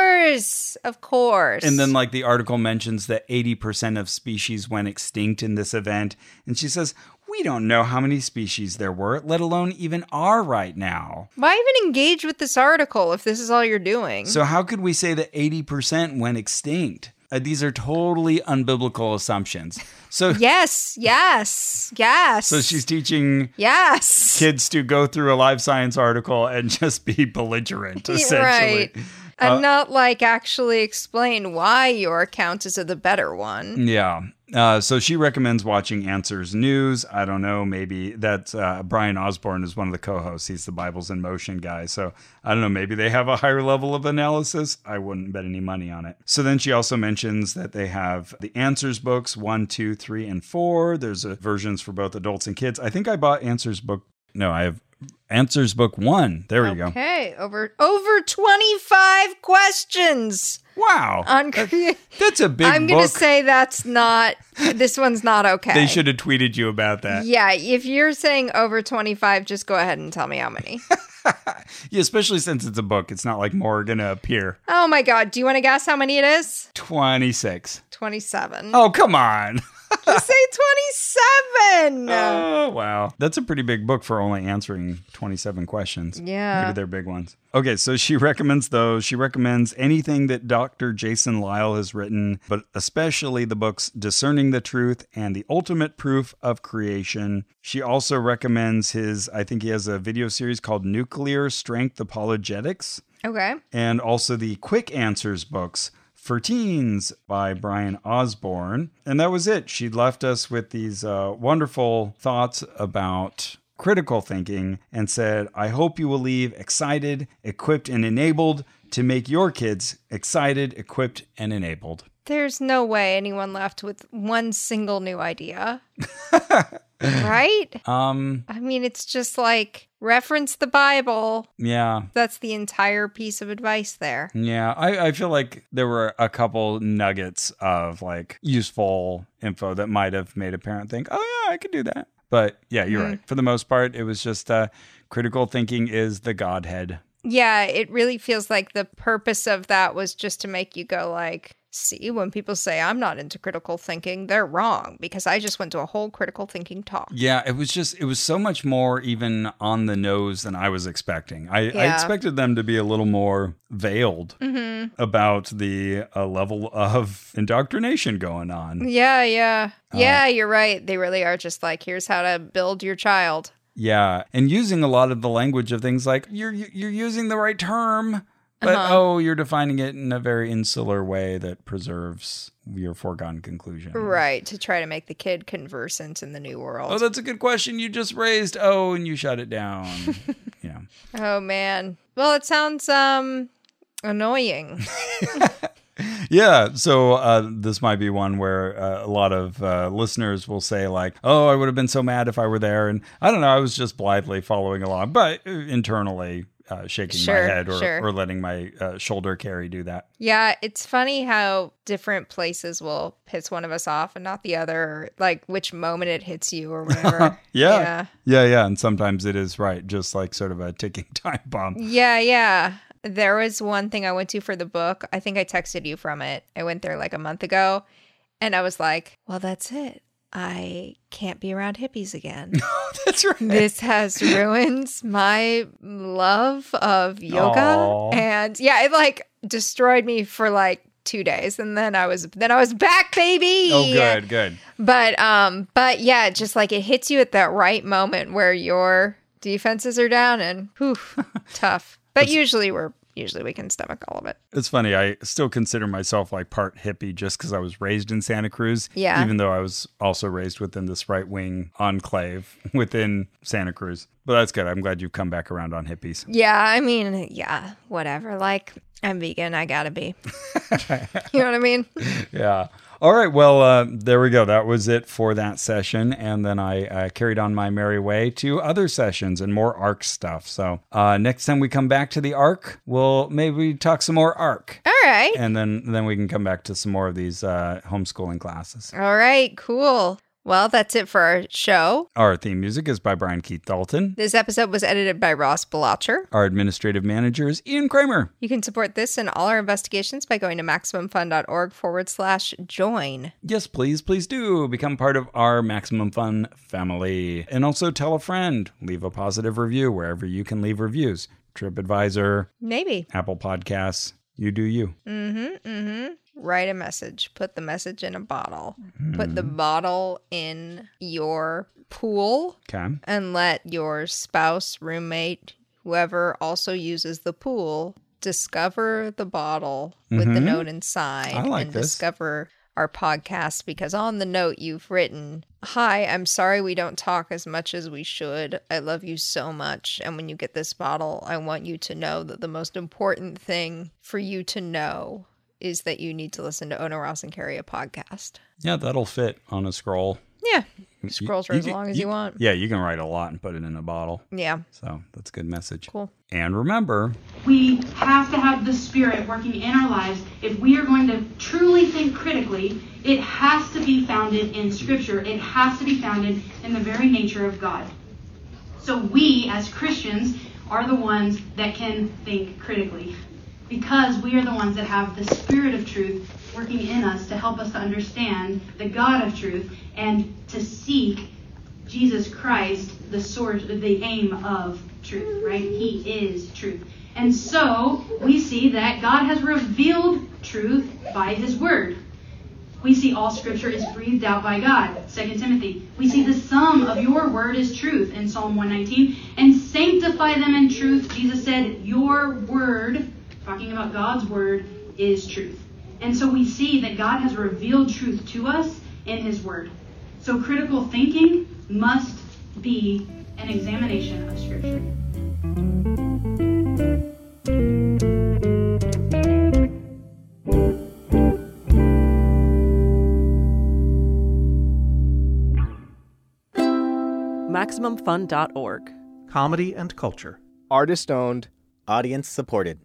course. Of course.
And then, like, the article mentions that 80% of species went extinct in this event. And she says, We don't know how many species there were, let alone even are right now.
Why even engage with this article if this is all you're doing?
So, how could we say that 80% went extinct? Uh, these are totally unbiblical assumptions. So,
yes, yes, yes.
so she's teaching
yes.
kids to go through a live science article and just be belligerent,
Yeah,
essentially. Uh,
right. and not like actually explain why your account is the better one.
Yeah. Uh, so she recommends watching Answers News. I don't know, maybe that uh, Brian Osborne is one of the co-hosts. He's the Bible's in Motion guy. So I don't know, maybe they have a higher level of analysis. I wouldn't bet any money on it. So then she also mentions that they have the Answers books one, two, three, and four. There's uh versions for both adults and kids. I think I bought Answers book. No, I have Answers book one. There we go.
Okay, over over twenty five questions.
Wow,
On crea-
that's a big.
I'm gonna
book.
say that's not. This one's not okay.
They should have tweeted you about that.
Yeah, if you're saying over 25, just go ahead and tell me how many.
Yeah, especially since it's a book. It's not like more going to appear.
oh my God. Do you want to guess how many it is?
26.
27.
Oh, come on.
Just say 27.
Oh, wow. That's a pretty big book for only answering 27 questions.
Yeah.
Maybe they're big ones. Okay, so she recommends those. She recommends anything that Dr. Jason Lyle has written, but especially the books Discerning the Truth and The Ultimate Proof of Creation. She also recommends his, I think he has a video series called Nuclear Strength Apologetics.
okay.
and also the Quick Answers books for teens by Brian Osborne. And that was it. She left us with these uh, wonderful thoughts about critical thinking and said, I hope you will leave excited, equipped, and enabled to make your kids excited, equipped, and enabled.
There's no way anyone left with one single new idea. right?
Um,
I mean, it's just like reference the Bible.
yeah.
That's the entire piece of advice there.
Yeah, I, I feel like there were a couple nuggets of like useful info that might have made a parent think, oh, yeah, I could do that. But yeah, you're right. For the most part, it was just uh, critical thinking is the Godhead.
Yeah, it really feels like the purpose of that was just to make you go like, see, when people say I'm not into critical thinking, they're wrong because I just went to a whole critical thinking talk.
Yeah, it was just, it was so much more even on the nose than I was expecting. I, I
Yeah.
expected them to be a little more veiled about the uh, level of indoctrination going on.
Yeah, yeah. Yeah, you're right. They really are just like, here's how to build your child.
Yeah, and using a lot of the language of things like you're you're using the right term, but
Uh-huh.
oh, you're defining it in a very insular way that preserves your foregone conclusion.
Right, to try to make the kid conversant in the new
Oh,
world.
that's a good question you just raised. Oh, and you shut it down. yeah.
Oh man. Well, it sounds um annoying.
Yeah. So uh, this might be one where uh, a lot of uh, listeners will say, like, oh, I would have been so mad if I were there. And I don't know. I was just blithely following along, but uh, internally uh, shaking
Sure,
my head or,
sure.
or letting my uh, shoulder carry do that.
Yeah, it's funny how different places will piss one of us off and not the other, or like which moment it hits you or whatever.
Yeah. yeah. Yeah, And sometimes it is right, just like sort of a ticking time bomb.
Yeah, yeah. There was one thing I went to for the book. I think I texted you from it. I went there like a month ago and I was like, well, that's it. I can't be around hippies again.
That's right.
this has ruined my love of yoga.
Aw.
And yeah, it like destroyed me for like two days and then I was then I was back, baby.
Oh, good, good.
But um but yeah, just like it hits you at that right moment where your defenses are down and whew, tough. But usually we're usually we can stomach all of it.
It's funny. I still consider myself like part hippie just because I was raised in Santa Cruz.
Yeah.
Even though I was also raised within this right wing enclave within Santa Cruz. But that's good. I'm glad you've come back around on hippies.
Yeah, I mean, yeah, whatever. Like I'm vegan, I gotta be. you know what I mean?
Yeah. All right. Well, uh, there we go. That was it for that session. And then I uh, carried on my merry way to other sessions and more ARC stuff. So uh, next time we come back to the ARC, we'll maybe talk some more ARC.
All right.
And then, then we can come back to some more of these uh, homeschooling classes.
All right, cool. Well, that's it for our show.
Our theme music is by Brian Keith Dalton.
This episode was edited by Ross Blotcher.
Our administrative manager is Ian Kramer.
You can support this and all our investigations by going to MaximumFun.org forward slash join.
Yes, please, please do become part of our Maximum Fun family. And also tell a friend, leave a positive review wherever you can leave reviews. TripAdvisor,
Maybe.
Apple Podcasts. You do you.
Mm-hmm. Write a message. Put the message in a bottle. Put the bottle in your pool
Okay.
and let your spouse, roommate, whoever also uses the pool discover the bottle with the
Mhm.
note inside
I like
and
this.
discover our podcast because on the note you've written, Hi, I'm sorry we don't talk as much as we should. I love you so much. And when you get this bottle, I want you to know that the most important thing for you to know is that you need to listen to Ona Ross and Carrie a podcast.
Yeah, that'll fit on a scroll.
Yeah.
You-
Scrolls for
you
as
can-
long as you want.
Yeah, you can write a lot and put it in a bottle.
Yeah.
So that's a good message.
Cool.
And remember,
We have to have the Spirit working in our lives. If we are going to truly think critically, it has to be founded in Scripture, it has to be founded in the very nature of God. So we, as Christians, are the ones that can think critically because we are the ones that have the Spirit of truth working in us to help us to understand the God of truth and to seek Jesus Christ, the source, the aim of truth, right? He is truth. And so we see that God has revealed truth by his word. We see all scripture is breathed out by God, 2 Timothy. We see the sum of your word is truth in Psalm 119. And sanctify them in truth. Jesus said, Your word, talking about God's word, is truth. And so we see that God has revealed truth to us in his word. So critical thinking must be an examination of Scripture.
MaximumFun.org.
Comedy and culture. Artist owned. Audience supported.